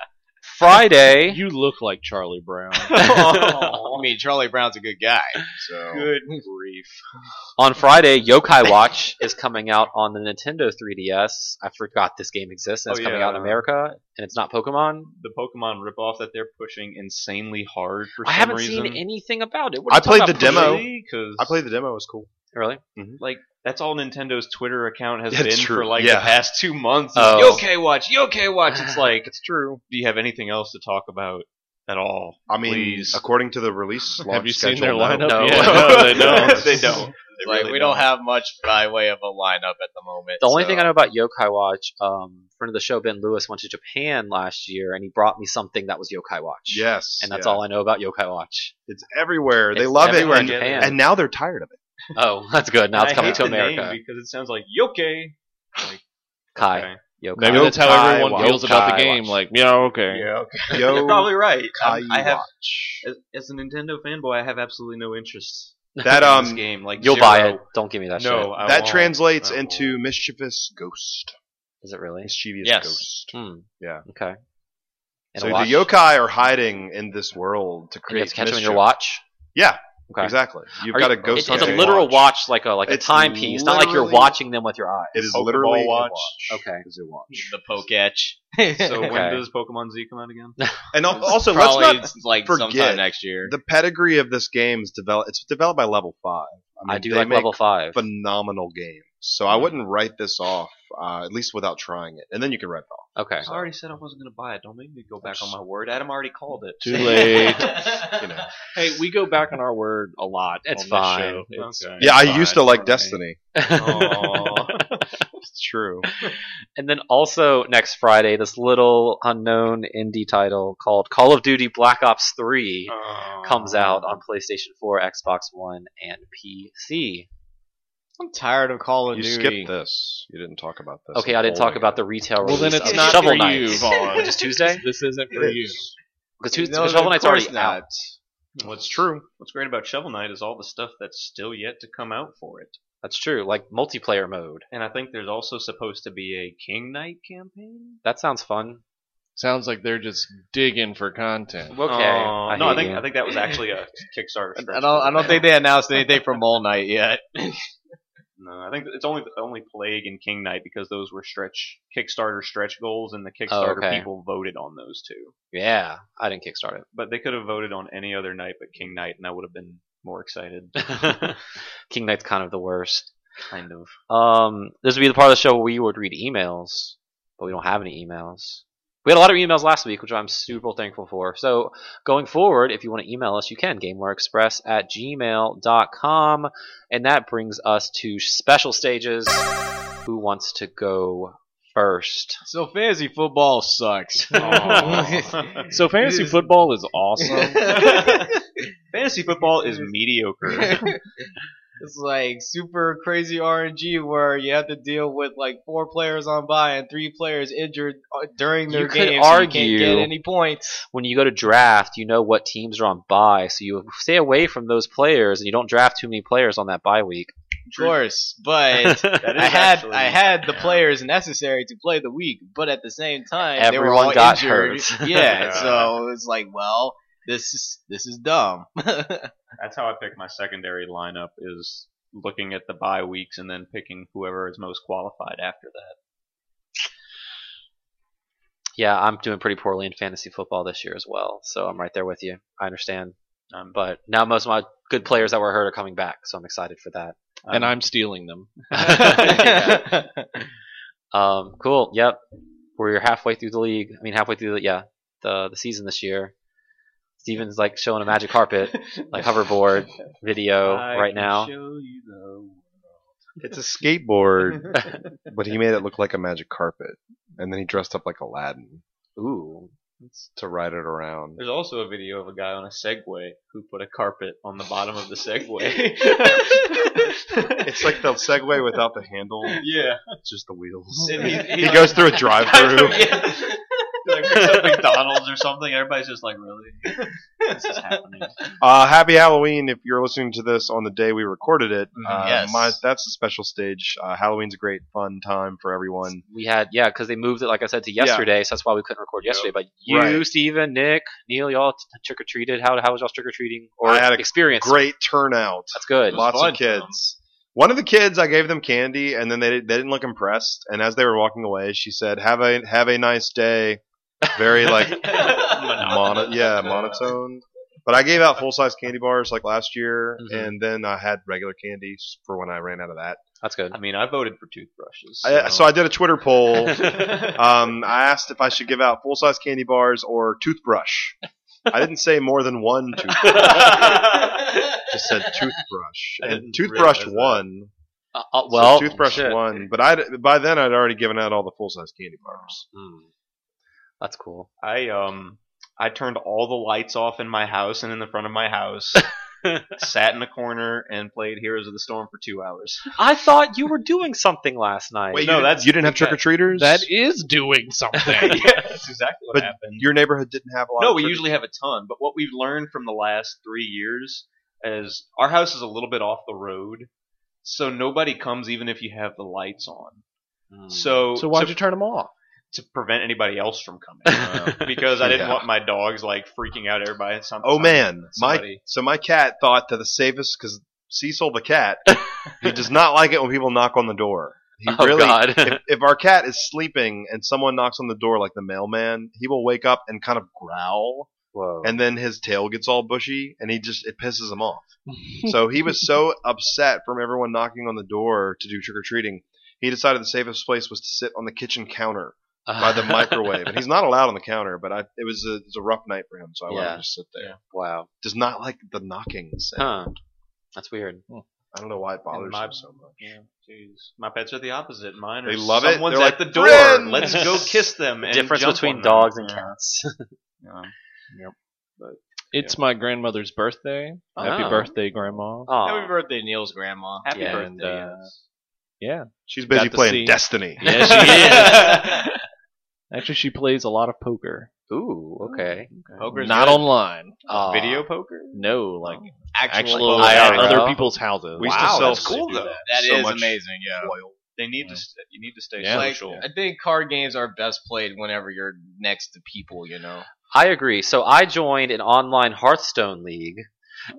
[SPEAKER 2] Friday,
[SPEAKER 1] You look like Charlie Brown.
[SPEAKER 5] I mean, Charlie Brown's a good guy,
[SPEAKER 2] Oh,
[SPEAKER 5] so
[SPEAKER 4] Good
[SPEAKER 2] hmm.
[SPEAKER 4] grief.
[SPEAKER 2] on Friday, Yokai Watch is coming out on the Nintendo 3DS. I forgot this game exists. And it's
[SPEAKER 4] Oh,
[SPEAKER 2] coming
[SPEAKER 4] yeah.
[SPEAKER 2] out in America, and it's not Pokemon.
[SPEAKER 4] The Pokemon ripoff that they're pushing insanely hard for
[SPEAKER 2] I
[SPEAKER 4] some
[SPEAKER 2] haven't
[SPEAKER 4] reason.
[SPEAKER 2] seen anything about it. What
[SPEAKER 3] I
[SPEAKER 2] are you talking
[SPEAKER 3] played
[SPEAKER 2] about,
[SPEAKER 3] the demo.
[SPEAKER 2] Pokemon?
[SPEAKER 4] Because
[SPEAKER 3] I played the demo. It was cool.
[SPEAKER 2] Really?
[SPEAKER 4] that's all Nintendo's Twitter account has
[SPEAKER 3] That's
[SPEAKER 4] been
[SPEAKER 3] true,
[SPEAKER 4] for like
[SPEAKER 3] yeah.
[SPEAKER 4] the past two months.
[SPEAKER 2] Oh.
[SPEAKER 4] Yokai Watch, Yokai Watch. It's like it's true. Do you have anything else to talk about at all?
[SPEAKER 3] I mean,
[SPEAKER 4] Please.
[SPEAKER 3] according to the release, launch
[SPEAKER 1] Have you seen
[SPEAKER 3] schedule,
[SPEAKER 1] their
[SPEAKER 3] no.
[SPEAKER 1] lineup?
[SPEAKER 2] No.
[SPEAKER 1] yet?
[SPEAKER 4] no, they don't. they don't.
[SPEAKER 5] It's
[SPEAKER 4] They
[SPEAKER 5] like
[SPEAKER 4] really
[SPEAKER 5] we don't have much by way of a lineup at the moment.
[SPEAKER 2] The only
[SPEAKER 5] so-
[SPEAKER 2] thing I know about Yokai Watch, um, friend of the show Ben Lewis went to Japan last year, and he brought me something that was Yokai Watch.
[SPEAKER 3] Yes,
[SPEAKER 2] and that's
[SPEAKER 3] yeah.
[SPEAKER 2] all I know about Yokai Watch.
[SPEAKER 3] It's everywhere. They
[SPEAKER 2] It's
[SPEAKER 3] love
[SPEAKER 2] everywhere
[SPEAKER 3] it,
[SPEAKER 2] in
[SPEAKER 3] and,
[SPEAKER 2] Japan.
[SPEAKER 3] and now they're tired of it.
[SPEAKER 2] Oh, that's good. Now
[SPEAKER 4] And
[SPEAKER 2] it's
[SPEAKER 4] I
[SPEAKER 2] coming
[SPEAKER 4] hate
[SPEAKER 2] to
[SPEAKER 4] the name
[SPEAKER 2] America.
[SPEAKER 4] because it sounds like Yokai.
[SPEAKER 2] Kai,
[SPEAKER 4] Okay.
[SPEAKER 2] Yokai.
[SPEAKER 1] Maybe that's how
[SPEAKER 3] Yokai
[SPEAKER 1] everyone
[SPEAKER 3] Watch.
[SPEAKER 1] feels about the
[SPEAKER 2] Yokai
[SPEAKER 1] game.
[SPEAKER 2] Watch.
[SPEAKER 1] Like, yeah, okay.
[SPEAKER 3] Yeah, okay.
[SPEAKER 4] You're probably right.
[SPEAKER 3] Kai
[SPEAKER 4] I have,
[SPEAKER 3] Watch.
[SPEAKER 4] as, as a Nintendo fanboy, I have absolutely no interest
[SPEAKER 3] that
[SPEAKER 4] in this
[SPEAKER 3] um
[SPEAKER 4] game. Like
[SPEAKER 2] You'll
[SPEAKER 4] zero.
[SPEAKER 2] buy it. Don't give me that shit.
[SPEAKER 4] No, I
[SPEAKER 3] that
[SPEAKER 4] won't.
[SPEAKER 3] translates
[SPEAKER 4] I won't.
[SPEAKER 3] into mischievous ghost,
[SPEAKER 2] Is it really?
[SPEAKER 3] mischievous
[SPEAKER 5] Yes.
[SPEAKER 3] ghost.
[SPEAKER 2] Hmm.
[SPEAKER 3] Yeah.
[SPEAKER 2] Okay. And
[SPEAKER 3] so
[SPEAKER 2] a
[SPEAKER 3] the
[SPEAKER 2] watch?
[SPEAKER 3] yokai are hiding in this world to
[SPEAKER 2] And you have
[SPEAKER 3] create
[SPEAKER 2] to catch them in
[SPEAKER 3] mischief.
[SPEAKER 2] your watch.
[SPEAKER 3] Yeah,
[SPEAKER 2] Okay.
[SPEAKER 3] exactly. You've
[SPEAKER 2] Are
[SPEAKER 3] got
[SPEAKER 2] you-
[SPEAKER 3] a ghost.
[SPEAKER 2] It's, it's a
[SPEAKER 3] hunting
[SPEAKER 2] literal watch, like a like a
[SPEAKER 3] It's
[SPEAKER 2] timepiece. Not like you're
[SPEAKER 3] literally-
[SPEAKER 2] watching them with your eyes.
[SPEAKER 3] It is
[SPEAKER 4] Pokeball
[SPEAKER 3] literally
[SPEAKER 4] watch.
[SPEAKER 3] a watch.
[SPEAKER 2] Okay.
[SPEAKER 3] It is a watch.
[SPEAKER 5] the Poketch.
[SPEAKER 4] So
[SPEAKER 2] Okay.
[SPEAKER 4] when does Pokemon Z come out again?
[SPEAKER 3] And al- also, let's
[SPEAKER 5] Probably
[SPEAKER 3] not
[SPEAKER 5] it's like
[SPEAKER 3] forget
[SPEAKER 5] sometime next year.
[SPEAKER 3] the pedigree of this game is developed. It's developed by Level Five.
[SPEAKER 2] I,
[SPEAKER 3] mean,
[SPEAKER 2] do
[SPEAKER 3] they
[SPEAKER 2] like
[SPEAKER 3] make
[SPEAKER 2] level five.
[SPEAKER 3] phenomenal games, so I wouldn't write this off uh, at least without trying it, and then you can write it off.
[SPEAKER 2] Okay.
[SPEAKER 4] I already said I wasn't going to buy it. Don't make me go back on my word. Adam already called it.
[SPEAKER 1] Too late.
[SPEAKER 3] You know.
[SPEAKER 1] hey, we go back on our word a lot.
[SPEAKER 2] It's
[SPEAKER 1] on this
[SPEAKER 2] fine.
[SPEAKER 1] show. It's-
[SPEAKER 4] Okay.
[SPEAKER 3] Yeah, I
[SPEAKER 4] Fine,
[SPEAKER 3] used to like
[SPEAKER 4] fine.
[SPEAKER 3] Destiny.
[SPEAKER 4] Aw.
[SPEAKER 3] It's true.
[SPEAKER 2] And then also next Friday, this little unknown indie title called Call of Duty Black Ops
[SPEAKER 1] Oh.
[SPEAKER 2] 3 comes out on PlayStation 4, Xbox One, and PC.
[SPEAKER 5] I'm tired of Call of
[SPEAKER 3] You
[SPEAKER 5] Duty.
[SPEAKER 3] skipped this. You didn't talk about this.
[SPEAKER 2] Oh, Okay, I didn't talk
[SPEAKER 3] Holy-
[SPEAKER 2] about the retail
[SPEAKER 1] Well,
[SPEAKER 2] release.
[SPEAKER 1] then it's
[SPEAKER 2] of
[SPEAKER 1] not
[SPEAKER 2] Shovel
[SPEAKER 1] for
[SPEAKER 2] Knight.
[SPEAKER 1] you, Vaughn.
[SPEAKER 2] Which is Tuesday?
[SPEAKER 1] This isn't for
[SPEAKER 3] It
[SPEAKER 1] you.
[SPEAKER 3] is.
[SPEAKER 2] Because Tuesday,
[SPEAKER 5] No,
[SPEAKER 2] Shovel
[SPEAKER 5] of
[SPEAKER 2] Knight's already
[SPEAKER 5] course not.
[SPEAKER 2] out.
[SPEAKER 4] What's true? What's great about Shovel Knight is all the stuff that's still yet to come out for it.
[SPEAKER 2] That's true. Like multiplayer mode.
[SPEAKER 4] And I think there's also supposed to be a King Knight campaign.
[SPEAKER 2] That sounds fun.
[SPEAKER 1] Sounds like they're just digging for content.
[SPEAKER 2] Okay.
[SPEAKER 4] Aw. no, I
[SPEAKER 2] hate
[SPEAKER 4] think
[SPEAKER 2] you.
[SPEAKER 4] I think that was actually a Kickstarter.
[SPEAKER 5] I don't. I don't think they announced anything for Mole Knight yet.
[SPEAKER 4] No, I think it's only only Plague and King Knight because those were stretch Kickstarter stretch goals, and the Kickstarter
[SPEAKER 2] okay.
[SPEAKER 4] people voted on those two.
[SPEAKER 2] yeah, I didn't kickstart it.
[SPEAKER 4] But they could have voted on any other night but King Knight, and I would have been more excited.
[SPEAKER 2] King Knight's kind of the worst.
[SPEAKER 4] kind of.
[SPEAKER 2] Um, this would be the part of the show where we would read emails, but we don't have any emails. We had a lot of emails last week, which I'm super thankful for. So going forward, if you want to email us, you can, gamewareexpress at gmail.com. And that brings us to special stages. Who wants to go first?
[SPEAKER 5] So fantasy football sucks.
[SPEAKER 4] Aw.
[SPEAKER 1] So fantasy football is awesome.
[SPEAKER 4] Fantasy football is mediocre.
[SPEAKER 5] it's like super crazy RNG where you have to deal with like four players on by and three players injured uh, during their
[SPEAKER 2] You could
[SPEAKER 5] game, so you
[SPEAKER 2] argue-
[SPEAKER 5] can't get any points.
[SPEAKER 2] When you go to draft, you know what teams are on bye, so you stay away from those players and you don't draft too many players on that bye week.
[SPEAKER 5] Of course, but
[SPEAKER 4] That is
[SPEAKER 5] I had
[SPEAKER 4] actually-
[SPEAKER 5] I had the
[SPEAKER 4] yeah.
[SPEAKER 5] players necessary to play the week, but at the same time, they were
[SPEAKER 2] Everyone
[SPEAKER 5] all
[SPEAKER 2] got
[SPEAKER 5] injured.
[SPEAKER 2] hurt.
[SPEAKER 5] yeah,
[SPEAKER 4] Yeah.
[SPEAKER 5] so it was like, well, this is this is dumb.
[SPEAKER 4] That's how I pick my secondary lineup is looking at the bye weeks and then picking whoever is most qualified after that.
[SPEAKER 2] Yeah, I'm doing pretty poorly in fantasy football this year as well, so I'm right there with you. I understand.
[SPEAKER 4] I'm,
[SPEAKER 2] But now most of my good players that were hurt are coming back, so I'm excited for that.
[SPEAKER 1] and I'm stealing them.
[SPEAKER 2] Yeah. Um, cool. Yep, we're halfway through the league. I mean, halfway through the yeah the the season this year. Steven's like showing a magic carpet, like hoverboard video
[SPEAKER 4] I
[SPEAKER 2] right
[SPEAKER 4] can
[SPEAKER 2] now.
[SPEAKER 4] show you the-
[SPEAKER 3] It's a skateboard, but he made it look like a magic carpet, and then he dressed up like Aladdin
[SPEAKER 2] Ooh,
[SPEAKER 3] to ride it around.
[SPEAKER 4] There's also a video of a guy on a Segway who put a carpet on the bottom of the Segway.
[SPEAKER 3] It's like the Segway without the handle.
[SPEAKER 4] yeah.
[SPEAKER 3] It's just the wheels.
[SPEAKER 4] And he,
[SPEAKER 3] He goes through a drive-through.
[SPEAKER 4] Yeah. Like, at McDonald's or something. Everybody's just like, really? This is happening.
[SPEAKER 3] Uh, happy Halloween! If you're listening to this on the day we recorded it,
[SPEAKER 4] Mm-hmm.
[SPEAKER 3] uh,
[SPEAKER 5] Yes.
[SPEAKER 3] my, that's a special stage. Uh, Halloween's a great fun time for everyone.
[SPEAKER 2] We had yeah, because they moved it like I said to yesterday, so that's why we couldn't record yesterday. But you,
[SPEAKER 3] Right.
[SPEAKER 2] Steven, Nick, Neil, y'all trick or treated. How how was y'all trick or treating or
[SPEAKER 3] I had a
[SPEAKER 2] experience?
[SPEAKER 3] Great turnout,
[SPEAKER 2] That's good.
[SPEAKER 3] lots of kids. One of the kids, I gave them candy, and then they they didn't look impressed. And as they were walking away, she said, "Have a have a nice day." Very like mono, yeah, monotone. But I gave out full size candy bars like last year,
[SPEAKER 2] Mhm.
[SPEAKER 3] and then I had regular candy for when I ran out of that.
[SPEAKER 2] That's good.
[SPEAKER 4] I mean, I voted for toothbrushes.
[SPEAKER 3] I- so I did a Twitter poll.
[SPEAKER 4] I,
[SPEAKER 3] Um, I asked if I should give out full size candy bars or toothbrush. I didn't say more than one toothbrush.
[SPEAKER 2] Uh,
[SPEAKER 3] Just said toothbrush,
[SPEAKER 4] I
[SPEAKER 3] and
[SPEAKER 4] didn't
[SPEAKER 3] toothbrush
[SPEAKER 4] realize that.
[SPEAKER 3] won.
[SPEAKER 2] Uh, uh,
[SPEAKER 3] So
[SPEAKER 2] well,
[SPEAKER 3] toothbrush
[SPEAKER 2] shit.
[SPEAKER 3] won. But I by then I'd already given out all the full size candy bars.
[SPEAKER 2] That's cool.
[SPEAKER 4] I um I turned all the lights off in my house and in the front of my house. sat in a corner and played Heroes of the Storm for two hours.
[SPEAKER 2] I thought you were doing something last night.
[SPEAKER 4] no,
[SPEAKER 3] you,
[SPEAKER 4] that's-
[SPEAKER 3] you didn't have trick or treaters.
[SPEAKER 1] That is doing something.
[SPEAKER 4] yeah, that's exactly what
[SPEAKER 3] But
[SPEAKER 4] happened.
[SPEAKER 3] your neighborhood didn't have a lot.
[SPEAKER 4] No,
[SPEAKER 3] of
[SPEAKER 4] we
[SPEAKER 3] trick-
[SPEAKER 4] usually have a ton, but what we've learned from the last three years is our house is a little bit off the road, so nobody comes even if you have the lights on. Hmm. So,
[SPEAKER 1] so why'd
[SPEAKER 4] to,
[SPEAKER 1] you turn them off?
[SPEAKER 4] to prevent anybody else from coming? because I didn't
[SPEAKER 3] Yeah.
[SPEAKER 4] want my dogs like freaking out everybody. And some-
[SPEAKER 3] Oh man, my
[SPEAKER 4] somebody-
[SPEAKER 3] so my cat thought that the safest because Cecil the cat, he does not like it when people knock on the door. He
[SPEAKER 2] oh
[SPEAKER 3] really
[SPEAKER 2] God.
[SPEAKER 3] if, if our cat is sleeping and someone knocks on the door like the mailman, he will wake up and kind of growl,
[SPEAKER 2] Whoa.
[SPEAKER 3] and then his tail gets all bushy, and he just it pisses him off. so he was so upset from everyone knocking on the door to do trick or treating. He decided the safest place was to sit on the kitchen counter by the microwave, and he's not allowed on the counter. But I, it was a, it was a rough night for him, so I let
[SPEAKER 2] Yeah.
[SPEAKER 3] him just sit there.
[SPEAKER 2] wow.
[SPEAKER 3] Does not like the knockings. and
[SPEAKER 2] Huh. That's weird.
[SPEAKER 3] I don't know why it bothers
[SPEAKER 4] my-
[SPEAKER 3] him so much.
[SPEAKER 4] Yeah, jeez. My pets are the opposite. Mine are
[SPEAKER 3] They love it.
[SPEAKER 4] someone's
[SPEAKER 3] They're
[SPEAKER 4] at
[SPEAKER 3] like,
[SPEAKER 4] the door.
[SPEAKER 3] "Friends!"
[SPEAKER 4] Let's go kiss them. And
[SPEAKER 2] Difference
[SPEAKER 4] jump
[SPEAKER 2] between
[SPEAKER 4] on them.
[SPEAKER 2] dogs and
[SPEAKER 4] Yeah.
[SPEAKER 2] cats.
[SPEAKER 1] It's my grandmother's birthday. Happy
[SPEAKER 2] Oh.
[SPEAKER 1] birthday, grandma.
[SPEAKER 2] Aw.
[SPEAKER 5] Happy birthday, Neil's grandma.
[SPEAKER 4] Happy
[SPEAKER 2] Yeah,
[SPEAKER 1] and,
[SPEAKER 4] birthday.
[SPEAKER 1] uh, Yeah.
[SPEAKER 3] She's
[SPEAKER 1] Got
[SPEAKER 3] busy
[SPEAKER 1] to
[SPEAKER 3] playing
[SPEAKER 1] see-
[SPEAKER 3] Destiny.
[SPEAKER 1] Yeah,
[SPEAKER 4] yes.
[SPEAKER 1] Actually, she plays a lot of poker.
[SPEAKER 2] Ooh. Okay.
[SPEAKER 5] Poker's
[SPEAKER 1] Not
[SPEAKER 5] good.
[SPEAKER 1] online.
[SPEAKER 2] Aw.
[SPEAKER 4] video poker.
[SPEAKER 1] No, like
[SPEAKER 5] actual.
[SPEAKER 1] actual
[SPEAKER 2] poker.
[SPEAKER 1] at
[SPEAKER 2] IRL.
[SPEAKER 1] other people's houses.
[SPEAKER 3] uh, We used to sell
[SPEAKER 4] that's cool though.
[SPEAKER 5] That is
[SPEAKER 3] so much
[SPEAKER 5] amazing. Yeah.
[SPEAKER 4] They need to. St- you need to stay
[SPEAKER 1] Yeah.
[SPEAKER 5] Like,
[SPEAKER 4] social.
[SPEAKER 5] I think card games are best played whenever you're next to people. You know.
[SPEAKER 2] I agree. So I joined an online Hearthstone league,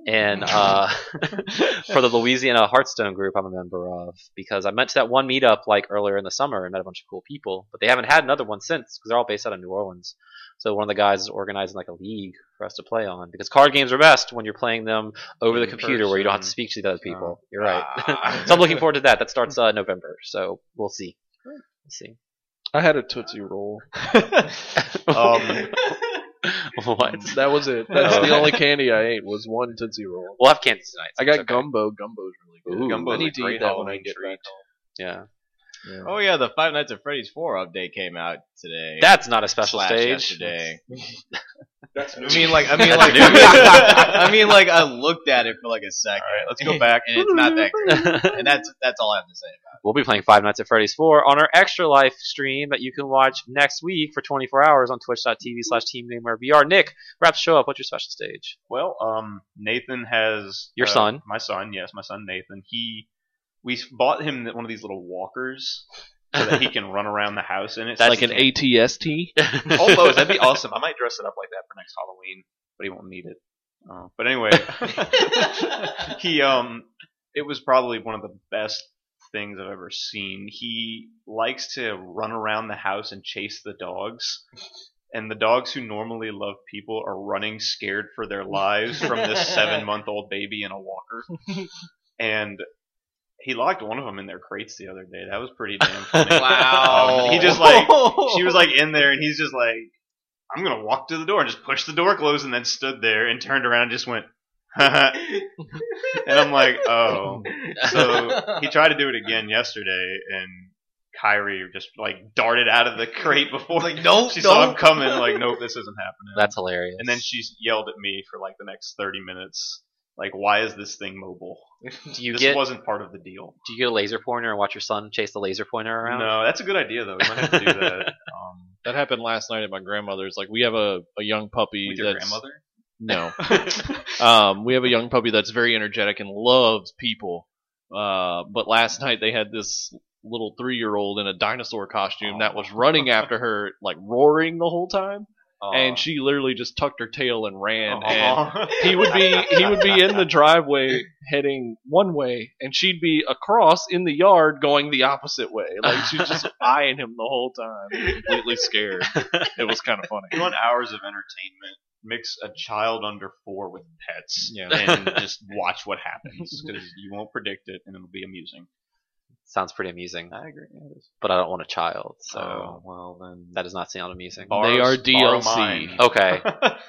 [SPEAKER 2] and uh, for the Louisiana Hearthstone group, I'm a member of because I went to that one meetup like earlier in the summer and met a bunch of cool people. But they haven't had another one since because they're all based out of New Orleans. So one of the guys is organizing like a league for us to play on because card games are best when you're playing them over the
[SPEAKER 4] In
[SPEAKER 2] computer where you don't have to
[SPEAKER 4] person.
[SPEAKER 2] speak to the other people. You're right.
[SPEAKER 3] Ah.
[SPEAKER 2] so I'm looking forward to that. That starts uh, November. So we'll see. We'll see.
[SPEAKER 1] I had a Tootsie Roll.
[SPEAKER 4] Um,
[SPEAKER 2] what?
[SPEAKER 1] That was it. That's the
[SPEAKER 2] Okay.
[SPEAKER 1] only candy I ate was one Tootsie Roll.
[SPEAKER 2] We'll have Kansas tonight.
[SPEAKER 1] I got
[SPEAKER 2] It's okay.
[SPEAKER 1] gumbo. Gumbo's really good.
[SPEAKER 2] Ooh. Gumbo's
[SPEAKER 1] I need to
[SPEAKER 4] great
[SPEAKER 1] eat that when I
[SPEAKER 4] Halloween
[SPEAKER 1] get
[SPEAKER 4] treat.
[SPEAKER 1] back.
[SPEAKER 2] Yeah.
[SPEAKER 1] Yeah.
[SPEAKER 5] Oh yeah, the Five Nights at Freddy's four update came out today.
[SPEAKER 2] That's not a special
[SPEAKER 5] slash
[SPEAKER 2] stage.
[SPEAKER 5] yesterday. I mean, like, I mean, like,
[SPEAKER 2] new.
[SPEAKER 5] I mean, like, I looked at it for like a second. let's go back, and it's not that great. And that's that's all I have to say.
[SPEAKER 2] we'll be playing Five Nights at Freddy's 4 on our Extra Life stream that you can watch next week for 24 hours on twitch.tv slash teamgamervr. Nick, wrap the show up. What's your special stage?
[SPEAKER 4] well, um, Nathan has uh,
[SPEAKER 2] Your son.
[SPEAKER 4] My son, yes, my son Nathan. He, we s- bought him one of these little walkers so that he can run around the house in it. so
[SPEAKER 1] That's
[SPEAKER 4] he
[SPEAKER 1] like an
[SPEAKER 4] can-
[SPEAKER 1] ATST.
[SPEAKER 4] Almost. Oh, That'd be awesome. I might dress it up like that for next Halloween, but he won't need it. Uh, but anyway, he um, it was probably one of the best things I've ever seen. He likes to run around the house and chase the dogs. And the dogs who normally love people are running scared for their lives from this seven month old baby in a walker. And he locked one of them in their crates the other day. That was pretty damn funny.
[SPEAKER 5] Wow.
[SPEAKER 4] Um, he just like she was like in there, and he's just like, "I'm gonna walk to the door," and just pushed the door closed, and then stood there and turned around and just went, and I'm like, "Oh." So he tried to do it again yesterday, and Kyrie just like darted out of the crate before
[SPEAKER 5] Like, "Nope,
[SPEAKER 4] she saw
[SPEAKER 5] nope."
[SPEAKER 4] him coming. Like, nope, this isn't happening.
[SPEAKER 2] That's hilarious.
[SPEAKER 4] and then she yelled at me for like the next thirty minutes. Like, why is this thing mobile?
[SPEAKER 2] do you
[SPEAKER 4] this
[SPEAKER 2] get
[SPEAKER 4] wasn't part of the deal.
[SPEAKER 2] do you get a laser pointer and watch your son chase the laser pointer around?
[SPEAKER 4] No, that's a good idea though. We might have to do that. um,
[SPEAKER 1] That happened last night at my grandmother's. Like we have a, a young puppy.
[SPEAKER 4] with your
[SPEAKER 1] that's,
[SPEAKER 4] grandmother.
[SPEAKER 1] No. um, we have a young puppy that's very energetic and loves people. Uh, but last night they had this little three year old in a dinosaur costume that was running after her, like roaring the whole time. And she literally just tucked her tail and ran. And he would be he would be in the driveway heading one way, and she'd be across in the yard going the opposite way. Like she's just eyeing him the whole time, completely scared. It was kind of
[SPEAKER 4] You
[SPEAKER 1] funny.
[SPEAKER 4] want hours of entertainment? Mix a child under four with pets,
[SPEAKER 1] Yeah.
[SPEAKER 4] and just watch what happens because you won't predict it, and it'll be amusing.
[SPEAKER 2] Sounds pretty amusing,
[SPEAKER 4] I agree. It is.
[SPEAKER 2] but I don't want a child, so
[SPEAKER 4] oh, well then.
[SPEAKER 2] that does not sound amusing.
[SPEAKER 4] Bar-
[SPEAKER 1] They are
[SPEAKER 4] Borrow- borrow
[SPEAKER 1] DLC.
[SPEAKER 4] mine.
[SPEAKER 2] Okay,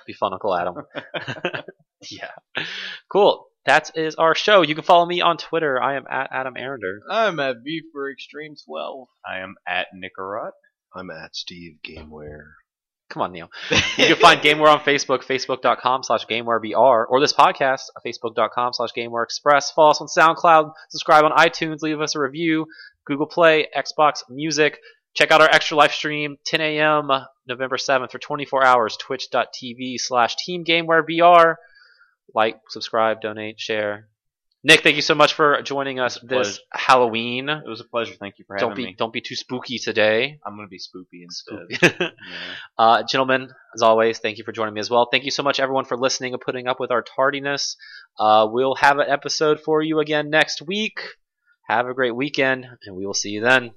[SPEAKER 2] be fun, Uncle Adam. yeah, cool. That is our show. You can follow me on Twitter. I am at Adam Arender.
[SPEAKER 7] I'm at V for Extreme 12.
[SPEAKER 4] I am at Nicorot.
[SPEAKER 3] I'm at Steve Gameware.
[SPEAKER 2] Come on, Neil. You can find Gameware on Facebook, facebook.com slash GamewareVR, or this podcast, facebook.com slash GamewareExpress. Follow us on SoundCloud, subscribe on iTunes, leave us a review, Google Play, Xbox Music. Check out our extra live stream, 10 a.m. November 7th for 24 hours, twitch.tv slash TeamGamewareVR. Like, subscribe, donate, share. Nick, thank you so much for joining us
[SPEAKER 4] It's a
[SPEAKER 2] this
[SPEAKER 4] pleasure.
[SPEAKER 2] Halloween.
[SPEAKER 4] It was a pleasure. Thank you for having
[SPEAKER 2] Don't be
[SPEAKER 4] me.
[SPEAKER 2] don't be too spooky today.
[SPEAKER 4] I'm gonna be spoopy instead. Yeah.
[SPEAKER 2] Uh, gentlemen, as always, thank you for joining me as well. Thank you so much, everyone, for listening and putting up with our tardiness. Uh, we'll have an episode for you again next week. Have a great weekend, and we will see you then.